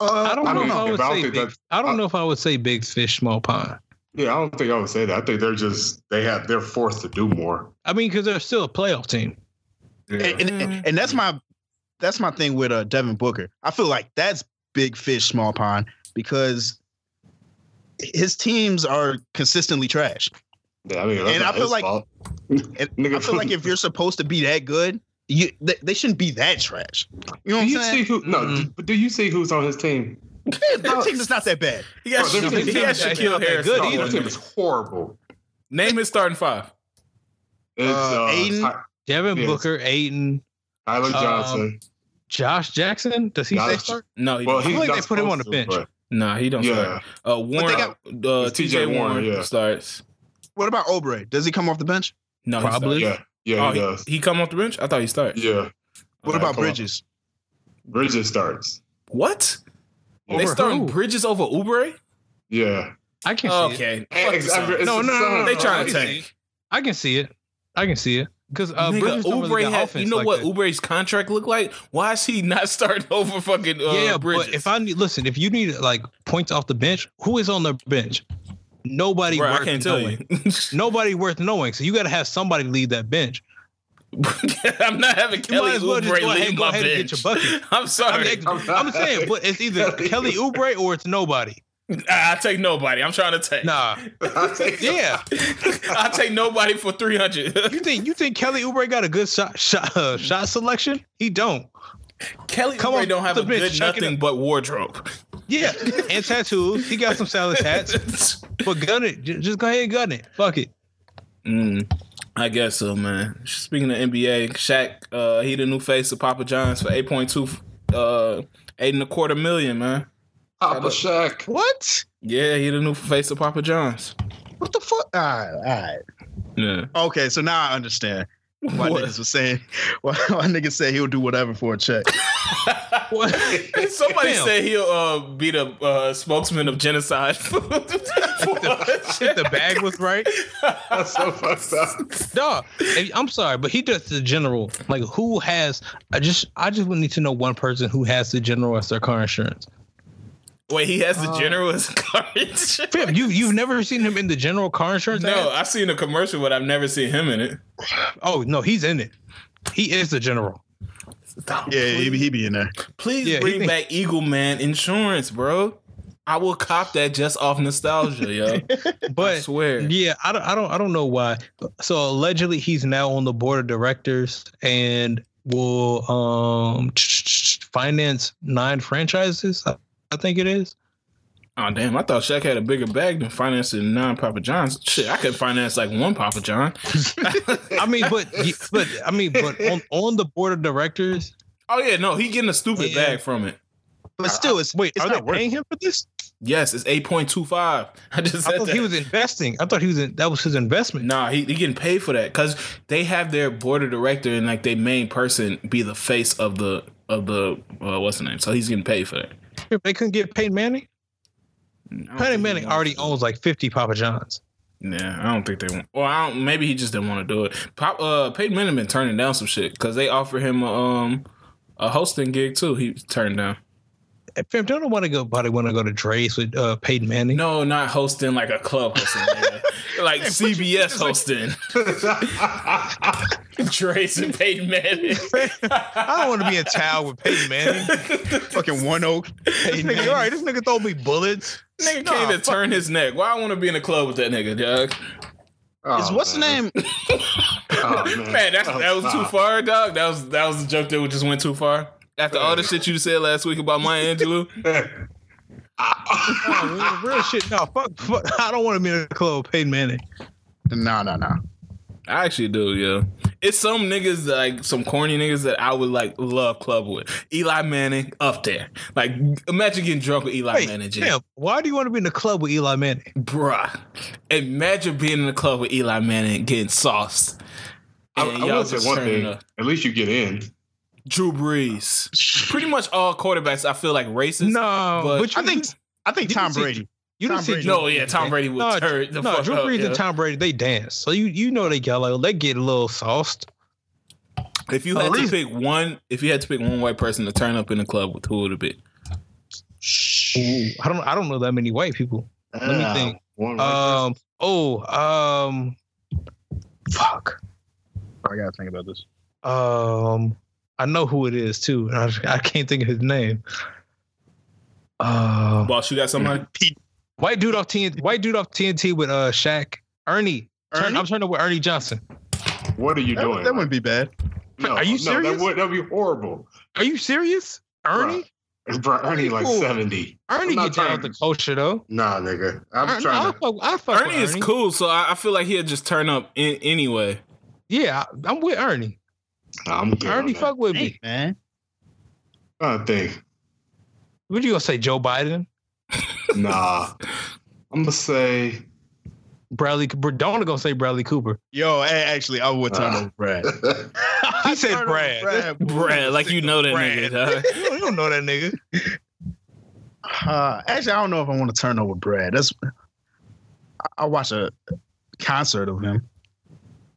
Speaker 1: Uh,
Speaker 4: I don't
Speaker 2: I
Speaker 4: know
Speaker 2: mean,
Speaker 4: if I
Speaker 2: if
Speaker 4: would
Speaker 2: I don't
Speaker 4: say
Speaker 2: think
Speaker 4: big,
Speaker 2: that's-
Speaker 4: I
Speaker 2: I-
Speaker 4: don't know if I would say big fish, small pond.
Speaker 2: yeah. I don't think I would say that. I think they're just they have they're forced to do more.
Speaker 4: I mean, because they're still a playoff team.
Speaker 2: Yeah.
Speaker 1: and, and, and, and that's my that's my thing with uh, Devin Booker. I feel like that's big fish, small pond because his teams are consistently trash.
Speaker 2: Yeah, I mean, that's
Speaker 1: and I
Speaker 2: not
Speaker 1: feel
Speaker 2: his
Speaker 1: like-
Speaker 2: fault.
Speaker 1: And
Speaker 2: Nigga,
Speaker 1: I feel like if
Speaker 2: <laughs>
Speaker 1: you're supposed to be that good, you they, they shouldn't be that trash. You know
Speaker 2: do
Speaker 1: what
Speaker 2: you
Speaker 1: I'm
Speaker 2: see
Speaker 1: saying?
Speaker 2: who? No,
Speaker 3: Mm-hmm.
Speaker 4: Mm.
Speaker 2: do- but do you see who's on his team? uh,
Speaker 1: Their team is not that bad.
Speaker 3: He got,
Speaker 2: Bro, their
Speaker 3: Sha-
Speaker 2: team-
Speaker 3: he got
Speaker 4: their team
Speaker 3: Shaquille
Speaker 4: not that
Speaker 3: Harris.
Speaker 4: good
Speaker 2: No,
Speaker 3: on
Speaker 2: their team
Speaker 3: him.
Speaker 2: is horrible.
Speaker 3: Name his starting five.
Speaker 2: It's
Speaker 1: Uh,
Speaker 2: uh,
Speaker 1: Aiden?
Speaker 2: Ty-
Speaker 4: Devin
Speaker 2: Yes.
Speaker 4: Booker, Aiden,
Speaker 2: Tyler
Speaker 4: Um,
Speaker 2: Johnson.
Speaker 4: Josh Jackson. Does he
Speaker 2: Nah,
Speaker 4: say
Speaker 2: that's-
Speaker 4: start?
Speaker 3: No, he
Speaker 2: well,
Speaker 3: don't.
Speaker 2: he's
Speaker 4: like
Speaker 2: not
Speaker 4: they put him on
Speaker 2: supposed
Speaker 4: the
Speaker 2: to,
Speaker 4: bench.
Speaker 3: nah, he
Speaker 2: but-
Speaker 3: don't.
Speaker 2: Yeah,
Speaker 3: Start. Uh, Warren,
Speaker 1: got-
Speaker 3: uh,
Speaker 2: It's
Speaker 3: T.J. Warren,
Speaker 2: yeah.
Speaker 3: starts.
Speaker 1: What about Obre? Does he come off the bench?
Speaker 3: No, he
Speaker 4: Probably.
Speaker 3: starts.
Speaker 2: yeah, yeah.
Speaker 3: Oh,
Speaker 2: He
Speaker 3: he,
Speaker 2: does.
Speaker 3: he come off the bench? I thought he started.
Speaker 2: Yeah,
Speaker 1: What
Speaker 2: Alright,
Speaker 1: about
Speaker 2: come on.
Speaker 1: Bridges?
Speaker 2: Bridges starts.
Speaker 3: What?
Speaker 2: Yeah.
Speaker 3: they
Speaker 4: Over
Speaker 3: starting
Speaker 4: who?
Speaker 3: Bridges over Ubre?
Speaker 2: Yeah.
Speaker 4: I can see it.
Speaker 3: Oh, Okay. Fuck the
Speaker 2: Exactly.
Speaker 3: Suns.
Speaker 2: It's
Speaker 4: No,
Speaker 2: the
Speaker 4: no, no,
Speaker 2: Suns.
Speaker 4: no,
Speaker 3: They
Speaker 4: no,
Speaker 3: trying
Speaker 4: I
Speaker 3: to
Speaker 4: can
Speaker 3: tank.
Speaker 4: see it. I can see it. I can see it because uh,
Speaker 3: Nigga,
Speaker 4: Bridges don't
Speaker 3: Oubre
Speaker 4: really got
Speaker 3: had,
Speaker 4: offense
Speaker 3: you know
Speaker 4: like
Speaker 3: what
Speaker 4: that.
Speaker 3: Ubre's contract look like? Why is he not <laughs> starting over fucking uh,
Speaker 4: yeah,
Speaker 3: Bridges?
Speaker 4: but if I need, listen, if you need like points off the bench, who is on the bench? Nobody
Speaker 3: Bruh,
Speaker 4: worth
Speaker 3: I can't tell
Speaker 4: knowing.
Speaker 3: you.
Speaker 4: Nobody worth knowing. So you got to have somebody lead that bench.
Speaker 3: <laughs> I'm not
Speaker 4: <laughs>
Speaker 3: having Kelly
Speaker 4: might as well
Speaker 3: Oubre
Speaker 4: just go ahead-
Speaker 3: leave
Speaker 4: go
Speaker 3: my
Speaker 4: ahead and get
Speaker 3: bench.
Speaker 4: your bucket.
Speaker 3: <laughs> I'm
Speaker 4: I
Speaker 3: sorry.
Speaker 4: mean, I'm saying, but it's <laughs> either Kelly Oubre or it's nobody.
Speaker 3: I, I take nobody. I'm trying to take.
Speaker 4: Nah, yeah.
Speaker 3: <laughs> I take nobody for 300.
Speaker 4: You think you think Kelly Oubre got a good shot shot uh, shot selection? He don't.
Speaker 3: <laughs> Kelly
Speaker 4: Come
Speaker 3: Oubre
Speaker 4: on,
Speaker 3: don't have
Speaker 4: the
Speaker 3: a
Speaker 4: bench,
Speaker 3: good
Speaker 4: check it
Speaker 3: nothing
Speaker 4: out.
Speaker 3: but wardrobe. <laughs>
Speaker 4: Yeah, and tattoos. He got some salad tats, but gun it. J- Just go ahead and gun it. Fuck it.
Speaker 3: Mm, I guess so, man. Speaking of NBA, Shaq, uh, he the new face of Papa John's for eight point two, uh, eight and a quarter million, man.
Speaker 2: Papa Shaq.
Speaker 1: What?
Speaker 3: Yeah, he the new face of Papa John's.
Speaker 1: What the fuck? All right, all right.
Speaker 3: Yeah.
Speaker 1: Okay, so now I understand why
Speaker 3: What?
Speaker 1: niggas was saying <laughs> why, why niggas said he'll do whatever for a check.
Speaker 4: What?
Speaker 3: <laughs> Somebody
Speaker 4: Damn.
Speaker 3: said he'll uh, be the uh, spokesman of genocide. <laughs> For-
Speaker 4: the bag was right.
Speaker 2: That's so fucked up.
Speaker 4: Dog, if- I'm sorry, but he just the general. Like, who has? I just, I just would need to know one person who has the general as their car insurance.
Speaker 3: Wait, he has the general as a card.
Speaker 4: Uh, <laughs> Fam, you, you've never seen him in the general car insurance?
Speaker 3: no,
Speaker 4: ad?
Speaker 3: I've seen a commercial, but I've never seen him in it.
Speaker 4: Oh no, he's in it. He is the general.
Speaker 3: Stop.
Speaker 1: Yeah, he, be- he be in there.
Speaker 3: Please
Speaker 4: Yeah, he
Speaker 3: bring
Speaker 4: think-
Speaker 3: back Eagle Man insurance, bro. I will cop that just off nostalgia, yo. I
Speaker 4: <laughs> But
Speaker 3: swear.
Speaker 4: Yeah, I don't, I don't, I don't know why. So allegedly, he's now on the board of directors and will um finance nine franchises. I I think it is.
Speaker 3: Oh damn! I thought Shaq had a bigger bag than financing nine Papa Johns. Shit, I could finance like one Papa
Speaker 4: <laughs>
Speaker 3: John. <laughs>
Speaker 4: I mean, <laughs> but but I mean, but on, on the board of directors,
Speaker 3: Oh yeah, no, he getting a stupid
Speaker 4: Yeah.
Speaker 3: bag from it.
Speaker 1: But still, it's
Speaker 4: wait,
Speaker 1: it's
Speaker 4: are
Speaker 1: not
Speaker 4: they
Speaker 1: worth
Speaker 4: paying him for this?
Speaker 3: Yes, it's eight point two five. <laughs> I just said
Speaker 4: I thought
Speaker 3: that.
Speaker 4: he was investing. I thought he was in, that was his investment.
Speaker 3: Nah, he, he getting paid for that because they have their board of director and like their main person be the face of the of the uh, what's the name. So he's getting paid for that.
Speaker 4: They couldn't get Peyton Manning. Peyton Manning already owns like fifty Papa Johns.
Speaker 3: Yeah, I don't think they want. Or I don't, maybe he just didn't want to do it. Pop, uh, Peyton Manning been turning down some shit because they offered him a, um a hosting gig too. He turned down.
Speaker 4: If they don't want to go, but they want to go to Dre's with uh, Peyton Manning.
Speaker 3: No, not hosting like a club hosting,
Speaker 4: <laughs>
Speaker 3: nigga. like CBS hosting. Trace and Peyton
Speaker 2: <laughs>
Speaker 3: Manning.
Speaker 4: I don't want to be in town with Peyton Manning.
Speaker 2: <laughs>
Speaker 1: fucking one oak.
Speaker 4: this nigga, all right, this nigga throw me bullets.
Speaker 3: Nigga can't even turn his neck. Why I want to be in a club with that nigga, dog?
Speaker 2: Oh,
Speaker 1: Is what's the
Speaker 2: man.
Speaker 1: name?
Speaker 3: <laughs>
Speaker 2: Oh,
Speaker 3: man, that's, that was too
Speaker 2: stop.
Speaker 3: far, dog. That was that was the joke that just went too far. After all the shit you said last week about Maya Angelou,
Speaker 4: No, real- real shit. No, fuck, fuck. I don't want to be in a club with Peyton Manning.
Speaker 1: No, no, no.
Speaker 3: I actually do, yo. It's some niggas like some corny niggas that I would like love club with. Eli Manning up there. Like imagine getting drunk with Eli
Speaker 4: Wait,
Speaker 3: Manning, G.
Speaker 4: damn, why do you want to be in the club with Eli Manning?
Speaker 3: bruh. Imagine being in the club with Eli Manning getting sauced.
Speaker 2: I,
Speaker 3: And
Speaker 2: I
Speaker 3: y'all
Speaker 2: will say
Speaker 3: just
Speaker 2: one
Speaker 3: turning
Speaker 2: thing.
Speaker 3: up.
Speaker 2: At least you get in.
Speaker 3: Drew Brees. Pretty much all quarterbacks, I feel like racist.
Speaker 4: No,
Speaker 3: but-
Speaker 4: but, you
Speaker 1: I think I think
Speaker 4: You
Speaker 1: Tom
Speaker 4: can see-
Speaker 1: Brady.
Speaker 4: you didn't
Speaker 1: Tom
Speaker 4: see
Speaker 1: Brady.
Speaker 3: No, yeah, Tom Brady would
Speaker 4: No,
Speaker 3: turn the
Speaker 4: no,
Speaker 3: fuck
Speaker 4: Drew
Speaker 3: up,
Speaker 4: Brees
Speaker 3: yo.
Speaker 4: and Tom Brady they dance, so you you know they got like they get a little sauced.
Speaker 3: If you had to pick one, if you had to pick one white person to turn up in the club with, who would it be?
Speaker 4: Ooh, I don't I don't know that many white people. Let me
Speaker 2: Uh,
Speaker 4: think.
Speaker 2: One
Speaker 4: Um, oh, um, fuck.
Speaker 1: I gotta think about this.
Speaker 4: Um, I know who it is too, and I, I can't think of his name. Uh,
Speaker 3: Boss, you got somebody?
Speaker 4: white dude off TNT, white dude off TNT with uh Shaq, Ernie. Turn-
Speaker 1: Ernie?
Speaker 4: I'm turning up with Ernie Johnson.
Speaker 2: what are you
Speaker 1: That,
Speaker 2: doing?
Speaker 1: that wouldn't be bad.
Speaker 2: no,
Speaker 4: Are you
Speaker 2: No,
Speaker 4: serious?
Speaker 2: that would that'd be horrible.
Speaker 4: Are you serious, Ernie?
Speaker 2: Bro, Ernie like
Speaker 4: Cool.
Speaker 2: seventy.
Speaker 4: Ernie
Speaker 2: I'm not
Speaker 4: get down
Speaker 2: trying-
Speaker 4: with the culture though.
Speaker 2: Nah, nigga. I'm
Speaker 4: Ernie, I
Speaker 2: trying to.
Speaker 4: fuck, I fuck with
Speaker 3: Ernie is cool, so I, I feel like he'd just turn up in, anyway.
Speaker 4: Yeah, I, I'm with Ernie.
Speaker 2: I'm good.
Speaker 4: Ernie,
Speaker 2: Ernie, fuck.
Speaker 4: fuck with
Speaker 1: Hey,
Speaker 4: me.
Speaker 1: man.
Speaker 2: I think.
Speaker 4: What you gonna say, Joe Biden?
Speaker 2: Nah. I'm gonna say.
Speaker 4: Bradley Bradona gonna say Bradley Cooper.
Speaker 1: Yo, a- actually, I would turn
Speaker 2: Uh.
Speaker 1: over Brad.
Speaker 2: <laughs>
Speaker 4: He said
Speaker 1: Turn over
Speaker 4: Brad.
Speaker 1: boy.
Speaker 3: Brad, like you know that nigga, dog.
Speaker 4: you, don't, you don't know that nigga.
Speaker 1: Uh, actually, I don't know if I want to turn over Brad. That's I, I watched a concert of him.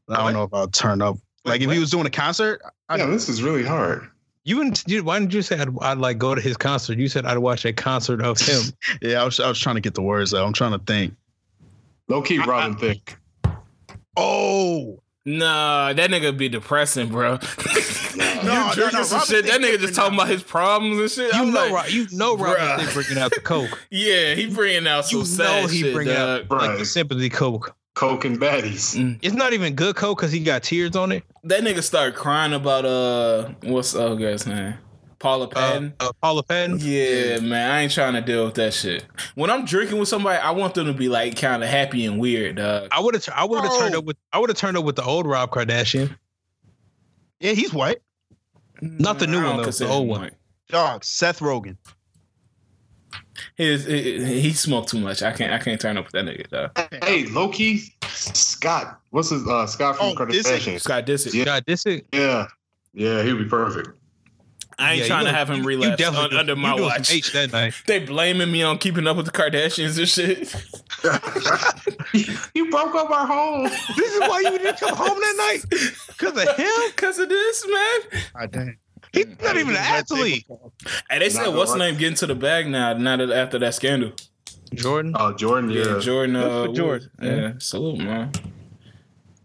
Speaker 1: I don't
Speaker 4: What?
Speaker 1: know if I'll turn up. Like if he was doing a concert, I,
Speaker 2: Yeah, this is really hard.
Speaker 4: You didn't. You, why didn't you say I'd, I'd like go to his concert? You said I'd watch a concert of him.
Speaker 1: <laughs> yeah, I was, I was trying to get the words out. I'm trying to think.
Speaker 2: Low key, Robin Thicke.
Speaker 1: Oh,
Speaker 3: Nah, that nigga be depressing, bro. <laughs>
Speaker 2: No,
Speaker 3: you
Speaker 1: no,
Speaker 3: drinking
Speaker 1: no,
Speaker 3: some
Speaker 1: Robin
Speaker 3: shit.
Speaker 1: Thicke
Speaker 3: That nigga just talking about his problems and shit.
Speaker 4: You
Speaker 3: I'm
Speaker 4: know,
Speaker 3: like,
Speaker 4: Rob- you know,
Speaker 3: bruh.
Speaker 4: Robin Thicke bringing out the coke, <laughs>
Speaker 3: Yeah, he bringing out some
Speaker 4: You
Speaker 3: sad
Speaker 4: know he
Speaker 3: shit,
Speaker 4: bringing
Speaker 3: dog.
Speaker 2: Bro,
Speaker 4: like the sympathy coke.
Speaker 2: Coke and Baddies.
Speaker 4: It's not even good coke because he got tears on it.
Speaker 3: That nigga started crying about uh, what's the other guy's name? Paula
Speaker 2: Oh.
Speaker 4: Uh,
Speaker 3: Patton.
Speaker 4: uh, Paula Patton.
Speaker 3: yeah, man, I ain't trying to deal with that shit. When I'm drinking with somebody, I want them to be like kind of happy and weird, dog.
Speaker 4: I would have. I would have
Speaker 1: Bro.
Speaker 4: turned up with. I would have turned up with the old Rob Kardashian.
Speaker 1: yeah, he's white.
Speaker 4: Not the new
Speaker 3: I don't
Speaker 4: one, though,
Speaker 3: consider
Speaker 4: the old
Speaker 3: him
Speaker 4: one.
Speaker 3: white.
Speaker 1: Dog, Seth Rogen.
Speaker 3: His, he- he he smoked too much. I can't. I can't turn up with that nigga, dog.
Speaker 2: Hey, low key, Scott. What's his uh Scott from
Speaker 1: Oh, this
Speaker 2: Kardashian?
Speaker 3: Scott Disick.
Speaker 2: Yeah.
Speaker 4: God, this is.
Speaker 2: Yeah. Yeah, he'd be perfect. <laughs>
Speaker 3: I ain't
Speaker 4: yeah, you
Speaker 3: trying to
Speaker 4: doing-
Speaker 3: have him
Speaker 4: you- you
Speaker 3: relapse
Speaker 4: definitely
Speaker 3: un-
Speaker 4: doing-
Speaker 3: under
Speaker 4: you
Speaker 3: my
Speaker 4: doing some
Speaker 3: watch.
Speaker 4: H that night.
Speaker 3: They blaming me on keeping up with the Kardashians and shit. <laughs>
Speaker 2: you broke up our home.
Speaker 4: this is why you didn't <laughs> come home that night because of him.
Speaker 3: Cause of this, man.
Speaker 1: I dang.
Speaker 4: He's not even an athlete.
Speaker 3: Hey, they
Speaker 2: Not
Speaker 3: said
Speaker 2: gonna
Speaker 3: what's the
Speaker 2: lie.
Speaker 3: name getting to the bag now? Now that after that scandal.
Speaker 4: Jordan.
Speaker 2: Oh, Jordan,
Speaker 3: Yeah,
Speaker 2: yeah.
Speaker 3: Jordan.
Speaker 4: Good
Speaker 3: Uh,
Speaker 4: for Jordan,
Speaker 3: Wood. Yeah. salute, man.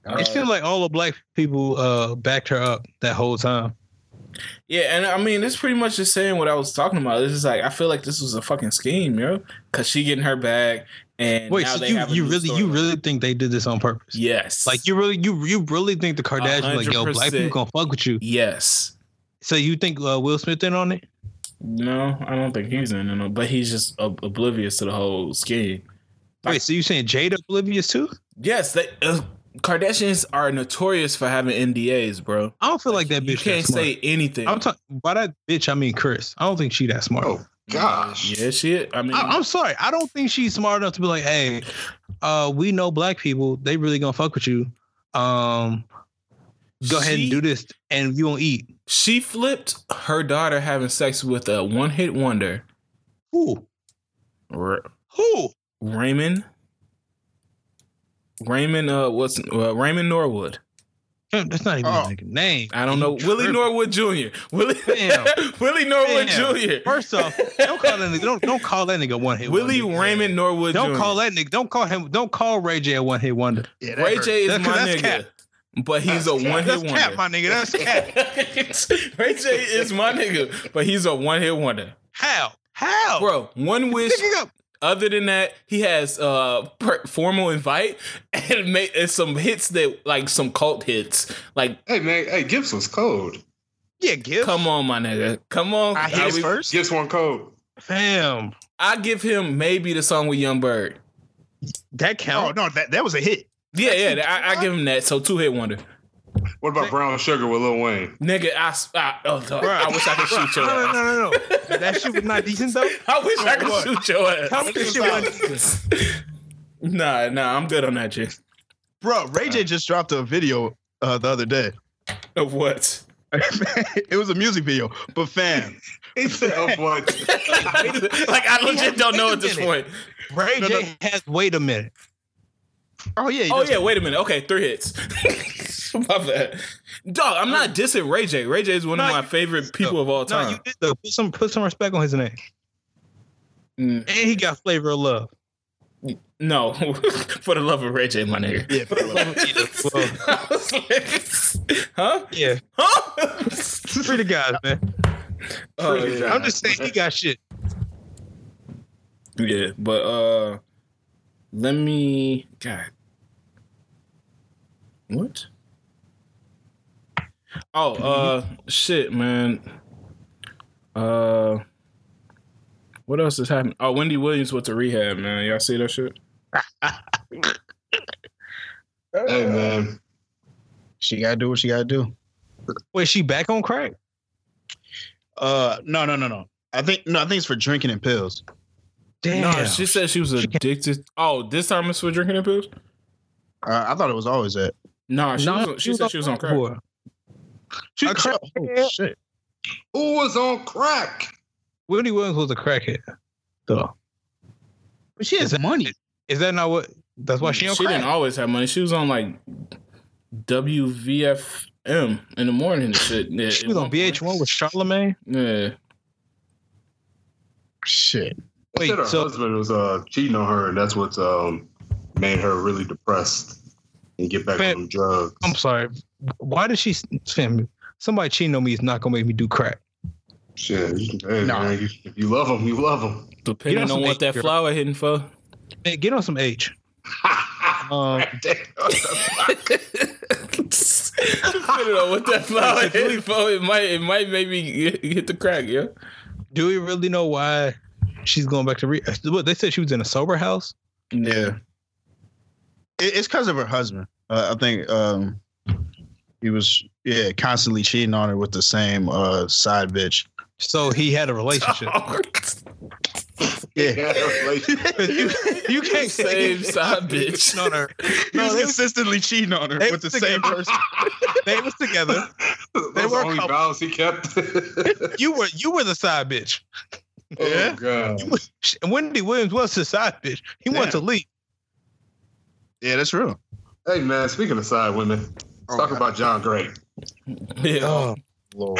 Speaker 3: Uh,
Speaker 4: it seemed like all the black people uh, backed her up that whole time.
Speaker 3: yeah, and I mean, it's pretty much just saying what I was talking about. It's just like I feel like this was a fucking scheme, yo. Cause she getting her bag, and
Speaker 4: Wait,
Speaker 3: now
Speaker 4: so
Speaker 3: they
Speaker 4: you,
Speaker 3: have a
Speaker 4: you
Speaker 3: new
Speaker 4: really you
Speaker 3: storyline.
Speaker 4: really think they did this on purpose?
Speaker 3: yes,
Speaker 4: Like you really you you really think the Kardashians like yo black
Speaker 3: 100%.
Speaker 4: people gonna fuck with you?
Speaker 3: yes,
Speaker 4: So you think uh, Will Smith in on it?
Speaker 3: No, I don't think he's in it. But he's just ob- oblivious to the whole scheme.
Speaker 4: Wait, so you saying Jada oblivious too?
Speaker 3: Yes, they, uh, Kardashians are notorious for having NDAs, bro.
Speaker 4: I don't feel like that bitch.
Speaker 3: You can't
Speaker 4: that smart.
Speaker 3: say anything.
Speaker 4: I'm talking by that bitch. I mean Chris. I don't think she that smart.
Speaker 2: Oh gosh.
Speaker 3: yeah, shit. I mean,
Speaker 4: I, am sorry. I don't think she's smart enough to be like, hey, uh, we know black people. They really gonna fuck with you. Um, go ahead
Speaker 3: She-
Speaker 4: and do this, and you won't eat.
Speaker 3: she flipped her daughter having sex with a one-hit wonder,
Speaker 4: Who?
Speaker 3: R-
Speaker 4: Who?
Speaker 3: Raymond. Raymond, uh, what's uh, Raymond Norwood?
Speaker 4: Damn, That's not even
Speaker 1: Oh.
Speaker 4: like a name.
Speaker 3: I don't know.
Speaker 4: You
Speaker 3: Willie
Speaker 4: tripping.
Speaker 3: Norwood Jr. Willie <laughs>
Speaker 4: Damn.
Speaker 3: Willie Norwood
Speaker 4: Damn.
Speaker 3: Jr.
Speaker 4: First off, don't call that nigga. Don't don't call that nigga one hit.
Speaker 3: Willie
Speaker 4: wonder.
Speaker 3: Raymond Norwood
Speaker 4: Don't
Speaker 3: Jr.
Speaker 4: call that nigga. Don't call him. Don't call Ray J a one hit wonder.
Speaker 1: Yeah, that
Speaker 3: Ray
Speaker 1: hurt.
Speaker 3: J is
Speaker 4: That's-
Speaker 3: my
Speaker 4: that's
Speaker 3: nigga,
Speaker 4: cap.
Speaker 3: but he's a
Speaker 1: That's cap.
Speaker 3: one hit
Speaker 4: That's
Speaker 3: wonder.
Speaker 4: cap, my nigga. That's cap.
Speaker 3: <laughs> Ray J is my nigga, but he's a one hit wonder.
Speaker 4: How? How?
Speaker 3: Bro, one
Speaker 4: <laughs>
Speaker 3: wish.
Speaker 4: Nigga got
Speaker 3: Other than that, he has uh per- formal invite <laughs> and made and some hits that like some cult hits. Like,
Speaker 2: Hey man, hey Gibbs was cold.
Speaker 4: yeah, give.
Speaker 3: come on, my nigga, come on.
Speaker 4: I hit
Speaker 3: Are
Speaker 4: it
Speaker 3: we-
Speaker 4: first.
Speaker 2: Gibbs one cold.
Speaker 4: Fam,
Speaker 3: I give him maybe the song with Young Bird.
Speaker 4: that
Speaker 1: Oh
Speaker 4: count.
Speaker 1: no, that, that was a hit.
Speaker 3: Yeah, yeah, I, I give him that. So two hit wonder,
Speaker 2: What about Brown Sugar with Lil
Speaker 3: <laughs>
Speaker 2: Wayne?
Speaker 3: nigga. I, s- I, oh, dog, I wish I could
Speaker 4: <laughs>
Speaker 3: shoot your
Speaker 4: No, no,
Speaker 3: ass.
Speaker 4: no, no,
Speaker 3: <laughs>
Speaker 4: no. that shit was not decent though.
Speaker 3: I wish I could shoot your ass.
Speaker 4: Oh, How could she win?
Speaker 3: nah, nah, I'm good on that, Jay.
Speaker 1: Bro, Ray J just dropped a video uh, the other day. <laughs>
Speaker 4: <laughs>
Speaker 3: Of what?
Speaker 1: it was a music video, but fam,
Speaker 2: He said, "Oh boy,
Speaker 3: like I legit don't know at this point.
Speaker 4: Ray
Speaker 1: No,
Speaker 4: J has. Wait a minute.
Speaker 1: oh yeah, he
Speaker 3: Oh
Speaker 1: just-
Speaker 3: yeah, wait a minute. Okay, three hits. <laughs> my bad. Dog, I'm not dissing Ray J. Ray J is one of
Speaker 4: No,
Speaker 3: my favorite people of all
Speaker 4: No, you
Speaker 3: time.
Speaker 4: did though. Put some put some respect on his name.
Speaker 3: Mm,
Speaker 4: And he got flavor of love.
Speaker 3: No, <laughs> for the love of Ray J, my nigga.
Speaker 1: yeah. for real.
Speaker 3: I was like, <laughs> huh?
Speaker 4: Yeah, <laughs>
Speaker 3: Huh?
Speaker 4: free the guys, man.
Speaker 3: Oh,
Speaker 2: Pretty
Speaker 3: yeah.
Speaker 2: guy.
Speaker 4: I'm just saying he got shit.
Speaker 3: Yeah, but uh let me God. What? Oh, uh shit, man. Uh what else is happening? Oh, Wendy Williams went to rehab, man. Y'all see that shit?
Speaker 2: hey man,
Speaker 1: She gotta do what she gotta do.
Speaker 4: Wait, she back on crack?
Speaker 1: Uh, no, no, no, no. I think no, I think it's for drinking and pills.
Speaker 4: Damn.
Speaker 3: No, she said she was
Speaker 4: She can't-
Speaker 3: addicted. Oh, this time it's for drinking and pills?
Speaker 1: Uh, I thought it was always that.
Speaker 3: Nah, she, was, she said she was on crack.
Speaker 4: board.
Speaker 1: She
Speaker 4: I
Speaker 1: cra- oh, shit.
Speaker 2: who was on crack?
Speaker 4: Wendy Williams was a crackhead. Though.
Speaker 1: But she has money.
Speaker 4: Is that not what? That's why she on
Speaker 3: she
Speaker 4: crack.
Speaker 3: didn't always have money. She was on like WVFM in the morning and shit. Yeah,
Speaker 4: she was on VH1 with Charlemagne.
Speaker 3: Yeah.
Speaker 1: Shit.
Speaker 4: Wait,
Speaker 2: Said her
Speaker 4: so
Speaker 2: husband was uh, cheating on her, and that's what um, made her really depressed and get back
Speaker 4: Man.
Speaker 2: on drugs.
Speaker 4: I'm sorry. Why did she? Fam, somebody cheating on me is not gonna make me do crack.
Speaker 2: Shit, you can- hey,
Speaker 1: Nah.
Speaker 2: man, you- if you love them, you love them.
Speaker 3: Depending
Speaker 4: You know
Speaker 3: on what
Speaker 4: something-
Speaker 3: that flower hitting for.
Speaker 4: Man, get on some H.
Speaker 2: <laughs>
Speaker 4: Um,
Speaker 3: Depending on what <laughs> that flower hitting for, it might it might make me get- hit the crack, yeah.
Speaker 4: do we really know why she's going back to re? What they said she was in a sober house.
Speaker 1: Yeah. It, it's because of her husband. Uh, I think um, he was yeah constantly cheating on her with the same uh, side bitch.
Speaker 4: So he had a
Speaker 3: <laughs>
Speaker 4: relationship.
Speaker 1: Yeah.
Speaker 4: <laughs>
Speaker 2: Congratulations.
Speaker 4: you, you can't
Speaker 3: Same side bitch.
Speaker 4: No, no,
Speaker 1: He
Speaker 4: no.
Speaker 1: was
Speaker 4: They, was-
Speaker 1: consistently cheating on her
Speaker 4: They
Speaker 1: with the
Speaker 4: was
Speaker 1: same
Speaker 4: together.
Speaker 1: person.
Speaker 4: they was together.
Speaker 2: That's
Speaker 4: were
Speaker 2: the only
Speaker 4: couple.
Speaker 2: balance he kept. <laughs>
Speaker 4: You were you were the side bitch.
Speaker 1: Yeah.
Speaker 2: Oh god.
Speaker 4: She- Wendy Williams was the side bitch. He wanted to
Speaker 1: Damn.
Speaker 4: leave.
Speaker 1: <laughs> Yeah, that's real.
Speaker 2: Hey man, speaking of side women,
Speaker 1: Oh,
Speaker 2: talk
Speaker 1: God.
Speaker 2: about John
Speaker 4: <laughs>
Speaker 2: Gray.
Speaker 3: Yeah.
Speaker 4: Oh,
Speaker 1: Lord.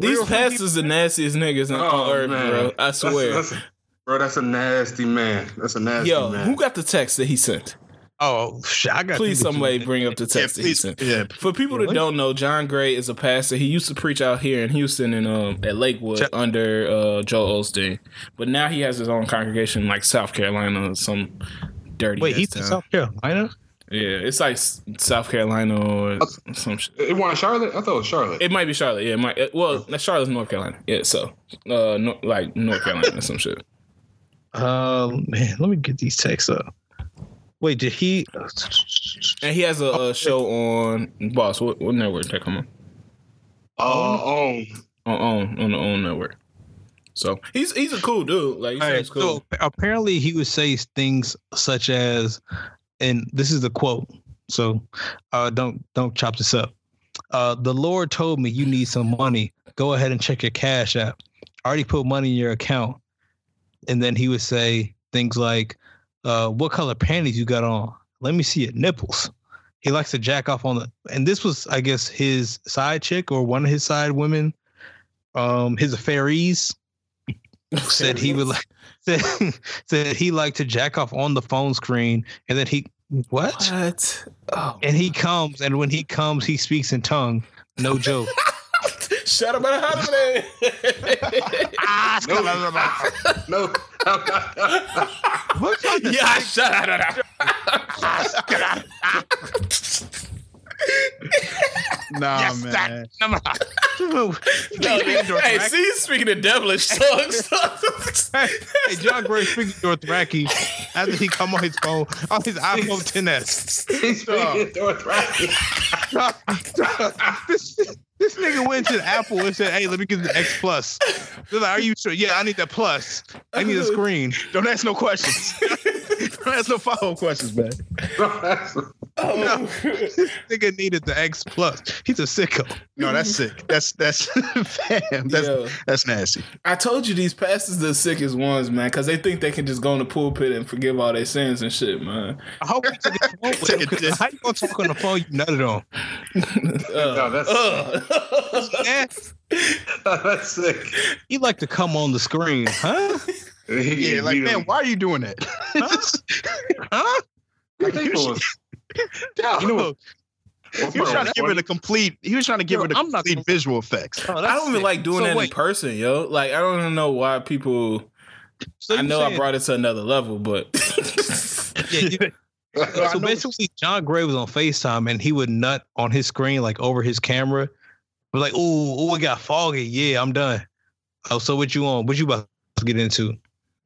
Speaker 3: These
Speaker 4: real-
Speaker 3: pastors the nastiest niggas on- on
Speaker 2: Oh,
Speaker 3: earth,
Speaker 2: man.
Speaker 3: bro. I
Speaker 2: That's-
Speaker 3: swear.
Speaker 2: that's a- bro, that's a nasty man. That's a nasty
Speaker 3: Yo,
Speaker 2: man.
Speaker 3: who got the text that he sent?
Speaker 4: oh, shit, I got.
Speaker 3: Please, somebody
Speaker 4: <laughs>
Speaker 3: bring up the
Speaker 1: Yeah,
Speaker 3: text that he
Speaker 1: please. <laughs>
Speaker 3: sent.
Speaker 1: Yeah.
Speaker 3: For people that
Speaker 4: Really?
Speaker 3: don't know, John Gray is a pastor. He used to preach out here in Houston and um, at Lakewood
Speaker 4: Check.
Speaker 3: under uh, Joe Osteen, but now he has his own congregation in, like South Carolina, or some dirty.
Speaker 4: Wait,
Speaker 3: ass
Speaker 4: he's in
Speaker 3: town.
Speaker 4: South Carolina.
Speaker 3: Yeah, it's like S- South Carolina or some shit.
Speaker 2: It won Charlotte. I thought it was Charlotte.
Speaker 3: It might be Charlotte. Yeah, it might. it- Well, that's Charlotte's North Carolina. Yeah, so uh, no, like North Carolina or some shit.
Speaker 4: Uh, man, let me get these texts up. Wait, did he?
Speaker 3: And he has a, uh show on Boss. What, what network that come on?
Speaker 2: Oh,
Speaker 3: On on on the own network. So he's he's a cool dude. Like he's
Speaker 4: All right,
Speaker 3: cool.
Speaker 4: So apparently, he would say things such as, and this is the quote. So, uh, don't don't chop this up. Uh, the Lord told me you need some money. Go ahead and check your cash app. I already put money in your account. And then he would say things like, uh, "What color panties you got on? Let me see your nipples." He likes to jack off on the, and this was, I guess, his side chick or one of his side women, um, his affairies
Speaker 3: <laughs>
Speaker 4: said he would like <laughs> said, said he liked to jack off on the phone screen and then he what?
Speaker 3: What? Oh.
Speaker 4: and he comes and when he comes he speaks in tongue no <laughs> joke
Speaker 3: <laughs> Shut up and holiday.
Speaker 2: no, no, <laughs> no. <laughs>
Speaker 3: yeah, shut up.
Speaker 1: Nah, man.
Speaker 3: No, hey, see, he's speaking in devilish <laughs> tongues.
Speaker 4: <laughs> hey john gray speaking to Dothraki after he come on his phone on his iphone 10s
Speaker 2: He's speaking <laughs> Dothraki.
Speaker 4: this, this nigga went to apple and said hey let me get the x plus they're like are you sure yeah i need that plus i <laughs> need a screen
Speaker 1: Don't ask no questions. <laughs> Don't ask no follow up questions, man.
Speaker 3: Um,
Speaker 4: nigga needed the x plus he's a sicko
Speaker 1: No, that's
Speaker 4: <laughs>
Speaker 1: sick. That's that's <laughs> fam. That's
Speaker 3: Yeah.
Speaker 1: that's nasty.
Speaker 3: I told you these pastors the sickest ones, man, because they think they can just go in the pulpit and forgive all their sins and shit, man.
Speaker 4: I hope <laughs> you took it home with him, 'cause How you gonna talk on the phone you nutted on?
Speaker 3: Uh,
Speaker 2: no, that's,
Speaker 1: Uh.
Speaker 4: Yeah,
Speaker 2: <laughs> that's sick.
Speaker 4: you like to come on the screen,
Speaker 3: <laughs>
Speaker 4: huh?
Speaker 1: Yeah, like man, why are you doing that? <laughs>
Speaker 4: Huh?
Speaker 2: people was, you know what?
Speaker 1: he was trying to give it a complete. He was trying to give
Speaker 4: Yo,
Speaker 1: it a
Speaker 4: I'm not
Speaker 1: complete visual effects.
Speaker 4: <laughs> Oh,
Speaker 3: <laughs> I don't even
Speaker 4: sick.
Speaker 3: like doing
Speaker 4: So
Speaker 3: that
Speaker 4: wait,
Speaker 3: in person, yo. Like, I don't even know why people.
Speaker 4: so
Speaker 3: I
Speaker 4: you
Speaker 3: know I
Speaker 4: saying-
Speaker 3: brought it to another level, but <laughs>
Speaker 4: <laughs> yeah, you-
Speaker 2: <laughs>
Speaker 4: so basically, John Gray was on Facetime and he would nut on his screen, like over his camera. We're like, "Ooh, oh, it got foggy. Yeah, I'm done. Oh, so what you on? What you about to get into?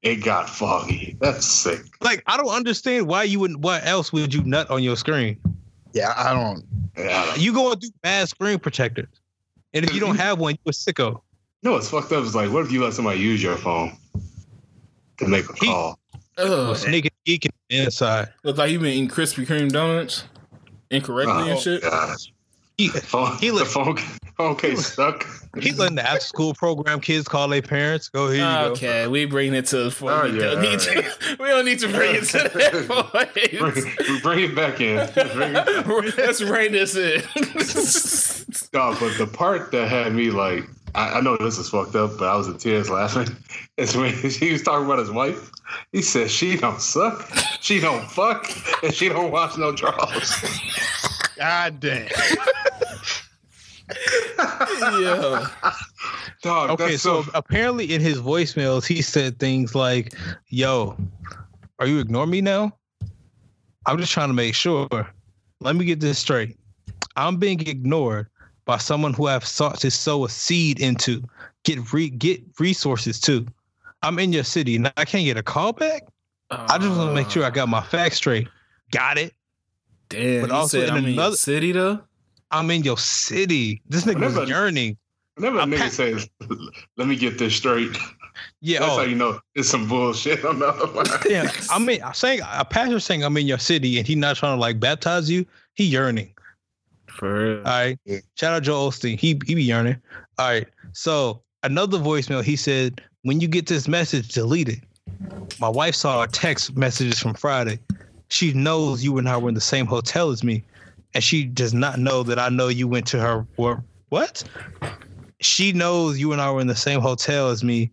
Speaker 2: it got foggy. That's sick.
Speaker 4: Like, I don't understand why you wouldn't. Why else would you nut on your screen?
Speaker 1: yeah, I don't.
Speaker 2: Yeah, I don't-
Speaker 4: You going through bad screen protectors, and if you
Speaker 3: Mm-hmm.
Speaker 4: don't have one, you a sicko.
Speaker 2: No, what's fucked up is like, what if you let somebody use your phone to make a
Speaker 4: He-
Speaker 2: call?
Speaker 3: Ugh.
Speaker 4: Sneaking, geeking inside.
Speaker 3: look like you've been eating Krispy Kreme donuts incorrectly and
Speaker 2: Oh,
Speaker 3: shit.
Speaker 2: gosh.
Speaker 4: He,
Speaker 2: Phone,
Speaker 4: He
Speaker 2: he
Speaker 4: let-
Speaker 2: the phone, <laughs> phone case
Speaker 4: <laughs>
Speaker 2: stuck.
Speaker 4: He letting the after school program kids call their parents. Go here, you go.
Speaker 3: Okay, we bring it to the point.
Speaker 2: Oh,
Speaker 3: we,
Speaker 2: yeah,
Speaker 3: don't need
Speaker 2: all
Speaker 3: to, we don't need to bring it to
Speaker 2: <laughs>
Speaker 3: that
Speaker 2: bring, bring it back
Speaker 4: <laughs>
Speaker 2: in. Bring it back.
Speaker 3: point. Let's rein this <laughs> in.
Speaker 2: No, but the part that had me like, I, I know this is fucked up, but I was in tears laughing. <laughs> Is when he was talking about his wife. He said she don't suck, she don't fuck, and she don't watch no draws. <laughs>
Speaker 1: God damn.
Speaker 3: yeah.
Speaker 2: Dog,
Speaker 4: Okay,
Speaker 2: that's
Speaker 4: so
Speaker 2: so,
Speaker 4: apparently in his voicemails, he said things like, "Yo, are you ignoring me now? I'm just trying to make sure. Let me get this straight. I'm being ignored by someone who I've sought to sow a seed into, get re- get resources to. I'm in your city and I can't get a call back. I just want to make sure I got my facts straight. Got it.
Speaker 3: Oh, Damn.
Speaker 4: But
Speaker 3: But
Speaker 4: also
Speaker 3: also said,
Speaker 4: in
Speaker 3: I'm in
Speaker 4: another-
Speaker 3: your city though.
Speaker 4: I'm in your city. This nigga was
Speaker 2: Remember-
Speaker 4: yearning.
Speaker 2: whenever a
Speaker 4: I'm
Speaker 2: nigga
Speaker 4: pa-
Speaker 2: says, "Let me get this straight," <laughs>
Speaker 4: Yeah.
Speaker 2: that's
Speaker 4: oh.
Speaker 2: how you know it's some bullshit on the other line.
Speaker 4: Yeah, I mean, I'm saying a pastor saying I'm in your city and he not trying to like baptize you. He yearning.
Speaker 3: For real.
Speaker 4: All right.
Speaker 2: Yeah.
Speaker 4: Shout out Joel Osteen. He he be yearning. All right. So another voicemail. He said, when you get this message, delete it. My wife saw our text messages from Friday. She knows you and I were in the same hotel as me, and she does not know that I know you went to her. wor- What? She knows you and I were in the same hotel as me,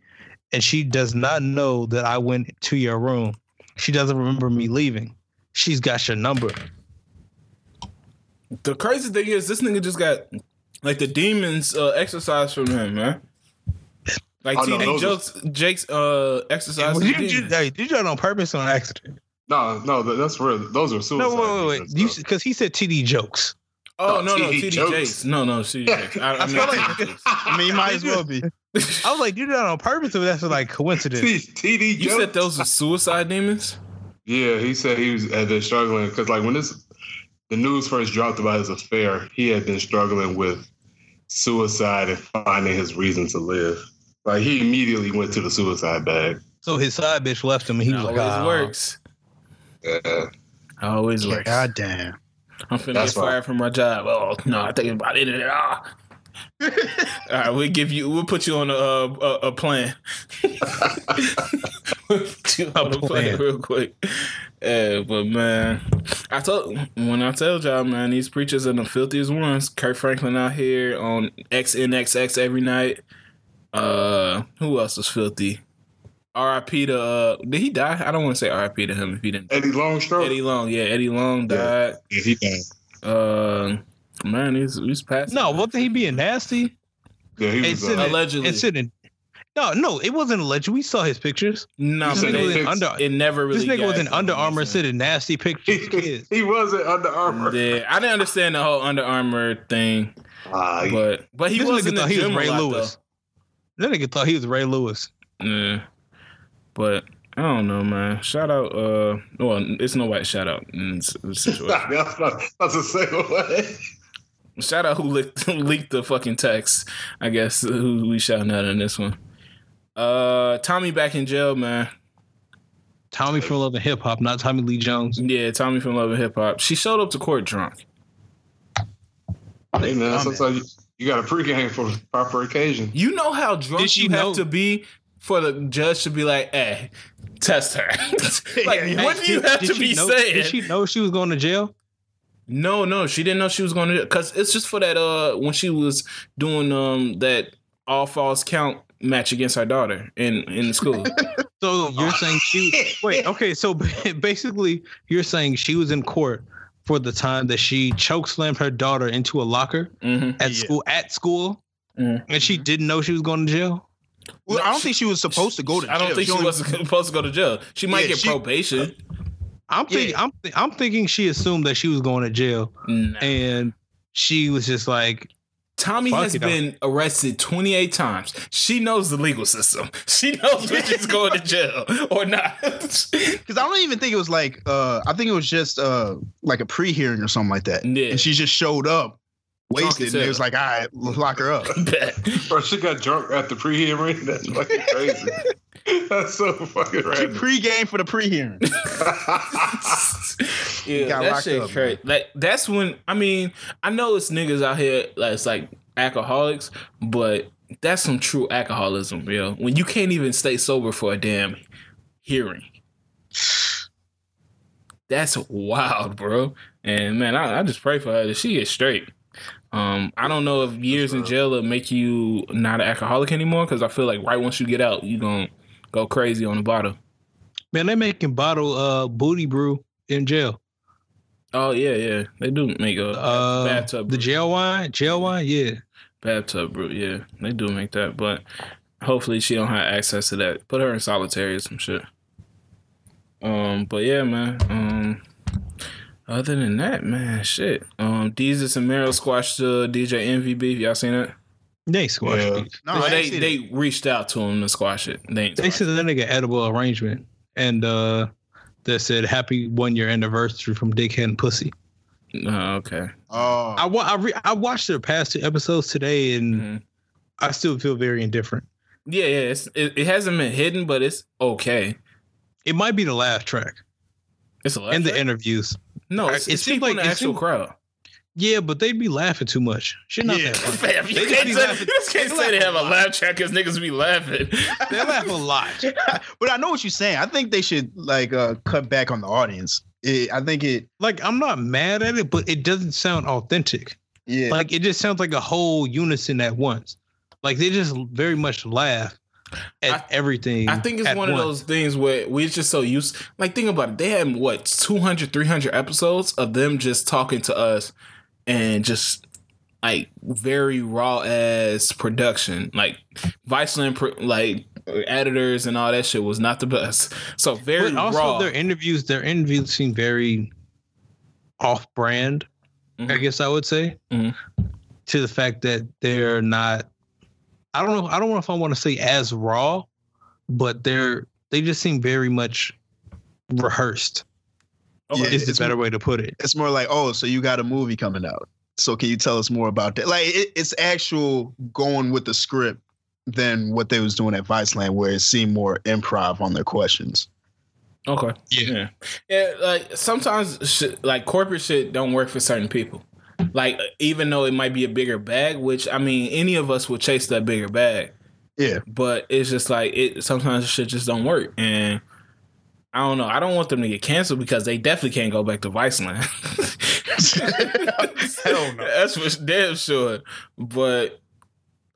Speaker 4: and she does not know that I went to your room. She doesn't remember me leaving. She's got your number.
Speaker 3: the crazy thing is, this nigga just got like the demons uh, exercise from him, man. Like
Speaker 2: Oh, no,
Speaker 3: TD
Speaker 2: those
Speaker 3: Jakes, Jake's uh, exercise.
Speaker 4: Did
Speaker 3: the
Speaker 4: you, did,
Speaker 3: demons.
Speaker 4: you, did you do it on purpose or on accident?
Speaker 2: No, no, th- that's real. Those are suicide.
Speaker 4: No, wait, wait, wait.
Speaker 2: missions,
Speaker 4: You
Speaker 2: though.
Speaker 4: because he said TD jokes.
Speaker 3: Oh,
Speaker 2: Oh,
Speaker 3: no, no,
Speaker 2: T.D.
Speaker 3: TD
Speaker 2: jokes.
Speaker 3: Jakes. No, no, TD Jakes. I, I,
Speaker 1: I feel like-
Speaker 3: mean,
Speaker 1: I mean, you might as well be. <laughs>
Speaker 4: I was like, you did that on purpose, or that's
Speaker 2: <laughs>
Speaker 4: like coincidence.
Speaker 2: TD
Speaker 3: <laughs> you
Speaker 2: Jakes.
Speaker 3: said those are suicide demons?
Speaker 2: Yeah, he said he was had been struggling because, like, when this the news first dropped about his affair, he had been struggling with suicide and finding his reason to live. Like, he immediately went to the suicide bag.
Speaker 4: So his side bitch left him, and he was like,
Speaker 3: always
Speaker 4: ah,
Speaker 3: works.
Speaker 2: Yeah.
Speaker 3: Always works.
Speaker 1: God damn.
Speaker 3: I'm finna
Speaker 2: That's
Speaker 3: get
Speaker 2: why.
Speaker 3: fired from my job. Oh no, I think about it. Ah. All right, we'll give you. We'll put you on a a, a plan. We'll put you on a plan
Speaker 4: plan.
Speaker 3: real quick. Yeah, but man, I told when I told y'all, man, these preachers are the filthiest ones. Kurt Franklin out here on XNXX every night. Uh, who else is filthy? R.I.P. to uh, did he die? I don't want to say R.I.P. to him if he didn't.
Speaker 2: Eddie Longstroke.
Speaker 3: Eddie Long, yeah, Eddie Long
Speaker 2: Yeah.
Speaker 3: died.
Speaker 2: Yeah, he died.
Speaker 3: Uh, man, he's he's passing.
Speaker 4: No, wasn't he being nasty?
Speaker 2: Yeah, he
Speaker 4: It's
Speaker 2: was.
Speaker 4: in
Speaker 2: Uh,
Speaker 4: it.
Speaker 3: allegedly.
Speaker 4: It's in. No, no, it wasn't alleged. We saw his pictures.
Speaker 3: no,
Speaker 2: You
Speaker 3: but
Speaker 2: said
Speaker 3: it,
Speaker 2: he
Speaker 4: was in
Speaker 2: fixed-
Speaker 4: under.
Speaker 3: it never really.
Speaker 4: this nigga was in
Speaker 3: got
Speaker 4: Under Armour,
Speaker 3: recent.
Speaker 4: sending
Speaker 2: <laughs>
Speaker 4: nasty pictures. to kids.
Speaker 2: he was in Under Armour.
Speaker 3: Yeah, I didn't understand the whole Under Armour thing,
Speaker 2: Ah, he-
Speaker 3: but but he
Speaker 4: this
Speaker 3: was in
Speaker 4: nigga
Speaker 3: the
Speaker 4: thought he was
Speaker 3: gym a
Speaker 4: Ray
Speaker 3: lot,
Speaker 4: Lewis. That nigga thought he was Ray Lewis.
Speaker 3: though. Yeah, but I don't know, man. Shout out. Uh, well, it's no white shout out in this
Speaker 2: <laughs>
Speaker 3: this situation.
Speaker 2: <laughs> that's, not, that's a single way.
Speaker 3: shout out who leaked, who leaked the fucking text. I guess who we shouting out in this one. Uh, Tommy back in jail, man.
Speaker 4: Tommy from Love and Hip Hop, not Tommy Lee Jones.
Speaker 3: Yeah, Tommy from Love and Hip Hop. She showed up to court drunk.
Speaker 2: Hey, man,
Speaker 1: Comment.
Speaker 2: sometimes you, you got a pregame for the proper
Speaker 3: <laughs>
Speaker 2: occasion.
Speaker 3: You know how drunk
Speaker 4: Did she
Speaker 3: you
Speaker 4: know?
Speaker 3: have to be for the judge to be like, "Hey, test her." <laughs> like,
Speaker 1: Yeah,
Speaker 3: what
Speaker 4: Hey,
Speaker 3: do you
Speaker 4: did-
Speaker 3: have
Speaker 4: did
Speaker 3: to
Speaker 4: she
Speaker 3: be
Speaker 4: know,
Speaker 3: saying?
Speaker 4: Did she know she was going to jail?
Speaker 3: no, no, she didn't know she was going to. Because it's just for that. Uh, when she was doing um that all false count match against her daughter in in the
Speaker 4: <laughs>
Speaker 3: school.
Speaker 4: So you're saying she? Wait, okay. So ba- <laughs> basically, you're saying she was in court for the time that she choke slammed her daughter into a locker
Speaker 3: hmm
Speaker 4: at
Speaker 1: Yeah.
Speaker 4: school. At school,
Speaker 3: Mhm.
Speaker 4: and she didn't know she was going to jail.
Speaker 1: Well,
Speaker 3: No,
Speaker 1: I don't
Speaker 3: she-
Speaker 1: think she was supposed to go to jail.
Speaker 3: I don't think she,
Speaker 1: only-
Speaker 3: was <laughs> supposed to go to jail. She might
Speaker 1: Yeah,
Speaker 3: get
Speaker 1: she-
Speaker 3: probation.
Speaker 4: I'm thinking.
Speaker 1: Yeah.
Speaker 4: I'm. Th- I'm thinking she assumed that she was going to jail,
Speaker 3: Nah.
Speaker 4: and she was just like,
Speaker 3: Tommy
Speaker 4: Fuck
Speaker 3: has
Speaker 4: it, dog.
Speaker 3: been arrested 28 times. She knows the legal system. <laughs> She knows when she's going to jail or not. <laughs>
Speaker 1: Because I don't even think it was like uh I think it was just uh like a pre-hearing or something like that.
Speaker 3: Yeah.
Speaker 1: And she just showed up
Speaker 3: Drunk as
Speaker 1: wasted and
Speaker 3: hell.
Speaker 1: it was like, all right, lock her up.
Speaker 3: Bet.
Speaker 2: <laughs>
Speaker 1: <laughs>
Speaker 2: Bro, she got drunk at the pre-hearing. That's fucking crazy. that's so fucking
Speaker 1: She
Speaker 2: <laughs> random.
Speaker 1: pre-game for the
Speaker 3: <laughs>
Speaker 1: pre-hearing.
Speaker 3: yeah,
Speaker 1: got
Speaker 3: that
Speaker 1: locked
Speaker 3: shit
Speaker 1: up,
Speaker 3: crazy. Like that's when I mean I know it's niggas out here like it's like alcoholics, but that's some true alcoholism, yo. When you can't even stay sober for a damn hearing, that's wild, bro. And man, I, I just pray for her that she gets straight. Um, I don't know if years in
Speaker 2: real.
Speaker 3: jail will make you not an alcoholic anymore because I feel like right once you get out, you gonna go crazy on the bottle.
Speaker 4: "Man, they making bottle uh booty brew in jail.
Speaker 3: Oh yeah, yeah, they do make a
Speaker 4: Uh,
Speaker 3: bathtub
Speaker 4: the
Speaker 3: brew.
Speaker 4: jail wine, jail wine, yeah."
Speaker 3: bathtub brew. Yeah, they do make that, but hopefully she don't have access to that. Put her in solitary or some shit. Um, but yeah, man. Um, other than that, man, shit. Um, Deezus and Meryl squashed uh, DJ Envy beef. Y'all seen it?
Speaker 4: They squashed
Speaker 2: Yeah.
Speaker 4: it.
Speaker 1: No,
Speaker 3: Well,
Speaker 1: I
Speaker 3: they
Speaker 1: ain't
Speaker 3: they reached out to him to squash it. They ain't
Speaker 4: They
Speaker 3: squashed
Speaker 4: said that nigga edible arrangement and uh that said happy one year anniversary from Dickhead and Pussy.
Speaker 3: it. Oh, okay.
Speaker 1: oh
Speaker 4: I wa- I, re- I watched their past two episodes today and
Speaker 3: Mhm.
Speaker 4: I still feel very indifferent.
Speaker 3: Yeah, yeah. It's, it, it hasn't been hidden, but it's okay.
Speaker 4: It might be the last track
Speaker 3: It's a lot.
Speaker 4: and the interviews.
Speaker 3: no, it's,
Speaker 4: it
Speaker 3: it's
Speaker 4: seemed
Speaker 3: people in
Speaker 4: like-
Speaker 3: the
Speaker 4: it
Speaker 3: actual
Speaker 4: seemed-
Speaker 3: crowd.
Speaker 4: Yeah, but they'd be laughing too much. Shit, not
Speaker 1: Yeah.
Speaker 4: that funny.
Speaker 3: Fam, you
Speaker 4: They just
Speaker 3: can't,
Speaker 4: be
Speaker 3: say,
Speaker 4: laughing.
Speaker 3: you just can't
Speaker 4: They
Speaker 3: say they
Speaker 4: laugh
Speaker 3: have
Speaker 4: a
Speaker 3: a
Speaker 4: lot.
Speaker 3: laugh track because niggas be laughing.
Speaker 4: They laugh a lot.
Speaker 1: <laughs> but I know what you're saying. I think they should like uh cut back on the audience. It, I think it
Speaker 4: Like I'm not mad at it, but it doesn't sound authentic.
Speaker 1: yeah.
Speaker 4: Like it just sounds like a whole unison at once. Like they just very much laugh at everything.
Speaker 3: <laughs> I think it's
Speaker 4: at
Speaker 3: one of
Speaker 4: once.
Speaker 3: those things where we're just so used. Like, think about it. They had what 200, 300 episodes of them just talking to us and just like very raw as production. Like Viceland, pro- like editors and all that shit was not the best. So very
Speaker 4: but also
Speaker 3: raw.
Speaker 4: their interviews, their interviews seem very off-brand. I
Speaker 3: Mhm.
Speaker 4: guess I would say
Speaker 3: Mhm.
Speaker 4: to the fact that they're not. I don't know. I don't know if I want to say as raw, but they're they just seem very much rehearsed.
Speaker 1: Yeah,
Speaker 4: oh, is the
Speaker 1: it's
Speaker 4: better way to put it.
Speaker 1: it's more like, oh, so you got a movie coming out. So can you tell us more about that? Like it, it's actual going with the script than what they was doing at Viceland, where it seemed more improv on their questions.
Speaker 3: Okay. Yeah. Yeah. Like sometimes, shit, like corporate shit don't work for certain people. Like even though it might be a bigger bag, which I mean, any of us would chase that bigger bag.
Speaker 1: Yeah. <laughs>
Speaker 3: But it's just like it. Sometimes shit just don't work, and I don't know. I don't want them to get canceled because they definitely can't go back to <laughs> Viceland.
Speaker 2: Hell no.
Speaker 3: That's for damn sure. But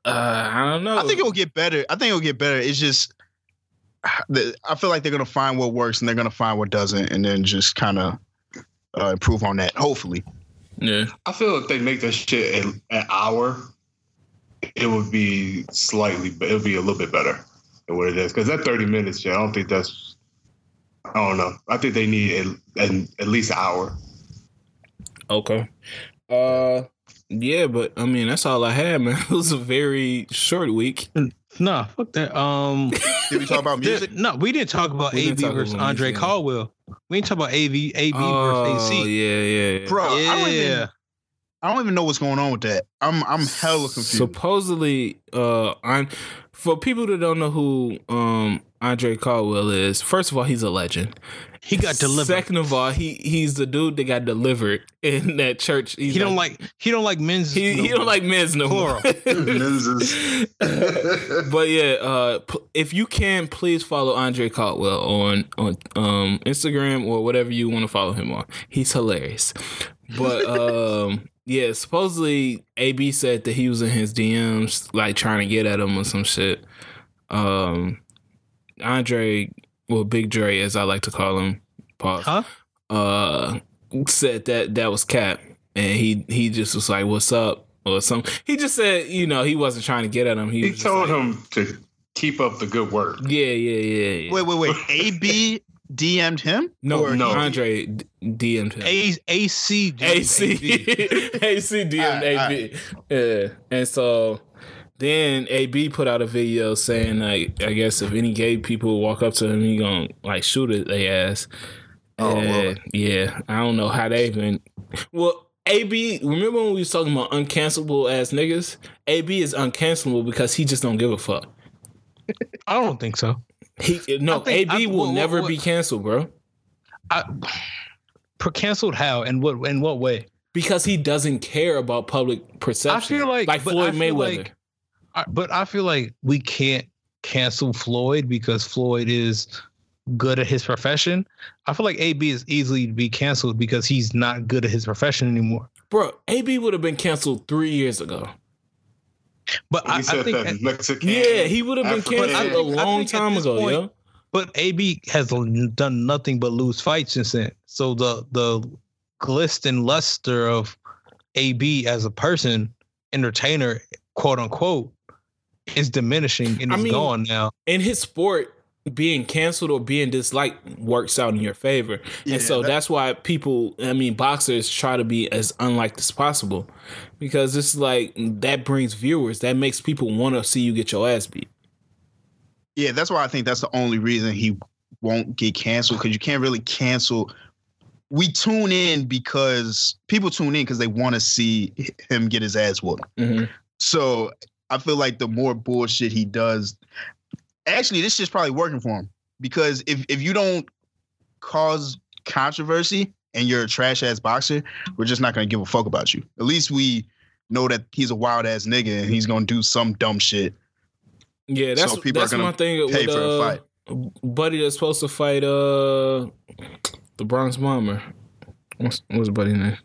Speaker 3: uh, I don't know.
Speaker 1: I think it will get better. I think it will get better. It's just <sighs> the- I feel like they're gonna find what works and they're gonna find what doesn't, and then just kind of uh, improve on that. Hopefully,
Speaker 3: yeah.
Speaker 2: I feel if they make that shit an, an hour, it would be slightly, it would be a little bit better than what it is. Because that 30 minutes, yeah, I don't think that's, I don't know. I think they need at, at, at least an hour.
Speaker 3: Okay. Uh yeah, but I mean that's all I had, <laughs> man. It was a very short week.
Speaker 4: Nah, fuck that.
Speaker 3: <laughs>
Speaker 4: Um,
Speaker 1: did we talk
Speaker 4: <laughs>
Speaker 1: about
Speaker 4: there-
Speaker 1: music?
Speaker 4: no, we didn't talk about
Speaker 3: We didn't
Speaker 4: AB
Speaker 3: talk
Speaker 4: versus
Speaker 3: about
Speaker 4: Andre
Speaker 3: anything.
Speaker 4: Caldwell. We didn't talk about AB AB versus
Speaker 3: Oh, yeah,
Speaker 4: AC.
Speaker 3: yeah, yeah.
Speaker 1: Bro, I, don't
Speaker 4: yeah,
Speaker 1: even, I don't even know what's going on with that. I'm I'm hella confused.
Speaker 3: Supposedly, uh, I'm for people that don't know who um Andre Caldwell is. First of all, he's a legend.
Speaker 4: he got delivered.
Speaker 3: Second of all, he he's the dude that got delivered in that church. He's
Speaker 4: he don't like he don't like men's.
Speaker 3: he, he don't like men's no more. <laughs> but yeah, uh, p- if you can, please follow Andre Caldwell on on um, Instagram or whatever you want to follow him on. He's hilarious. But um, yeah, supposedly AB said that he was in his DMs, like trying to get at him or some shit. Um, Andre, well, Big Dre, as I like to call him, pause
Speaker 4: huh?
Speaker 3: uh said that that was cap and he he just was like what's up or something he just said you know he wasn't trying to get at him
Speaker 2: <laughs>
Speaker 3: he,
Speaker 2: he
Speaker 3: was just
Speaker 2: told
Speaker 3: like,
Speaker 2: him to keep up the good work.
Speaker 3: yeah yeah yeah, yeah.
Speaker 1: Wait, wait, <laughs> wait. AB DM'd him?
Speaker 3: no
Speaker 1: Or-
Speaker 3: no
Speaker 2: no.
Speaker 3: andre d- dm'd him
Speaker 4: A- AC dude,
Speaker 3: AC
Speaker 4: AB.
Speaker 3: <laughs> AC DM'd
Speaker 1: All right, all
Speaker 3: AB. Yeah. And so then AB put out a video saying like I guess if any gay people walk up to him he going to like shoot at their ass.
Speaker 1: Oh,
Speaker 3: And,
Speaker 1: Lord.
Speaker 3: yeah. I don't know how they even Well, AB, remember when we was talking about uncancelable ass niggas? AB is uncancelable because he just don't give a fuck.
Speaker 4: I don't think so.
Speaker 3: He no,
Speaker 4: I think-
Speaker 3: AB
Speaker 4: I-
Speaker 3: will
Speaker 4: what- what-
Speaker 3: never
Speaker 4: what-
Speaker 3: be canceled, bro.
Speaker 4: I per canceled how and what in what way?
Speaker 3: Because he doesn't care about public perception.
Speaker 4: like-
Speaker 3: like
Speaker 4: but
Speaker 3: Floyd
Speaker 4: I feel
Speaker 3: Mayweather.
Speaker 4: like- I, but I feel like we can't cancel Floyd because Floyd is good at his profession. I feel like AB is easily to be canceled because he's not good at his profession anymore.
Speaker 3: Bro, AB would have been canceled three years ago.
Speaker 4: But
Speaker 2: He
Speaker 4: I, I
Speaker 2: said
Speaker 4: think,
Speaker 2: that Mexican.
Speaker 3: Yeah, he would have been
Speaker 2: African.
Speaker 3: canceled
Speaker 2: But I
Speaker 3: a
Speaker 4: think- I
Speaker 3: long
Speaker 4: think at
Speaker 3: time
Speaker 4: this
Speaker 3: ago,
Speaker 4: point-
Speaker 3: yo.
Speaker 4: but AB has done nothing but lose fights since then. So the the glist and luster of AB as a person, entertainer, quote unquote, is diminishing and
Speaker 3: I
Speaker 4: is
Speaker 3: mean-
Speaker 4: gone now.
Speaker 3: In his sport, being canceled or being disliked works out in your favor.
Speaker 1: Yeah,
Speaker 3: and so
Speaker 1: that-
Speaker 3: that's why people, I mean, boxers try to be as unliked as possible because it's like that brings viewers, that makes people want to see you get your ass beat.
Speaker 1: yeah, that's why I think that's the only reason he won't get canceled because you can't really cancel. We tune in because people tune in because they want to see him get his ass whooped.
Speaker 3: Mm-hmm.
Speaker 1: So I feel like the more bullshit he does, actually, this shit's probably working for him because if if you don't cause controversy and you're a trash ass boxer, we're just not gonna give a fuck about you. At least we know that he's a wild ass nigga and he's gonna do some dumb shit.
Speaker 3: Yeah, that's,
Speaker 1: So people are
Speaker 3: that's
Speaker 1: gonna
Speaker 3: my thing
Speaker 1: pay
Speaker 3: with
Speaker 1: for a
Speaker 3: uh,
Speaker 1: fight.
Speaker 3: buddy that's supposed to fight uh the Bronx Bomber. What's, what's buddy name?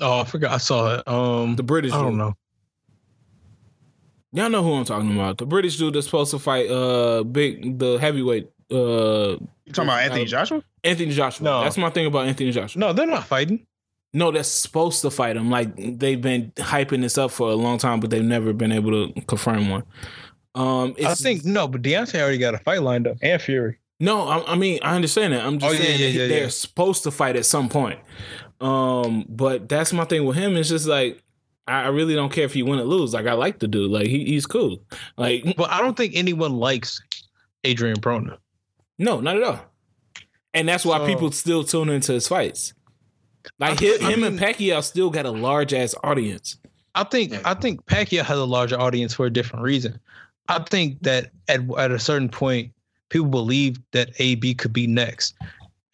Speaker 4: Oh, I forgot. I saw it. Um,
Speaker 3: The British.
Speaker 4: I
Speaker 3: dude.
Speaker 4: don't know.
Speaker 3: Y'all know who I'm talking about. The British dude that's supposed to fight uh big the heavyweight uh
Speaker 1: You talking about Anthony Joshua?
Speaker 3: Anthony Joshua.
Speaker 4: No.
Speaker 3: That's my thing about Anthony Joshua.
Speaker 4: No, they're not fighting.
Speaker 3: No, that's supposed to fight him. Like they've been hyping this up for a long time, but they've never been able to confirm one. Um, it's,
Speaker 4: I think no, but Deontay already got a fight lined up and Fury.
Speaker 3: no. I, I mean, I understand that. I'm just
Speaker 4: Oh, yeah,
Speaker 3: saying
Speaker 4: yeah,
Speaker 3: that
Speaker 4: yeah,
Speaker 3: they're
Speaker 4: yeah.
Speaker 3: supposed to fight at some point. Um, but that's my thing with him. It's just like I, I really don't care if he win or lose. Like I like the dude. Like he, he's cool. Like
Speaker 4: But I don't think anyone likes Adrian Broner.
Speaker 3: No, not at all. And that's why
Speaker 4: So-
Speaker 3: people still tune into his fights. Like him,
Speaker 4: I
Speaker 3: him and
Speaker 4: mean-
Speaker 3: Pacquiao still got a large ass audience.
Speaker 4: I think
Speaker 2: Yeah.
Speaker 4: I think Pacquiao has a larger audience for a different reason. I think that at at a certain point, people believed that AB could be next,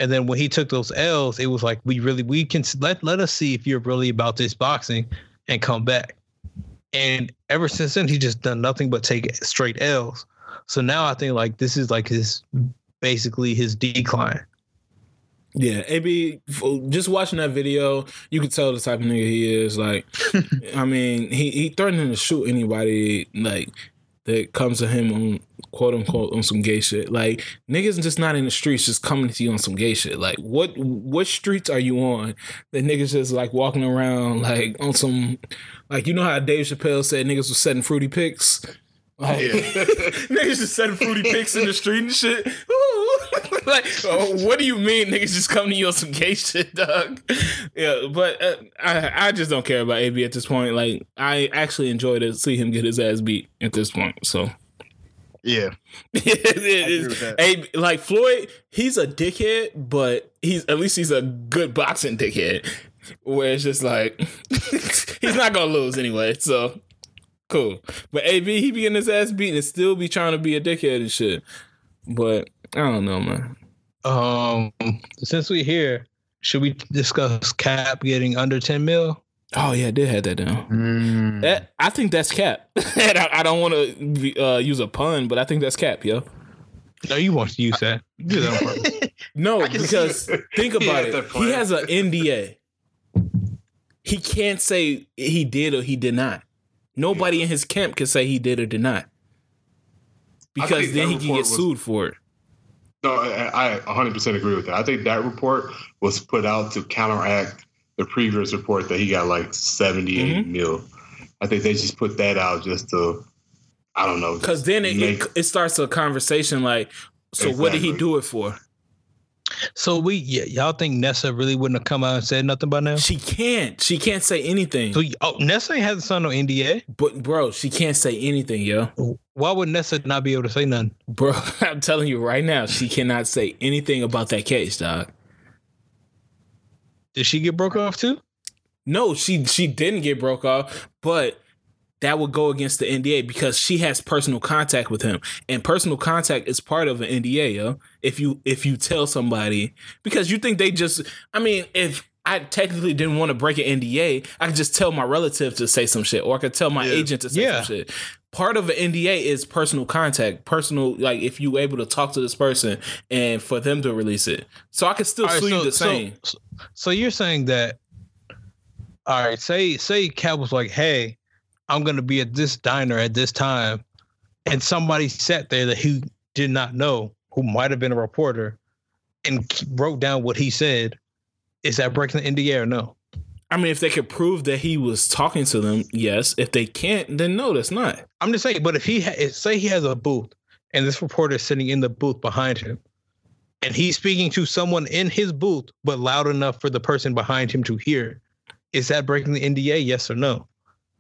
Speaker 4: and then when he took those L's, it was like we really we can let let us see if you're really about this boxing and come back. And ever since then, he just done nothing but take straight L's. So now I think like this is like his basically his decline.
Speaker 3: Yeah, AB. f- Just watching that video, you can tell the type of nigga he is. Like,
Speaker 4: <laughs>
Speaker 3: I mean, he he threatening to shoot anybody like that comes to him on quote unquote on some gay shit. Like niggas just not in the streets, just coming to you on some gay shit. Like, what what streets are you on that niggas just like walking around like on some like you know how Dave Chappelle said niggas was setting fruity pics. Like, <laughs> niggas just sending fruity pics in the street and shit. <laughs> Ooh. like, oh, what do you mean niggas just come to you on some gay shit, dog? Yeah, but uh, I, I just don't care about AB at this point. Like, I actually enjoy to see him get his ass beat at this point. So,
Speaker 1: Yeah.
Speaker 3: It
Speaker 1: agree with
Speaker 3: is-
Speaker 1: that.
Speaker 3: AB, like Floyd, he's a dickhead, but he's at least he's a good boxing dickhead. Where it's just like <laughs> he's not gonna lose anyway, so cool. But AB, he be getting his ass beaten and still be trying to be a dickhead and shit. But I don't know, man.
Speaker 4: Um, since we're here, should we discuss Cap getting under ten mil?
Speaker 3: Oh yeah, I did have that down.
Speaker 1: Mm.
Speaker 3: That I think that's cap. <laughs> and I, I don't want to uh, use a pun, but I think that's cap, yo.
Speaker 4: No, you want to use that. You did that on purpose.
Speaker 3: No,
Speaker 1: can see
Speaker 3: because
Speaker 2: <laughs>
Speaker 3: think
Speaker 2: He
Speaker 3: about
Speaker 2: had
Speaker 3: it.
Speaker 2: that
Speaker 3: He
Speaker 2: plan.
Speaker 3: has an NDA. he can't say he did or he did not. Nobody in his camp can say he did or did not. Because
Speaker 2: think that
Speaker 3: then he can
Speaker 2: report
Speaker 3: get
Speaker 2: was-
Speaker 3: sued for it.
Speaker 2: No, I, I 100% agree with that. I think that report was put out to counteract the previous report that he got like 78
Speaker 3: Mm-hmm.
Speaker 2: mil. I think they just put that out just to, I don't know.
Speaker 3: Because then it, it,
Speaker 2: Make-
Speaker 3: it starts a conversation like, so what did he
Speaker 2: Exactly.
Speaker 3: do it for?
Speaker 4: <laughs> So we, yeah, y'all think Nessa really wouldn't have come out and said nothing by now?
Speaker 3: She can't. She can't say anything.
Speaker 4: So, you- oh, Nessa ain't hasn't signed no NDA.
Speaker 3: But bro, she can't say anything, yo.
Speaker 4: Why would Nessa not be able to say nothing?
Speaker 3: Bro, <laughs> I'm telling you right now, she cannot say anything about that case, dog.
Speaker 4: Did she get broke off too?
Speaker 3: No, she she didn't get broke off, but that would go against the NDA because she has personal contact with him, and personal contact is part of an NDA, yo. If you if you tell somebody, because you think they just, I mean, if I technically didn't want to break an NDA, I could just tell my relative to say some shit, or I could tell my
Speaker 1: Yeah.
Speaker 3: agent to say
Speaker 4: Yeah.
Speaker 3: some shit. Part of an NDA is personal contact, personal like if you able to talk to this person and for them to release it. So I could still
Speaker 4: All right,
Speaker 3: sue
Speaker 4: so,
Speaker 3: you the same.
Speaker 4: So, so you're saying that? All right, say say Cap was like, "Hey, I'm gonna be at this diner at this time," and somebody sat there that he did not know, who might have been a reporter, and k- wrote down what he said. Is that breaking the NDA or no?
Speaker 3: I mean, if they could prove that he was talking to them, yes. If they can't, then no, that's not.
Speaker 4: I'm just saying, but if he ha- if- say he has a booth and this reporter is sitting in the booth behind him, and he's speaking to someone in his booth, but loud enough for the person behind him to hear, is that breaking the NDA? Yes or no?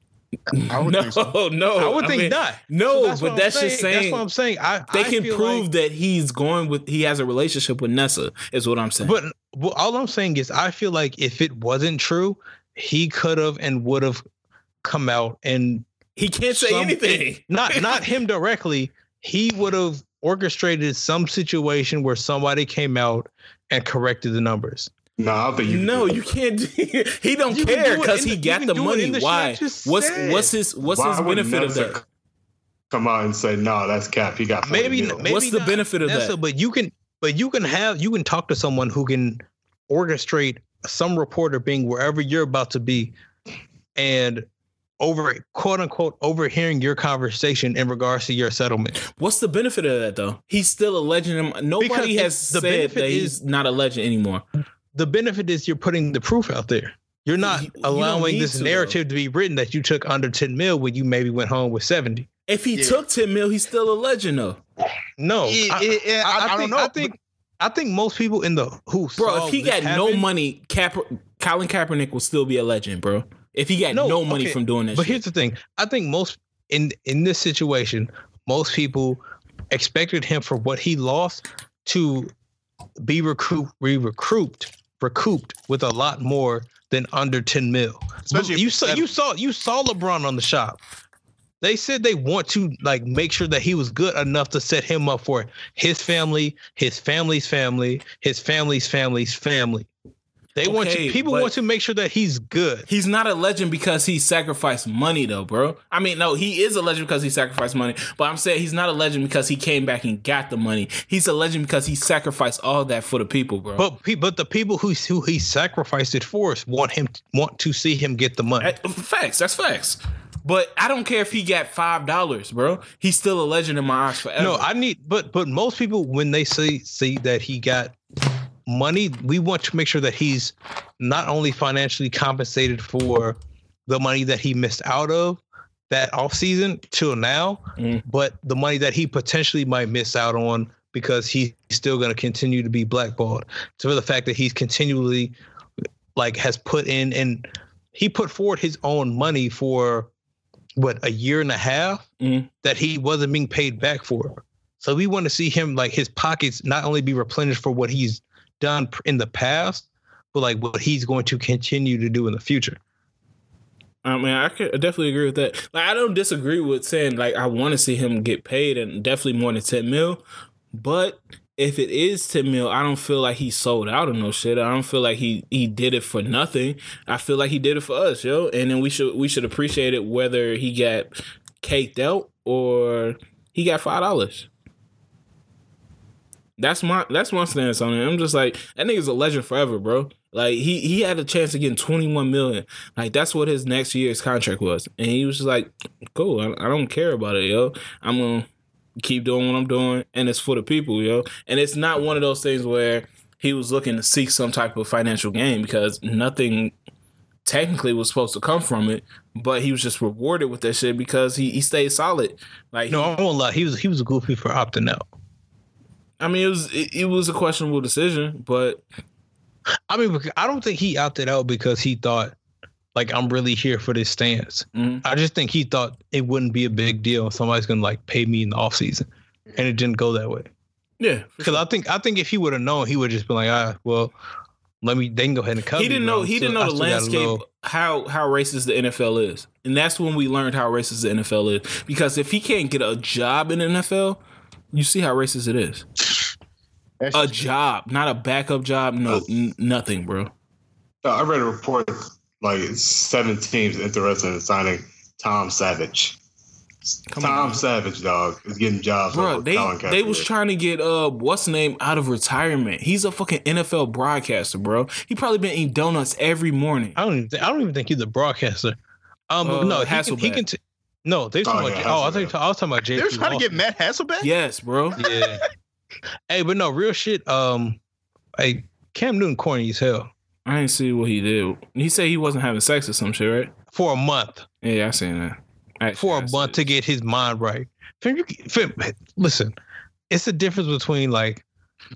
Speaker 1: <laughs> I would
Speaker 3: no,
Speaker 1: think so.
Speaker 3: <laughs> no.
Speaker 4: I would think
Speaker 3: Oh, mean,
Speaker 4: not. So
Speaker 3: No,
Speaker 4: that's what
Speaker 3: but
Speaker 4: I'm
Speaker 3: that's just
Speaker 4: saying.
Speaker 3: saying
Speaker 4: That's what I'm saying. I
Speaker 3: they
Speaker 4: I
Speaker 3: can
Speaker 4: feel
Speaker 3: prove
Speaker 4: like-
Speaker 3: that he's going with he has a relationship with Nessa. Is what I'm saying.
Speaker 4: but well, all I'm saying is, I feel like if it wasn't true, he could have and would have come out and
Speaker 3: he can't say
Speaker 4: some- <laughs>
Speaker 3: anything.
Speaker 4: not not
Speaker 3: <laughs>
Speaker 4: him directly. He would have orchestrated some situation where somebody came out and corrected the numbers.
Speaker 2: No, I don't think you.
Speaker 3: no, you can't. do- <laughs> he don't
Speaker 4: You can
Speaker 3: care
Speaker 4: do it
Speaker 3: because
Speaker 4: in
Speaker 3: he
Speaker 4: the- you
Speaker 3: got
Speaker 4: can
Speaker 3: the
Speaker 4: do it in
Speaker 3: money.
Speaker 4: the shit I
Speaker 3: Why?
Speaker 4: just
Speaker 3: What's
Speaker 4: said.
Speaker 3: what's his what's
Speaker 2: Why
Speaker 3: his
Speaker 2: would
Speaker 3: benefit of
Speaker 2: Nelson
Speaker 3: that?
Speaker 2: Come out and say, no, that's cap. He got 40
Speaker 4: Maybe,
Speaker 2: mil."
Speaker 4: maybe
Speaker 3: What's the
Speaker 4: not
Speaker 3: benefit of
Speaker 4: Nessa,
Speaker 3: that?
Speaker 4: But you can, but you can have, you can talk to someone who can orchestrate some reporter being wherever you're about to be, and over quote unquote overhearing your conversation in regards to your settlement.
Speaker 3: What's the benefit of that though? He's still a legend. Nobody
Speaker 4: Because
Speaker 3: has
Speaker 4: it- the
Speaker 3: said
Speaker 4: benefit
Speaker 3: that
Speaker 4: is-
Speaker 3: he's not a legend anymore.
Speaker 4: The benefit is you're putting the proof out there. You're not
Speaker 3: You- you don't
Speaker 4: allowing
Speaker 3: need
Speaker 4: this
Speaker 3: to, though.
Speaker 4: narrative to be written that you took under 10 mil when you maybe went home with 70.
Speaker 3: If he
Speaker 1: Yeah.
Speaker 3: took 10 mil, he's still a legend though.
Speaker 4: No,
Speaker 1: Yeah,
Speaker 4: Oh, I,
Speaker 1: yeah, yeah, I- I don't
Speaker 4: think,
Speaker 1: know,
Speaker 4: I think I think most people in the who
Speaker 3: Bro,
Speaker 4: saw
Speaker 3: if he
Speaker 4: this
Speaker 3: got no
Speaker 4: happen-
Speaker 3: money, Cap- Colin Kaepernick will still be a legend, bro. If he got no,
Speaker 4: No,
Speaker 3: money
Speaker 4: okay,
Speaker 3: from doing that
Speaker 4: But
Speaker 3: shit.
Speaker 4: here's the thing: I think most in in this situation, most people expected him for what he lost to be recruit, re recouped, recouped with a lot more than under ten mil.
Speaker 1: Especially if-
Speaker 4: you saw you saw you saw LeBron on the shop. They said they want to like make sure that he was good enough to set him up for his family, his family's family, his family's family's family. They want
Speaker 3: Okay,
Speaker 4: to people
Speaker 3: but-
Speaker 4: want to make sure that he's good.
Speaker 3: He's not a legend because he sacrificed money, though, bro. I mean, no, he is a legend because he sacrificed money. But I'm saying he's not a legend because he came back and got the money. He's a legend because he sacrificed all that for the people, bro.
Speaker 4: But pe- but the people who who he sacrificed it for us want him want to see him get the money.
Speaker 3: That- Eh, facts, that's facts. But I don't care if he got five dollars, bro. He's still a legend in my eyes forever.
Speaker 4: No, I need but but most people when they see see that he got money, we want to make sure that he's not only financially compensated for the money that he missed out of that offseason till now,
Speaker 3: Mm.
Speaker 4: but the money that he potentially might miss out on because he's still going to continue to be blackballed. So for the fact that he's continually like has put in and he put forward his own money for what a year and a half
Speaker 3: Mm.
Speaker 4: that he wasn't being paid back for. So we want to see him like his pockets not only be replenished for what he's done pr- in the past, but like what he's going to continue to do in the future.
Speaker 3: I mean, I could I definitely agree with that. Like, I don't disagree with saying like I want to see him get paid and definitely more than ten mil. But if it is ten mil, I don't feel like he sold out on no shit. I don't feel like he he did it for nothing. I feel like he did it for us, yo. And then we should we should appreciate it whether he got caked out or he got five dollars. That's my that's my stance on it. I'm just like that nigga's a legend forever, bro. Like he he had a chance of getting 21 million. Like that's what his next year's contract was, and he was just like, "Cool, I, I don't care about it, yo. I'm gonna keep doing what I'm doing, and it's for the people, yo. And it's not one of those things where he was looking to seek some type of financial gain because nothing technically was supposed to come from it, but he was just rewarded with that shit because he he stayed solid. Like
Speaker 4: No, I won't lie. He was he was a goofy for opting out.
Speaker 3: I mean, it was it, it was a questionable decision, but
Speaker 4: I mean, because- I don't think he opted out because he thought like I'm really here for this stance.
Speaker 3: mm,
Speaker 4: I just think he thought it wouldn't be a big deal. Somebody's gonna like pay me in the offseason. And it didn't go that way.
Speaker 3: yeah,
Speaker 4: Because I think I think if he would have known, he would just been like, ah, well, let me. They can go ahead and cut.
Speaker 3: he
Speaker 4: me,
Speaker 3: didn't
Speaker 4: bro.
Speaker 3: know he
Speaker 4: So
Speaker 3: didn't know
Speaker 4: I
Speaker 3: the
Speaker 4: still got a
Speaker 3: landscape
Speaker 4: little-
Speaker 3: how how racist the NFL is, and that's when we learned how racist the NFL is. Because if he can't get a job in the NFL, you see how racist it is.
Speaker 1: That's
Speaker 3: A
Speaker 1: just-
Speaker 3: job, not a backup job, no n- nothing, bro.
Speaker 2: No, I read a report like seven teams interested in signing Tom Savage.
Speaker 3: Come
Speaker 2: Tom
Speaker 3: on.
Speaker 2: Savage, dog, is getting jobs.
Speaker 3: Bro,
Speaker 2: over
Speaker 3: they
Speaker 2: Colin
Speaker 3: they was
Speaker 2: Kaepernick.
Speaker 3: trying to get uh what's his name out of retirement. He's a fucking NFL broadcaster, bro. He probably been eating donuts every morning.
Speaker 4: I don't. Even think, I don't even think he's a broadcaster. Um,
Speaker 3: Uh,
Speaker 4: no, he can. He
Speaker 3: Hasselbeck.
Speaker 4: can t- no, they. were
Speaker 2: Oh,
Speaker 4: talking about.
Speaker 2: yeah,
Speaker 4: J- oh, I think
Speaker 2: Hasselbeck.
Speaker 4: I was talking about JP.
Speaker 1: They're trying to get
Speaker 4: Lawson.
Speaker 1: Matt Hasselbeck.
Speaker 3: Yes, bro.
Speaker 4: Yeah. hey, but no, real shit. Um, hey, Cam Newton corny as hell
Speaker 3: I didn't see what he did. He said he wasn't having sex or some shit, right?
Speaker 4: for a month.
Speaker 3: Yeah, I seen that. Actually,
Speaker 4: for
Speaker 3: I
Speaker 4: a
Speaker 3: seen
Speaker 4: month to get his mind right. Fam, you, fam, listen, it's the difference between like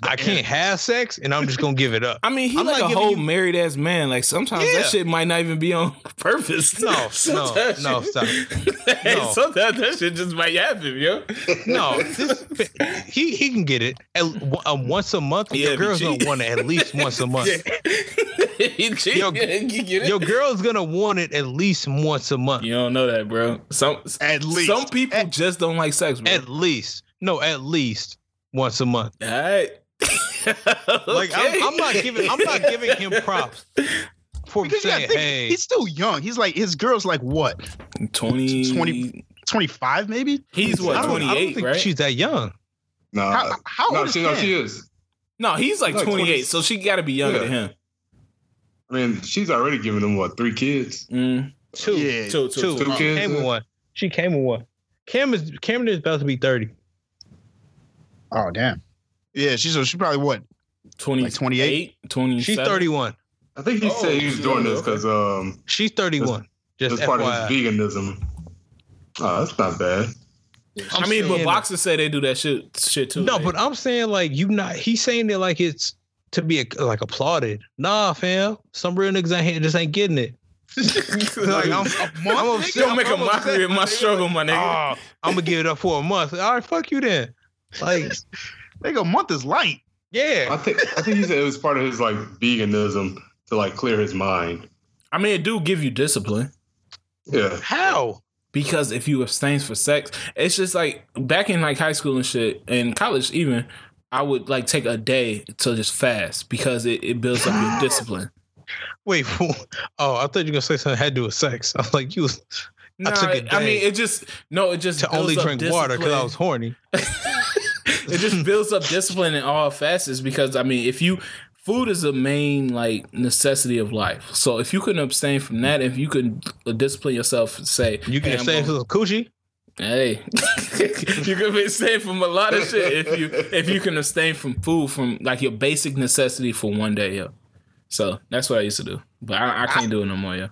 Speaker 4: I can't have sex and I'm just gonna give it
Speaker 3: <laughs>
Speaker 4: up.
Speaker 3: I mean, he's
Speaker 4: I'm
Speaker 3: like
Speaker 4: not
Speaker 3: a
Speaker 4: giving
Speaker 3: whole
Speaker 4: you-
Speaker 3: married ass man. Like sometimes
Speaker 4: Yeah.
Speaker 3: that shit might not even be on <laughs> purpose.
Speaker 4: No, no,
Speaker 3: Sometimes
Speaker 4: no,
Speaker 3: you-
Speaker 4: stop.
Speaker 3: <laughs> Hey,
Speaker 4: No.
Speaker 3: Sometimes that shit just might happen, yo.
Speaker 4: No, this, he he can get it at, w- uh, once a month.
Speaker 3: Yeah,
Speaker 4: your
Speaker 3: if
Speaker 4: girl's
Speaker 3: he
Speaker 4: gonna
Speaker 3: cheat.
Speaker 4: want it at least once a
Speaker 3: <laughs>
Speaker 4: month.
Speaker 3: you, cheat,
Speaker 4: Yo-
Speaker 3: you get it?
Speaker 4: Your girl's gonna want it at least once a month.
Speaker 3: You don't know that, bro. Some
Speaker 1: At least.
Speaker 3: some people just don't like sex, bro.
Speaker 4: At least, no, at least once a month.
Speaker 3: All right. <laughs>
Speaker 4: Like I'm, I'm not giving I'm not giving him props for
Speaker 1: Because you gotta
Speaker 4: saying,
Speaker 1: think,
Speaker 4: hey,
Speaker 1: he's still young. He's like his girl's like what,
Speaker 3: 20,
Speaker 1: 20 25 maybe?
Speaker 3: He's
Speaker 1: I
Speaker 3: what
Speaker 4: I don't, I don't
Speaker 3: 28,
Speaker 4: think
Speaker 3: right?
Speaker 4: she's that young.
Speaker 2: No,
Speaker 1: How, how
Speaker 2: no,
Speaker 1: old is
Speaker 2: she, no, she
Speaker 1: Cam?
Speaker 2: is.
Speaker 3: No, he's like
Speaker 2: No,
Speaker 3: 28,
Speaker 2: 20.
Speaker 3: so she got to be younger
Speaker 2: Yeah.
Speaker 3: than him.
Speaker 2: I mean, she's already giving him what three kids.
Speaker 3: Mm.
Speaker 4: Two.
Speaker 1: Yeah.
Speaker 3: Two,
Speaker 4: Two.
Speaker 3: two, two.
Speaker 2: Two
Speaker 4: She
Speaker 2: kids.
Speaker 4: came with one. She came with one. Cam is Cameron is about to be thirty.
Speaker 1: Oh damn. Yeah, she's she probably what?
Speaker 3: 20,
Speaker 1: Like 28?
Speaker 3: 27.
Speaker 4: She's thirty one.
Speaker 2: I think he
Speaker 3: Oh,
Speaker 2: said he was
Speaker 3: yeah,
Speaker 2: doing this
Speaker 3: okay.
Speaker 2: because um,
Speaker 4: She's thirty one. Just
Speaker 2: it's part of
Speaker 4: FYI.
Speaker 2: his veganism. Oh, that's not bad.
Speaker 3: I mean, but
Speaker 4: saying-
Speaker 3: boxers say they do that shit shit too.
Speaker 4: No,
Speaker 3: right?
Speaker 4: but I'm saying like you not. He's saying it like it's to be like applauded. Nah, fam. Some real niggas out here just ain't getting it.
Speaker 3: <laughs>
Speaker 4: like I'm, I'm, <laughs>
Speaker 1: month,
Speaker 4: I'm
Speaker 1: nigga?
Speaker 4: upset.
Speaker 3: don't make a
Speaker 4: I'm upset.
Speaker 3: mockery of my struggle, my nigga.
Speaker 4: Oh, I'm gonna give it up for a month. All right, fuck you then. Like,
Speaker 1: Nigga, a month is light.
Speaker 2: I
Speaker 4: <laughs> yeah,
Speaker 2: think I think he said it was part of his like veganism to like clear his mind.
Speaker 3: I mean, it do give you discipline.
Speaker 2: Yeah.
Speaker 4: how?
Speaker 3: because if you abstain for sex, it's just like back in like high school and shit and college even, I would like take a day to just fast because it, it builds up
Speaker 4: <gasps>
Speaker 3: your discipline.
Speaker 4: Wait, <laughs> oh, I thought you were gonna say something had to do with sex. <laughs> I was like, you was
Speaker 3: No,
Speaker 4: took a
Speaker 3: I, I
Speaker 4: day
Speaker 3: mean it just no, it just
Speaker 4: to only
Speaker 3: builds up
Speaker 4: drink water because I was
Speaker 3: discipline.
Speaker 4: horny.
Speaker 3: it <laughs> just builds up discipline in all facets because I mean if you food is the main like necessity of life. So if you can abstain from that, if you can discipline yourself, say
Speaker 4: You
Speaker 3: "Hey,
Speaker 4: can
Speaker 3: I'm
Speaker 4: say
Speaker 3: gonna-
Speaker 4: it's a coochie.
Speaker 3: Hey, <laughs> you can abstain from a lot of shit if you if you can abstain from food from like your basic necessity for one day, yo. So that's what I used to do, but I, I can't do it no more, yo.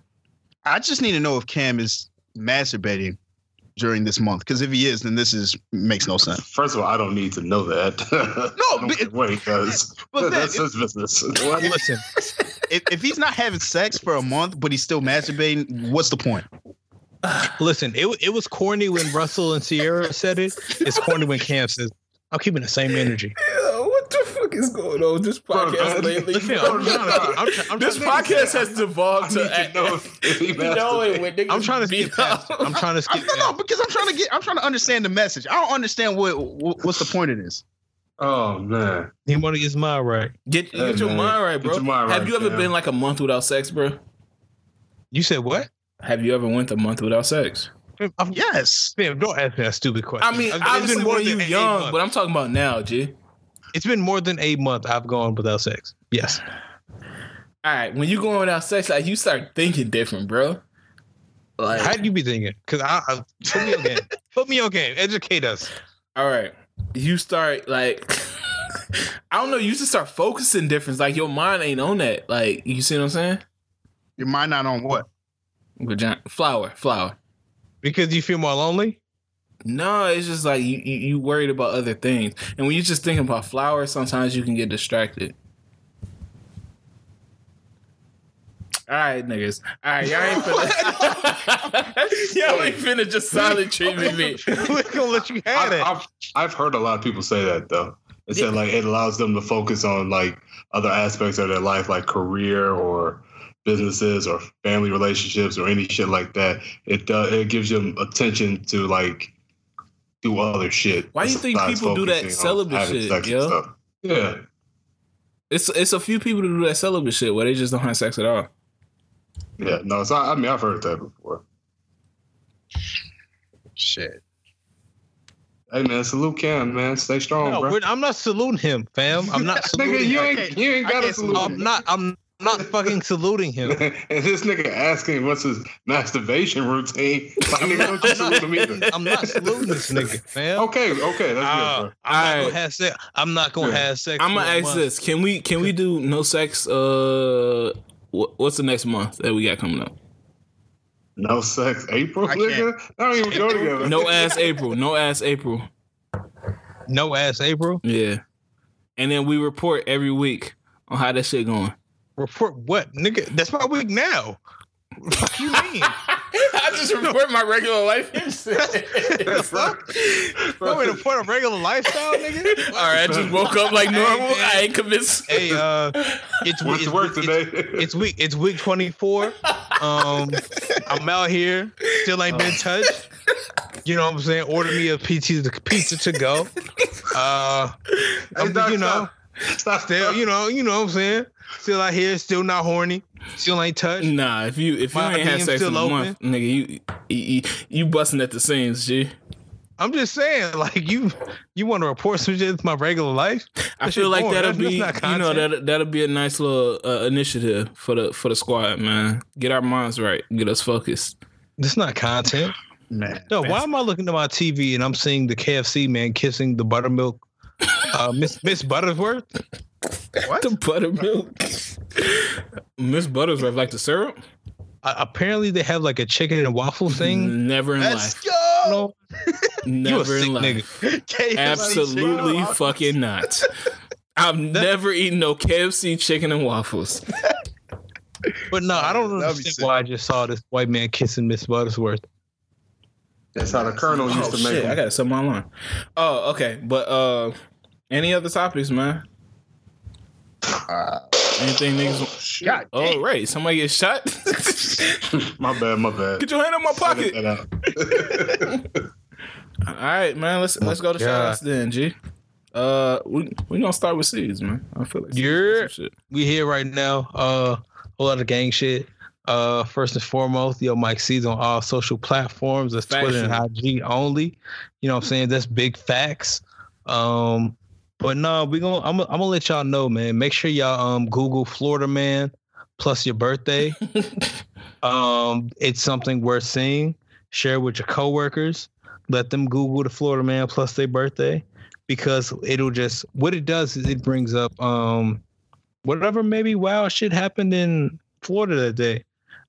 Speaker 1: I just need to know if Cam is masturbating during this month. Because if he is, then this is makes no
Speaker 2: <laughs>
Speaker 1: sense.
Speaker 2: First of all, I don't need to know that. <laughs>
Speaker 1: No,
Speaker 2: I
Speaker 1: but-
Speaker 2: don't wait, because
Speaker 1: <laughs> but
Speaker 2: that's
Speaker 1: that-
Speaker 2: his business. <laughs>
Speaker 4: <laughs>
Speaker 2: What?
Speaker 4: Listen,
Speaker 1: If, if he's not having sex for a month, but he's still masturbating, what's the point?
Speaker 4: listen. It it was corny when Russell and Sierra said it. It's corny when Cam says, "I'm keeping the same energy."
Speaker 3: what the fuck is going on with this
Speaker 2: podcast lately?
Speaker 4: Yeah, I'm,
Speaker 3: <laughs>
Speaker 4: trying- I'm trying- I'm
Speaker 3: this
Speaker 4: trying-
Speaker 3: podcast has devolved
Speaker 2: I
Speaker 3: to
Speaker 2: need to know if- if he
Speaker 3: <laughs> you know it
Speaker 2: masturbated.
Speaker 3: when niggas
Speaker 4: I'm trying to skip
Speaker 3: beat
Speaker 4: past. it.
Speaker 3: up.
Speaker 4: I'm trying <laughs> to
Speaker 1: I
Speaker 4: skip.
Speaker 1: don't know because I'm trying to get. I'm trying to understand the message. I don't understand what, what what's the point of this.
Speaker 2: Oh man.
Speaker 4: He want to get his mind right.
Speaker 3: Get,
Speaker 2: Hey,
Speaker 3: get your
Speaker 2: man.
Speaker 3: mind right,
Speaker 2: Get
Speaker 3: bro.
Speaker 2: your mind
Speaker 3: Have
Speaker 2: right,
Speaker 3: you ever
Speaker 2: fam.
Speaker 3: been like a month without sex, bro?
Speaker 4: You said what?
Speaker 3: Have you ever went a month without sex?
Speaker 4: Fam, I'm-
Speaker 1: Yes,
Speaker 4: Fam, don't ask me that stupid question.
Speaker 3: I mean,
Speaker 4: It's been
Speaker 3: obviously
Speaker 4: more
Speaker 3: when you
Speaker 4: than eight
Speaker 3: young,
Speaker 4: months.
Speaker 3: but I'm talking about now, G.
Speaker 4: It's been more than eight months I've gone without sex. Yes.
Speaker 3: All right, when you going without sex, like you start thinking different, bro. Like,
Speaker 4: How do you be thinking? Because I, I put me
Speaker 2: <laughs>
Speaker 4: on game. put me on game. Educate us.
Speaker 3: all right, you start like, <laughs> I don't know. You just start focusing different. Like your mind ain't on that. Like you see what I'm saying?
Speaker 1: your mind not on what.
Speaker 3: Vagina, flower, flower.
Speaker 4: Because you feel more lonely. <laughs>
Speaker 3: No, it's just like you, you you worried about other things, and when you just thinking about flower, sometimes you can get distracted. All right, niggas. All right, y'all ain't finna. y'all ain't finna just silent treatment me.
Speaker 4: We're gonna let you have
Speaker 2: I,
Speaker 4: it.
Speaker 2: I've I've heard a lot of people say that though. They said like it allows them to focus on like other aspects of their life, like career or businesses or family relationships or any shit like that. It does. It gives them attention to like do other shit.
Speaker 3: Why do you think
Speaker 2: besides
Speaker 3: people do that
Speaker 2: focusing on
Speaker 3: celibate
Speaker 2: having
Speaker 3: shit,
Speaker 2: sex and
Speaker 3: yo?
Speaker 2: stuff. Yeah.
Speaker 3: It's it's a few people that do that celibate shit where they just don't have sex at all.
Speaker 2: Yeah, no, so I I mean I've heard that before.
Speaker 1: Shit.
Speaker 2: Hey man, salute Cam, man. Stay strong,
Speaker 4: No,
Speaker 2: bro.
Speaker 4: we're- I'm not saluting him, fam. I'm not
Speaker 2: <laughs> Nigga,
Speaker 4: saluting.
Speaker 2: you
Speaker 1: I
Speaker 2: ain't
Speaker 1: can't-
Speaker 2: you ain't
Speaker 1: I
Speaker 2: gotta
Speaker 1: can't
Speaker 2: salute.
Speaker 1: salute
Speaker 2: him.
Speaker 4: I'm not. I'm not fucking saluting him.
Speaker 2: <laughs> and this nigga asking what's his masturbation routine. <laughs> My nigga, don't you salute him
Speaker 4: <laughs>
Speaker 2: either.
Speaker 4: I'm not saluting
Speaker 2: <laughs>
Speaker 4: this nigga, fam.
Speaker 2: Okay, okay, that's
Speaker 4: Uh,
Speaker 2: good.
Speaker 4: I'm not
Speaker 3: Alright.
Speaker 4: gonna have sex. I'm not gonna
Speaker 2: Yeah.
Speaker 4: have sex.
Speaker 3: I'm gonna
Speaker 4: for a
Speaker 3: ask
Speaker 4: month.
Speaker 3: this: Can we can we do no sex? Uh, wh- what's the next month that we got coming up?
Speaker 2: Bro. No sex, April,
Speaker 1: I can't.
Speaker 2: nigga. I don't even go together.
Speaker 3: No ass April. No ass April.
Speaker 4: No ass, April.
Speaker 3: Yeah, and then we report every week on how that shit going.
Speaker 4: Report what, nigga? That's my week now. What you mean?
Speaker 3: <laughs> I just report my regular
Speaker 4: <laughs>
Speaker 3: life.
Speaker 4: No, way to put a regular lifestyle, nigga.
Speaker 3: <laughs> All right, I just woke up like normal. I ain't convinced.
Speaker 4: Hey, uh, it's
Speaker 2: Went
Speaker 4: it's,
Speaker 2: to work
Speaker 4: it's,
Speaker 2: today.
Speaker 4: It's week. It's week twenty four. Um, I'm out here. Still ain't been touched. You know what I'm saying? Order me a pizza to, pizza to go. Uh, I'm,
Speaker 2: Doc,
Speaker 4: you know,
Speaker 2: stop. <laughs> Stop
Speaker 4: still, you know, you know what I'm saying. Still out here. Still not horny. Still ain't touched.
Speaker 3: Nah, if you if you
Speaker 4: My
Speaker 3: ain't had
Speaker 4: DM's
Speaker 3: sex in a
Speaker 4: still open?
Speaker 3: month, nigga, you, you you you busting at the seams, G.
Speaker 4: I'm just saying, like you, you want to report some shit? It's my regular life.
Speaker 3: I
Speaker 4: That
Speaker 3: feel
Speaker 4: shit
Speaker 3: like
Speaker 4: boring.
Speaker 3: that'll
Speaker 4: That's-
Speaker 3: be
Speaker 4: that's not
Speaker 3: you know
Speaker 4: content.
Speaker 3: that that'll be a nice little uh, initiative for the for the squad, man. Get our minds right, get us focused. <laughs>
Speaker 4: That's not content.
Speaker 1: Man,
Speaker 4: No, why am I looking at my TV and I'm seeing the KFC man kissing the buttermilk, uh, Miss <laughs> Miss Butterworth?
Speaker 1: what?
Speaker 3: The buttermilk, Miss Buttersworth like the syrup.
Speaker 1: Mm.
Speaker 4: Uh, apparently, they have like a chicken and waffle thing.
Speaker 3: Never in
Speaker 1: Let's
Speaker 3: life.
Speaker 1: go.
Speaker 4: know. You a
Speaker 3: Never
Speaker 4: sick
Speaker 3: in life.
Speaker 1: <laughs>
Speaker 4: nigga.
Speaker 1: KFC
Speaker 3: Absolutely
Speaker 1: chicken.
Speaker 3: fucking not. I'm never eating no KFC chicken and waffles.
Speaker 4: But no, I don't
Speaker 1: That'd be
Speaker 4: understand
Speaker 1: sick.
Speaker 4: why I just saw this white man kissing Miss Butterworth.
Speaker 2: That's how the Colonel used
Speaker 3: Oh,
Speaker 2: to make
Speaker 3: shit, I
Speaker 2: them.
Speaker 3: gotta set my alarm. Oh, okay. But uh any other topics, man?
Speaker 1: Uh,
Speaker 3: Anything
Speaker 4: oh,
Speaker 3: niggas?
Speaker 1: God damn.
Speaker 3: All Oh, right, somebody
Speaker 4: <laughs>
Speaker 3: get shot. Get
Speaker 2: My bad, my bad.
Speaker 3: your hand in my
Speaker 2: Edit
Speaker 3: pocket.
Speaker 2: that out. <laughs>
Speaker 3: All right, man. Let's let's go to
Speaker 4: God.
Speaker 3: shots then, G. Uh, we we gonna start with seeds, man. I feel like
Speaker 4: You're-
Speaker 3: some shit.
Speaker 4: we here right now. Uh, whole lot of gang shit. Uh, first and foremost, yo, Mike C's on all social platforms. That's Twitter and IG only. You know what I'm saying? That's big facts. Um, but no, we gonna I'm, I'm gonna let y'all know, man. Make sure y'all um Google Florida man plus your birthday. um, it's something worth seeing. Share it with your coworkers. Let them Google the Florida man plus their birthday because it'll just what it does is it brings up um whatever maybe wild shit happened in Florida that day.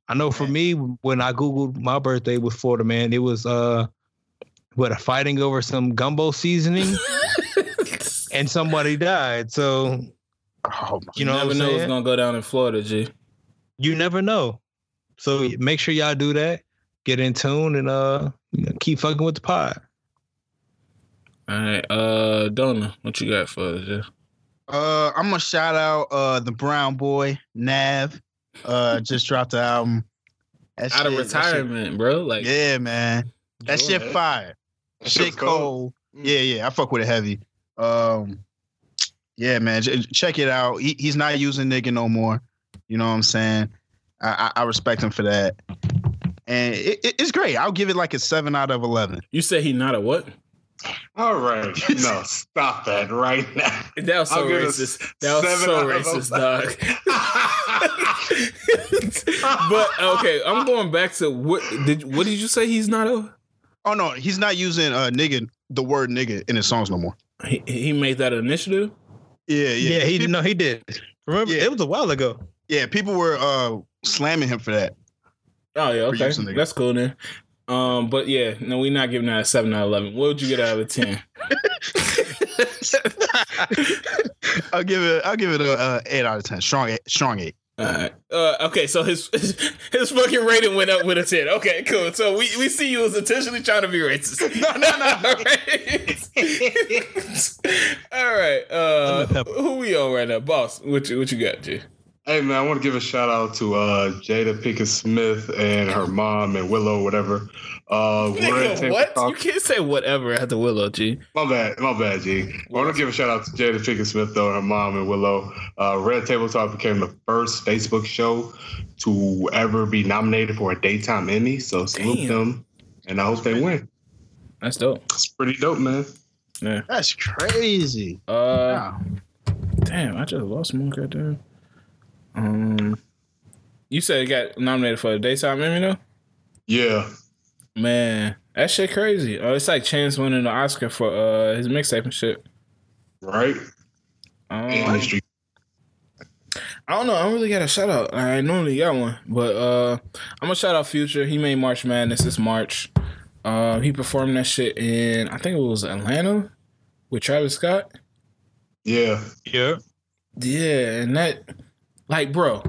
Speaker 4: I know for me, when I googled my birthday with Florida, man, it was uh, what a fighting over some gumbo <laughs> seasoning, and somebody died. So
Speaker 1: Oh my
Speaker 4: <laughs> you know,
Speaker 3: never
Speaker 4: what I'm
Speaker 3: know what's
Speaker 4: saying?
Speaker 3: gonna go down in Florida, G.
Speaker 4: you never know. So make sure y'all do that. Get in tune and uh, you know, keep fucking with the pod.
Speaker 3: All right, uh, Donna, what you got for us? Yeah?
Speaker 1: Uh, I'm gonna shout out uh the Brown Boy Nav. Uh, just dropped the album. That
Speaker 3: Out of
Speaker 1: shit- that shit-
Speaker 3: retirement, bro. Like,
Speaker 1: yeah, man. That
Speaker 3: enjoy
Speaker 1: shit
Speaker 2: that.
Speaker 1: fire. Shit cold. Yeah, yeah. I fuck with it heavy. Um, yeah, man. j- check it out. He, he's not using nigga no more. You know what I'm saying? I, I, I respect him for that. And it, it- it's great. I'll give it like a seven out of eleven.
Speaker 3: You said he not a what?
Speaker 2: All right. No, stop that right now.
Speaker 3: That was so
Speaker 2: I'll give it
Speaker 3: racist. That was
Speaker 2: seven
Speaker 3: so
Speaker 2: out of
Speaker 3: racist,
Speaker 2: eleven.
Speaker 3: dog.
Speaker 2: <laughs>
Speaker 3: <laughs> but okay, I'm going back to what did what did you say he's not a?
Speaker 1: Oh no, he's not using uh nigga the word nigga in his songs no more.
Speaker 3: He, he made that initiative.
Speaker 1: Yeah, yeah.
Speaker 4: Yeah, he
Speaker 1: People-
Speaker 4: no, he did. Remember,
Speaker 1: Yeah.
Speaker 4: it was a while ago.
Speaker 1: yeah, people were uh slamming him for that.
Speaker 3: Oh yeah, okay,
Speaker 1: using nigga.
Speaker 3: that's cool then. Um, but yeah, no, we're not giving that a seven out of eleven. What would you get out of ten?
Speaker 1: I'll give it. I'll give it a, uh eight out of ten. Strong eight. Strong eight.
Speaker 3: Alright. Uh, okay, so his his fucking rating went up with a ten. Okay, cool. So we, we see you as intentionally trying to be racist. <laughs> No, no, no. All right. All right. Uh,
Speaker 4: I'm a pepper.
Speaker 3: who we on right now, boss? What you what you got, G?
Speaker 2: Hey man, I want to give a shout out to uh, Jada Pinkett Smith and her mom and Willow, whatever. Uh, we're at
Speaker 3: Nigga,
Speaker 2: Table
Speaker 3: what?
Speaker 2: Talk-
Speaker 3: You can't say whatever after Willow, G.
Speaker 2: My bad, my bad, G. I want to give a shout out to Jada Pinkett Smith though, and her mom and Willow. Uh, Red Table Talk became the first Facebook show to ever be nominated for a daytime Emmy, so salute
Speaker 3: Damn.
Speaker 2: them, and I hope they win.
Speaker 3: That's dope.
Speaker 2: It's pretty dope, man.
Speaker 3: Yeah.
Speaker 1: That's crazy.
Speaker 3: Uh,
Speaker 1: Wow.
Speaker 3: Damn, I just lost my goddamn. Um, you said it got nominated for a daytime Emmy, though.
Speaker 2: Yeah,
Speaker 3: Man, that shit crazy. Oh, it's like Chance winning the Oscar for uh his mixtape and shit.
Speaker 2: right.
Speaker 3: Um,
Speaker 2: Industry.
Speaker 3: I don't know. I don't really got a shout out. I normally got one, but uh, I'm gonna shout out Future. He made March Madness this March. Uh, he performed that shit in I think it was Atlanta with Travis Scott.
Speaker 2: Yeah,
Speaker 4: Yeah,
Speaker 3: Yeah, and that like, bro,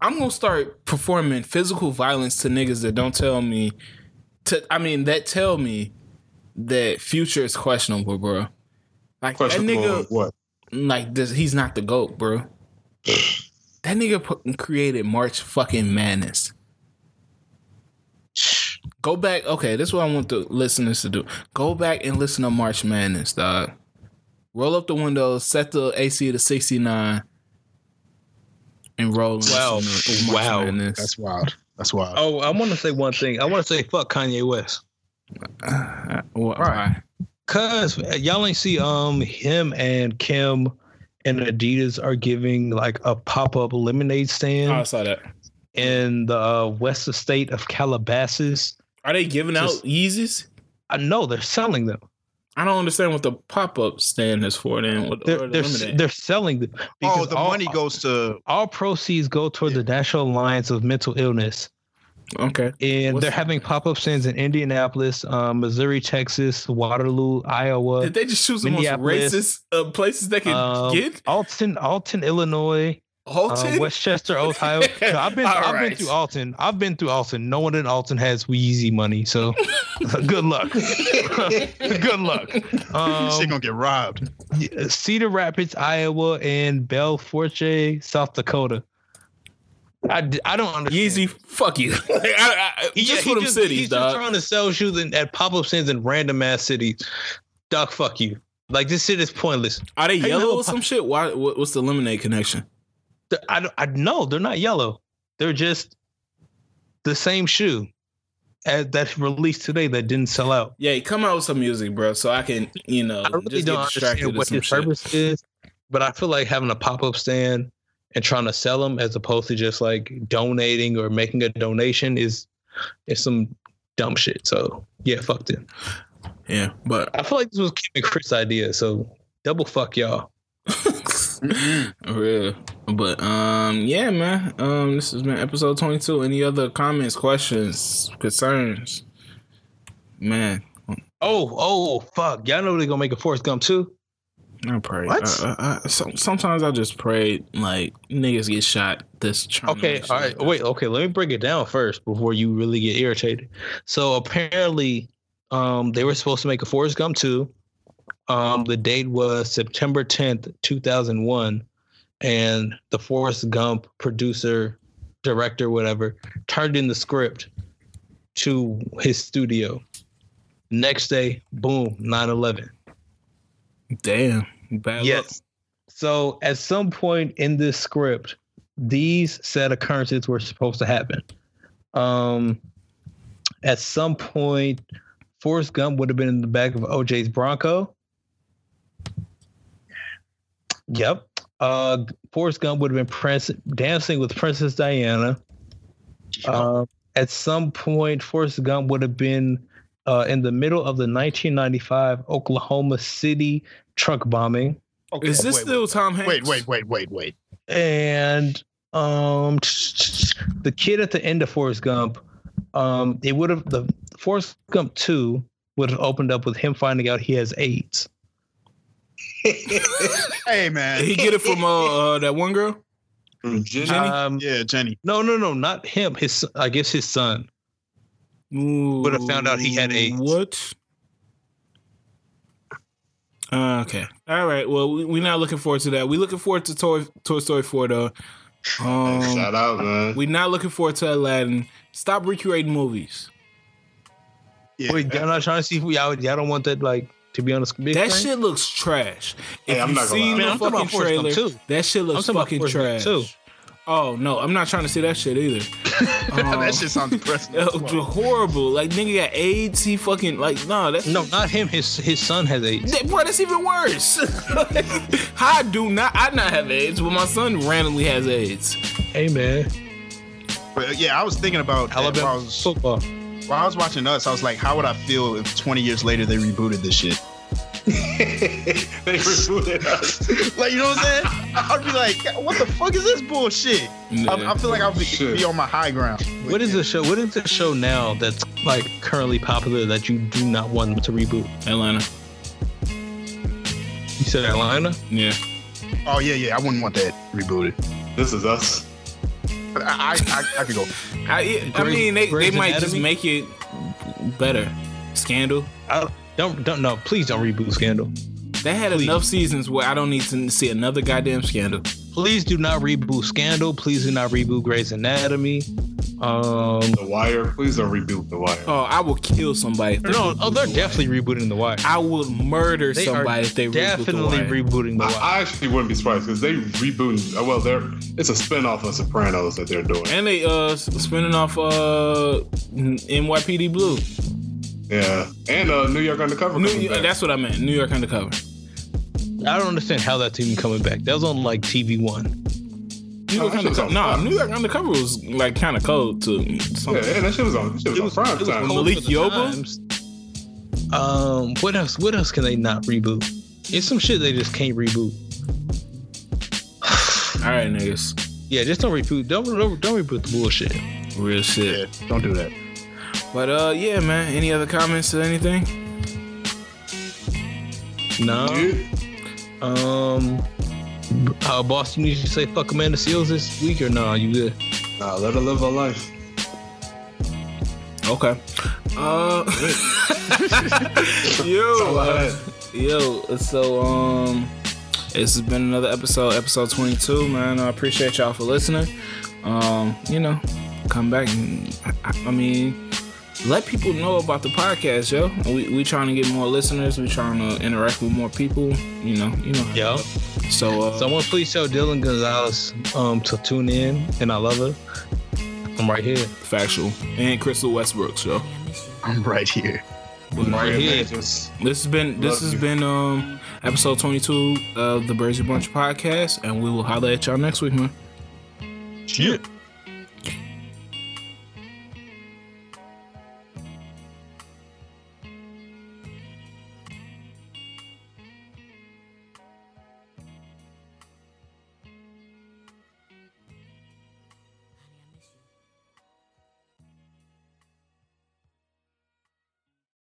Speaker 3: I'm gonna start performing physical violence to niggas that don't tell me. To I mean, that tell me that Future is questionable, bro. Like that
Speaker 2: question
Speaker 3: nigga.
Speaker 2: what?
Speaker 3: like this he's not the goat, bro. that nigga pu- created March fucking madness. Go back. Okay, this is what I want the listeners to do. Go back and listen to March Madness, dog. Roll up the windows, set the AC to 69, and roll. and
Speaker 4: Wow.
Speaker 3: listen to March
Speaker 4: Wow.
Speaker 3: Madness.
Speaker 1: That's wild. That's wild.
Speaker 4: Oh, I want to say one thing. I want to say fuck Kanye West.
Speaker 3: <sighs> Uh, wh-
Speaker 1: Right.
Speaker 4: Cause y'all ain't see um him and Kim and Adidas are giving like a pop up lemonade
Speaker 3: why?
Speaker 4: stand
Speaker 3: Oh, I saw that.
Speaker 4: in the uh, west estate of Calabasas.
Speaker 3: Are they giving
Speaker 4: Just-
Speaker 3: out Yeezys?
Speaker 4: I know they're selling them.
Speaker 3: I don't understand what the pop up stand is for. Then what
Speaker 4: They're
Speaker 3: or the
Speaker 4: they're,
Speaker 3: lemonade.
Speaker 4: they're selling them.
Speaker 1: oh,
Speaker 4: because
Speaker 1: the
Speaker 4: all-
Speaker 1: money goes to
Speaker 4: All proceeds go toward the National Alliance of Mental Illness.
Speaker 3: Okay.
Speaker 4: and
Speaker 3: What's-
Speaker 4: they're having pop-up stands in Indianapolis, um, Missouri, Texas, Waterloo, Iowa,
Speaker 3: Did they just choose the most racist
Speaker 4: Minneapolis.
Speaker 3: uh, places they could
Speaker 4: um,
Speaker 3: get?
Speaker 4: Alton, Alton, Illinois,
Speaker 3: Halton?
Speaker 4: Uh, Westchester, Ohio. No, I've been,
Speaker 3: All
Speaker 4: I've
Speaker 3: right.
Speaker 4: been through Alton. I've been through Alton. No one in Alton has Weezy money, so <laughs> good luck. <laughs>
Speaker 1: <laughs>
Speaker 4: good luck.
Speaker 1: Shit
Speaker 4: Um,
Speaker 1: gonna get robbed.
Speaker 4: Cedar Rapids, Iowa, and Belle Forte, South Dakota. I, d- I don't understand.
Speaker 3: Yeezy, fuck you. <laughs> Like, I, I,
Speaker 4: He
Speaker 3: just
Speaker 4: he
Speaker 3: for them cities,
Speaker 4: he's
Speaker 3: dog.
Speaker 4: just trying to sell shoes in, at pop up stands in random ass cities. Doc, fuck you. Like this shit is pointless.
Speaker 3: Are they
Speaker 4: Hey,
Speaker 3: yellow
Speaker 4: no,
Speaker 3: or some shit? Why? What, what's the lemonade connection?
Speaker 4: Th- I don't- I no, they're not yellow. They're just the same shoe as, that's released today that didn't sell out.
Speaker 3: Yeah, come out with some music, bro, so I can, you know,
Speaker 4: I really
Speaker 3: just
Speaker 4: don't
Speaker 3: get distracted
Speaker 4: understand
Speaker 3: with
Speaker 4: what
Speaker 3: some
Speaker 4: his
Speaker 3: shit.
Speaker 4: purpose is, but I feel like having a pop up stand and trying to sell them as opposed to just like donating or making a donation is is some dumb shit. So yeah, fuck them.
Speaker 3: Yeah, but
Speaker 4: I feel like this was Kim and Chris' idea, so double fuck y'all.
Speaker 3: <laughs>
Speaker 1: Mm-mm.
Speaker 3: real. But um, yeah, man. Um, this has been episode twenty-two. Any other comments, questions, concerns? Man,
Speaker 4: Oh, oh, fuck! Y'all know they're gonna make a Forrest Gump too.
Speaker 3: I pray. Uh,
Speaker 1: What?
Speaker 3: I, I, I, some- sometimes I just pray like niggas get shot. This trying to
Speaker 4: Okay,
Speaker 3: make shit
Speaker 4: all right.
Speaker 3: like
Speaker 4: Wait, okay. Let me break it down first before you really get irritated. So apparently, um, they were supposed to make a Forrest Gump two. Um, the date was September tenth, two thousand one, and the Forrest Gump producer, director, whatever, turned in the script to his studio. Next day, boom, 9-11.
Speaker 3: that. Damn, bad luck.
Speaker 4: Yes. So at some point in this script, these said occurrences were supposed to happen. Um, at some point, Forrest Gump would have been in the back of OJ's Bronco. Yep. Uh, Forrest Gump would have been prince, dancing with Princess Diana. Uh, at some point, Forrest Gump would have been uh, in the middle of the 1995 Oklahoma City truck bombing.
Speaker 1: Okay,
Speaker 3: Is this
Speaker 1: wait,
Speaker 3: still Tom Hanks?
Speaker 1: Wait, wait, wait, wait, wait.
Speaker 4: and um the kid at the end of Forrest Gump, um, it would have the Forrest Gump two would have opened up with him finding out he has AIDS.
Speaker 1: Hey man.
Speaker 3: Did he get it from uh, uh that one girl?
Speaker 2: From Jenny?
Speaker 3: Jenny?
Speaker 4: Um,
Speaker 1: <laughs> Yeah, Jenny.
Speaker 4: <laughs> no, no, no, not him. His I guess his son.
Speaker 3: would
Speaker 4: have found out he had AIDS.
Speaker 3: What? Uh, okay. All right. Well, we, we're not looking forward to that. We're looking forward to Toy, Toy Story
Speaker 4: <laughs>
Speaker 3: 4, though. Um,
Speaker 2: Shout out, man.
Speaker 3: <laughs> we're not looking forward to Aladdin. Stop recreating movies.
Speaker 1: Yeah.
Speaker 4: Wait, y'all not trying to see if y'all y'all don't want that like to be on the big
Speaker 3: That
Speaker 4: screen?
Speaker 3: shit looks trash.
Speaker 2: Hey,
Speaker 3: if
Speaker 2: I'm
Speaker 3: you've
Speaker 2: not gonna lie. Man,
Speaker 3: seen the
Speaker 4: I'm talking
Speaker 3: fucking
Speaker 4: about Forrest Gump,
Speaker 3: trailer,
Speaker 4: too.
Speaker 3: that shit looks
Speaker 4: talking about
Speaker 3: fucking trash.
Speaker 4: Forrest Gump,
Speaker 3: Oh no, I'm not trying to see that shit either. Um,
Speaker 1: that shit sounds
Speaker 3: <laughs>
Speaker 1: depressing. as fuck.
Speaker 3: horrible. Like nigga got AIDS. He fucking like no. That's
Speaker 4: No, not him. His his son has AIDS.
Speaker 3: That, bro, that's even worse. <laughs> I do not. I not have AIDS, but my son randomly has AIDS.
Speaker 4: Hey man,
Speaker 1: But uh, yeah, I was thinking about that while I
Speaker 4: Alabama
Speaker 1: was-
Speaker 4: football.
Speaker 1: while I was watching us, I was like, how would I feel if 20 years later they rebooted this shit? <laughs>
Speaker 2: <laughs> they recruited us.
Speaker 1: Like, you know what I'm saying? I'd be like, what the fuck is this bullshit? I, I feel like I'll be,
Speaker 2: Shit.
Speaker 1: be on my high ground.
Speaker 4: What is the show? What is the show now that's like currently popular that you do not want them to reboot?
Speaker 3: Atlanta.
Speaker 4: You said Atlanta.
Speaker 3: Yeah.
Speaker 1: Oh yeah, yeah. I wouldn't want that rebooted.
Speaker 2: This is us.
Speaker 1: But I, I, I, I could go.
Speaker 3: I, I
Speaker 4: Grey's-
Speaker 3: mean, they, they
Speaker 4: Grey's
Speaker 3: might just
Speaker 4: Anatomy?
Speaker 3: make it better. Scandal.
Speaker 4: Don't don't no, please don't reboot Scandal.
Speaker 3: They had
Speaker 4: Please.
Speaker 3: enough seasons where I don't need to see another goddamn scandal.
Speaker 4: Please do not reboot Scandal. Please do not reboot Grey's Anatomy. Um
Speaker 2: The Wire. Please don't reboot The Wire.
Speaker 3: Oh, I will kill somebody. If they
Speaker 4: No,
Speaker 3: reboot
Speaker 4: oh they're
Speaker 3: The
Speaker 4: definitely rebooting the Wire.
Speaker 3: Wire. I will murder
Speaker 4: They are
Speaker 3: somebody if they
Speaker 4: Definitely
Speaker 3: reboot the Wire.
Speaker 4: rebooting the Wire.
Speaker 2: I, I actually wouldn't be surprised because they rebooting. uh, Well, they're it's a spinoff of Sopranos that they're doing.
Speaker 3: and they uh s- spinning off uh NYPD Blue.
Speaker 2: Yeah, and uh, New York Undercover.
Speaker 3: New,
Speaker 2: coming back.
Speaker 3: that's what I meant. New York Undercover.
Speaker 4: I don't understand how that's even coming back. That was on like TV One.
Speaker 3: New York
Speaker 2: that shit was
Speaker 3: Undercover.
Speaker 2: on
Speaker 3: Nah,
Speaker 2: fire.
Speaker 3: New York Undercover was like kind of cold to some,
Speaker 2: yeah, and that shit was on. That shit was
Speaker 4: It was,
Speaker 2: on
Speaker 4: it
Speaker 2: prime
Speaker 4: was
Speaker 2: time.
Speaker 4: cold for
Speaker 3: Malik
Speaker 4: the
Speaker 3: Yoba?
Speaker 4: times. Um, what else? What else can they not reboot? It's some shit they just can't reboot.
Speaker 3: All right, niggas.
Speaker 4: Yeah, just don't reboot. Don't don't, don't reboot the bullshit.
Speaker 3: Real shit.
Speaker 1: Yeah, don't do that.
Speaker 3: But uh, yeah, man. Any other comments or anything?
Speaker 4: No.
Speaker 2: You-
Speaker 4: Um. Uh, boss, you need to say fuck Amanda Seals this week or no? You good?
Speaker 2: Nah, let her live her life.
Speaker 3: Okay. Uh, <laughs>
Speaker 2: That's all I
Speaker 3: yo,
Speaker 2: had.
Speaker 3: yo. So um, this has been another episode, episode twenty-two, man. I appreciate y'all for listening. Um, you know, come back and I, I mean, let people know about the podcast, yo. We we trying to get more listeners. We trying to interact with more people. You know, you know.
Speaker 4: Yo.
Speaker 3: So uh,
Speaker 4: Someone please tell Dylan Gonzalez um to tune in, and I love her. I'm right here.
Speaker 3: factual and Crystal Westbrook, yo.
Speaker 1: I'm right here.
Speaker 4: I'm right here.
Speaker 2: Just-
Speaker 3: This has been
Speaker 2: Love
Speaker 3: this has
Speaker 2: you.
Speaker 3: been um episode 22 of the Brazy Bunch podcast, and we will holler at y'all next week, man.
Speaker 1: Shit.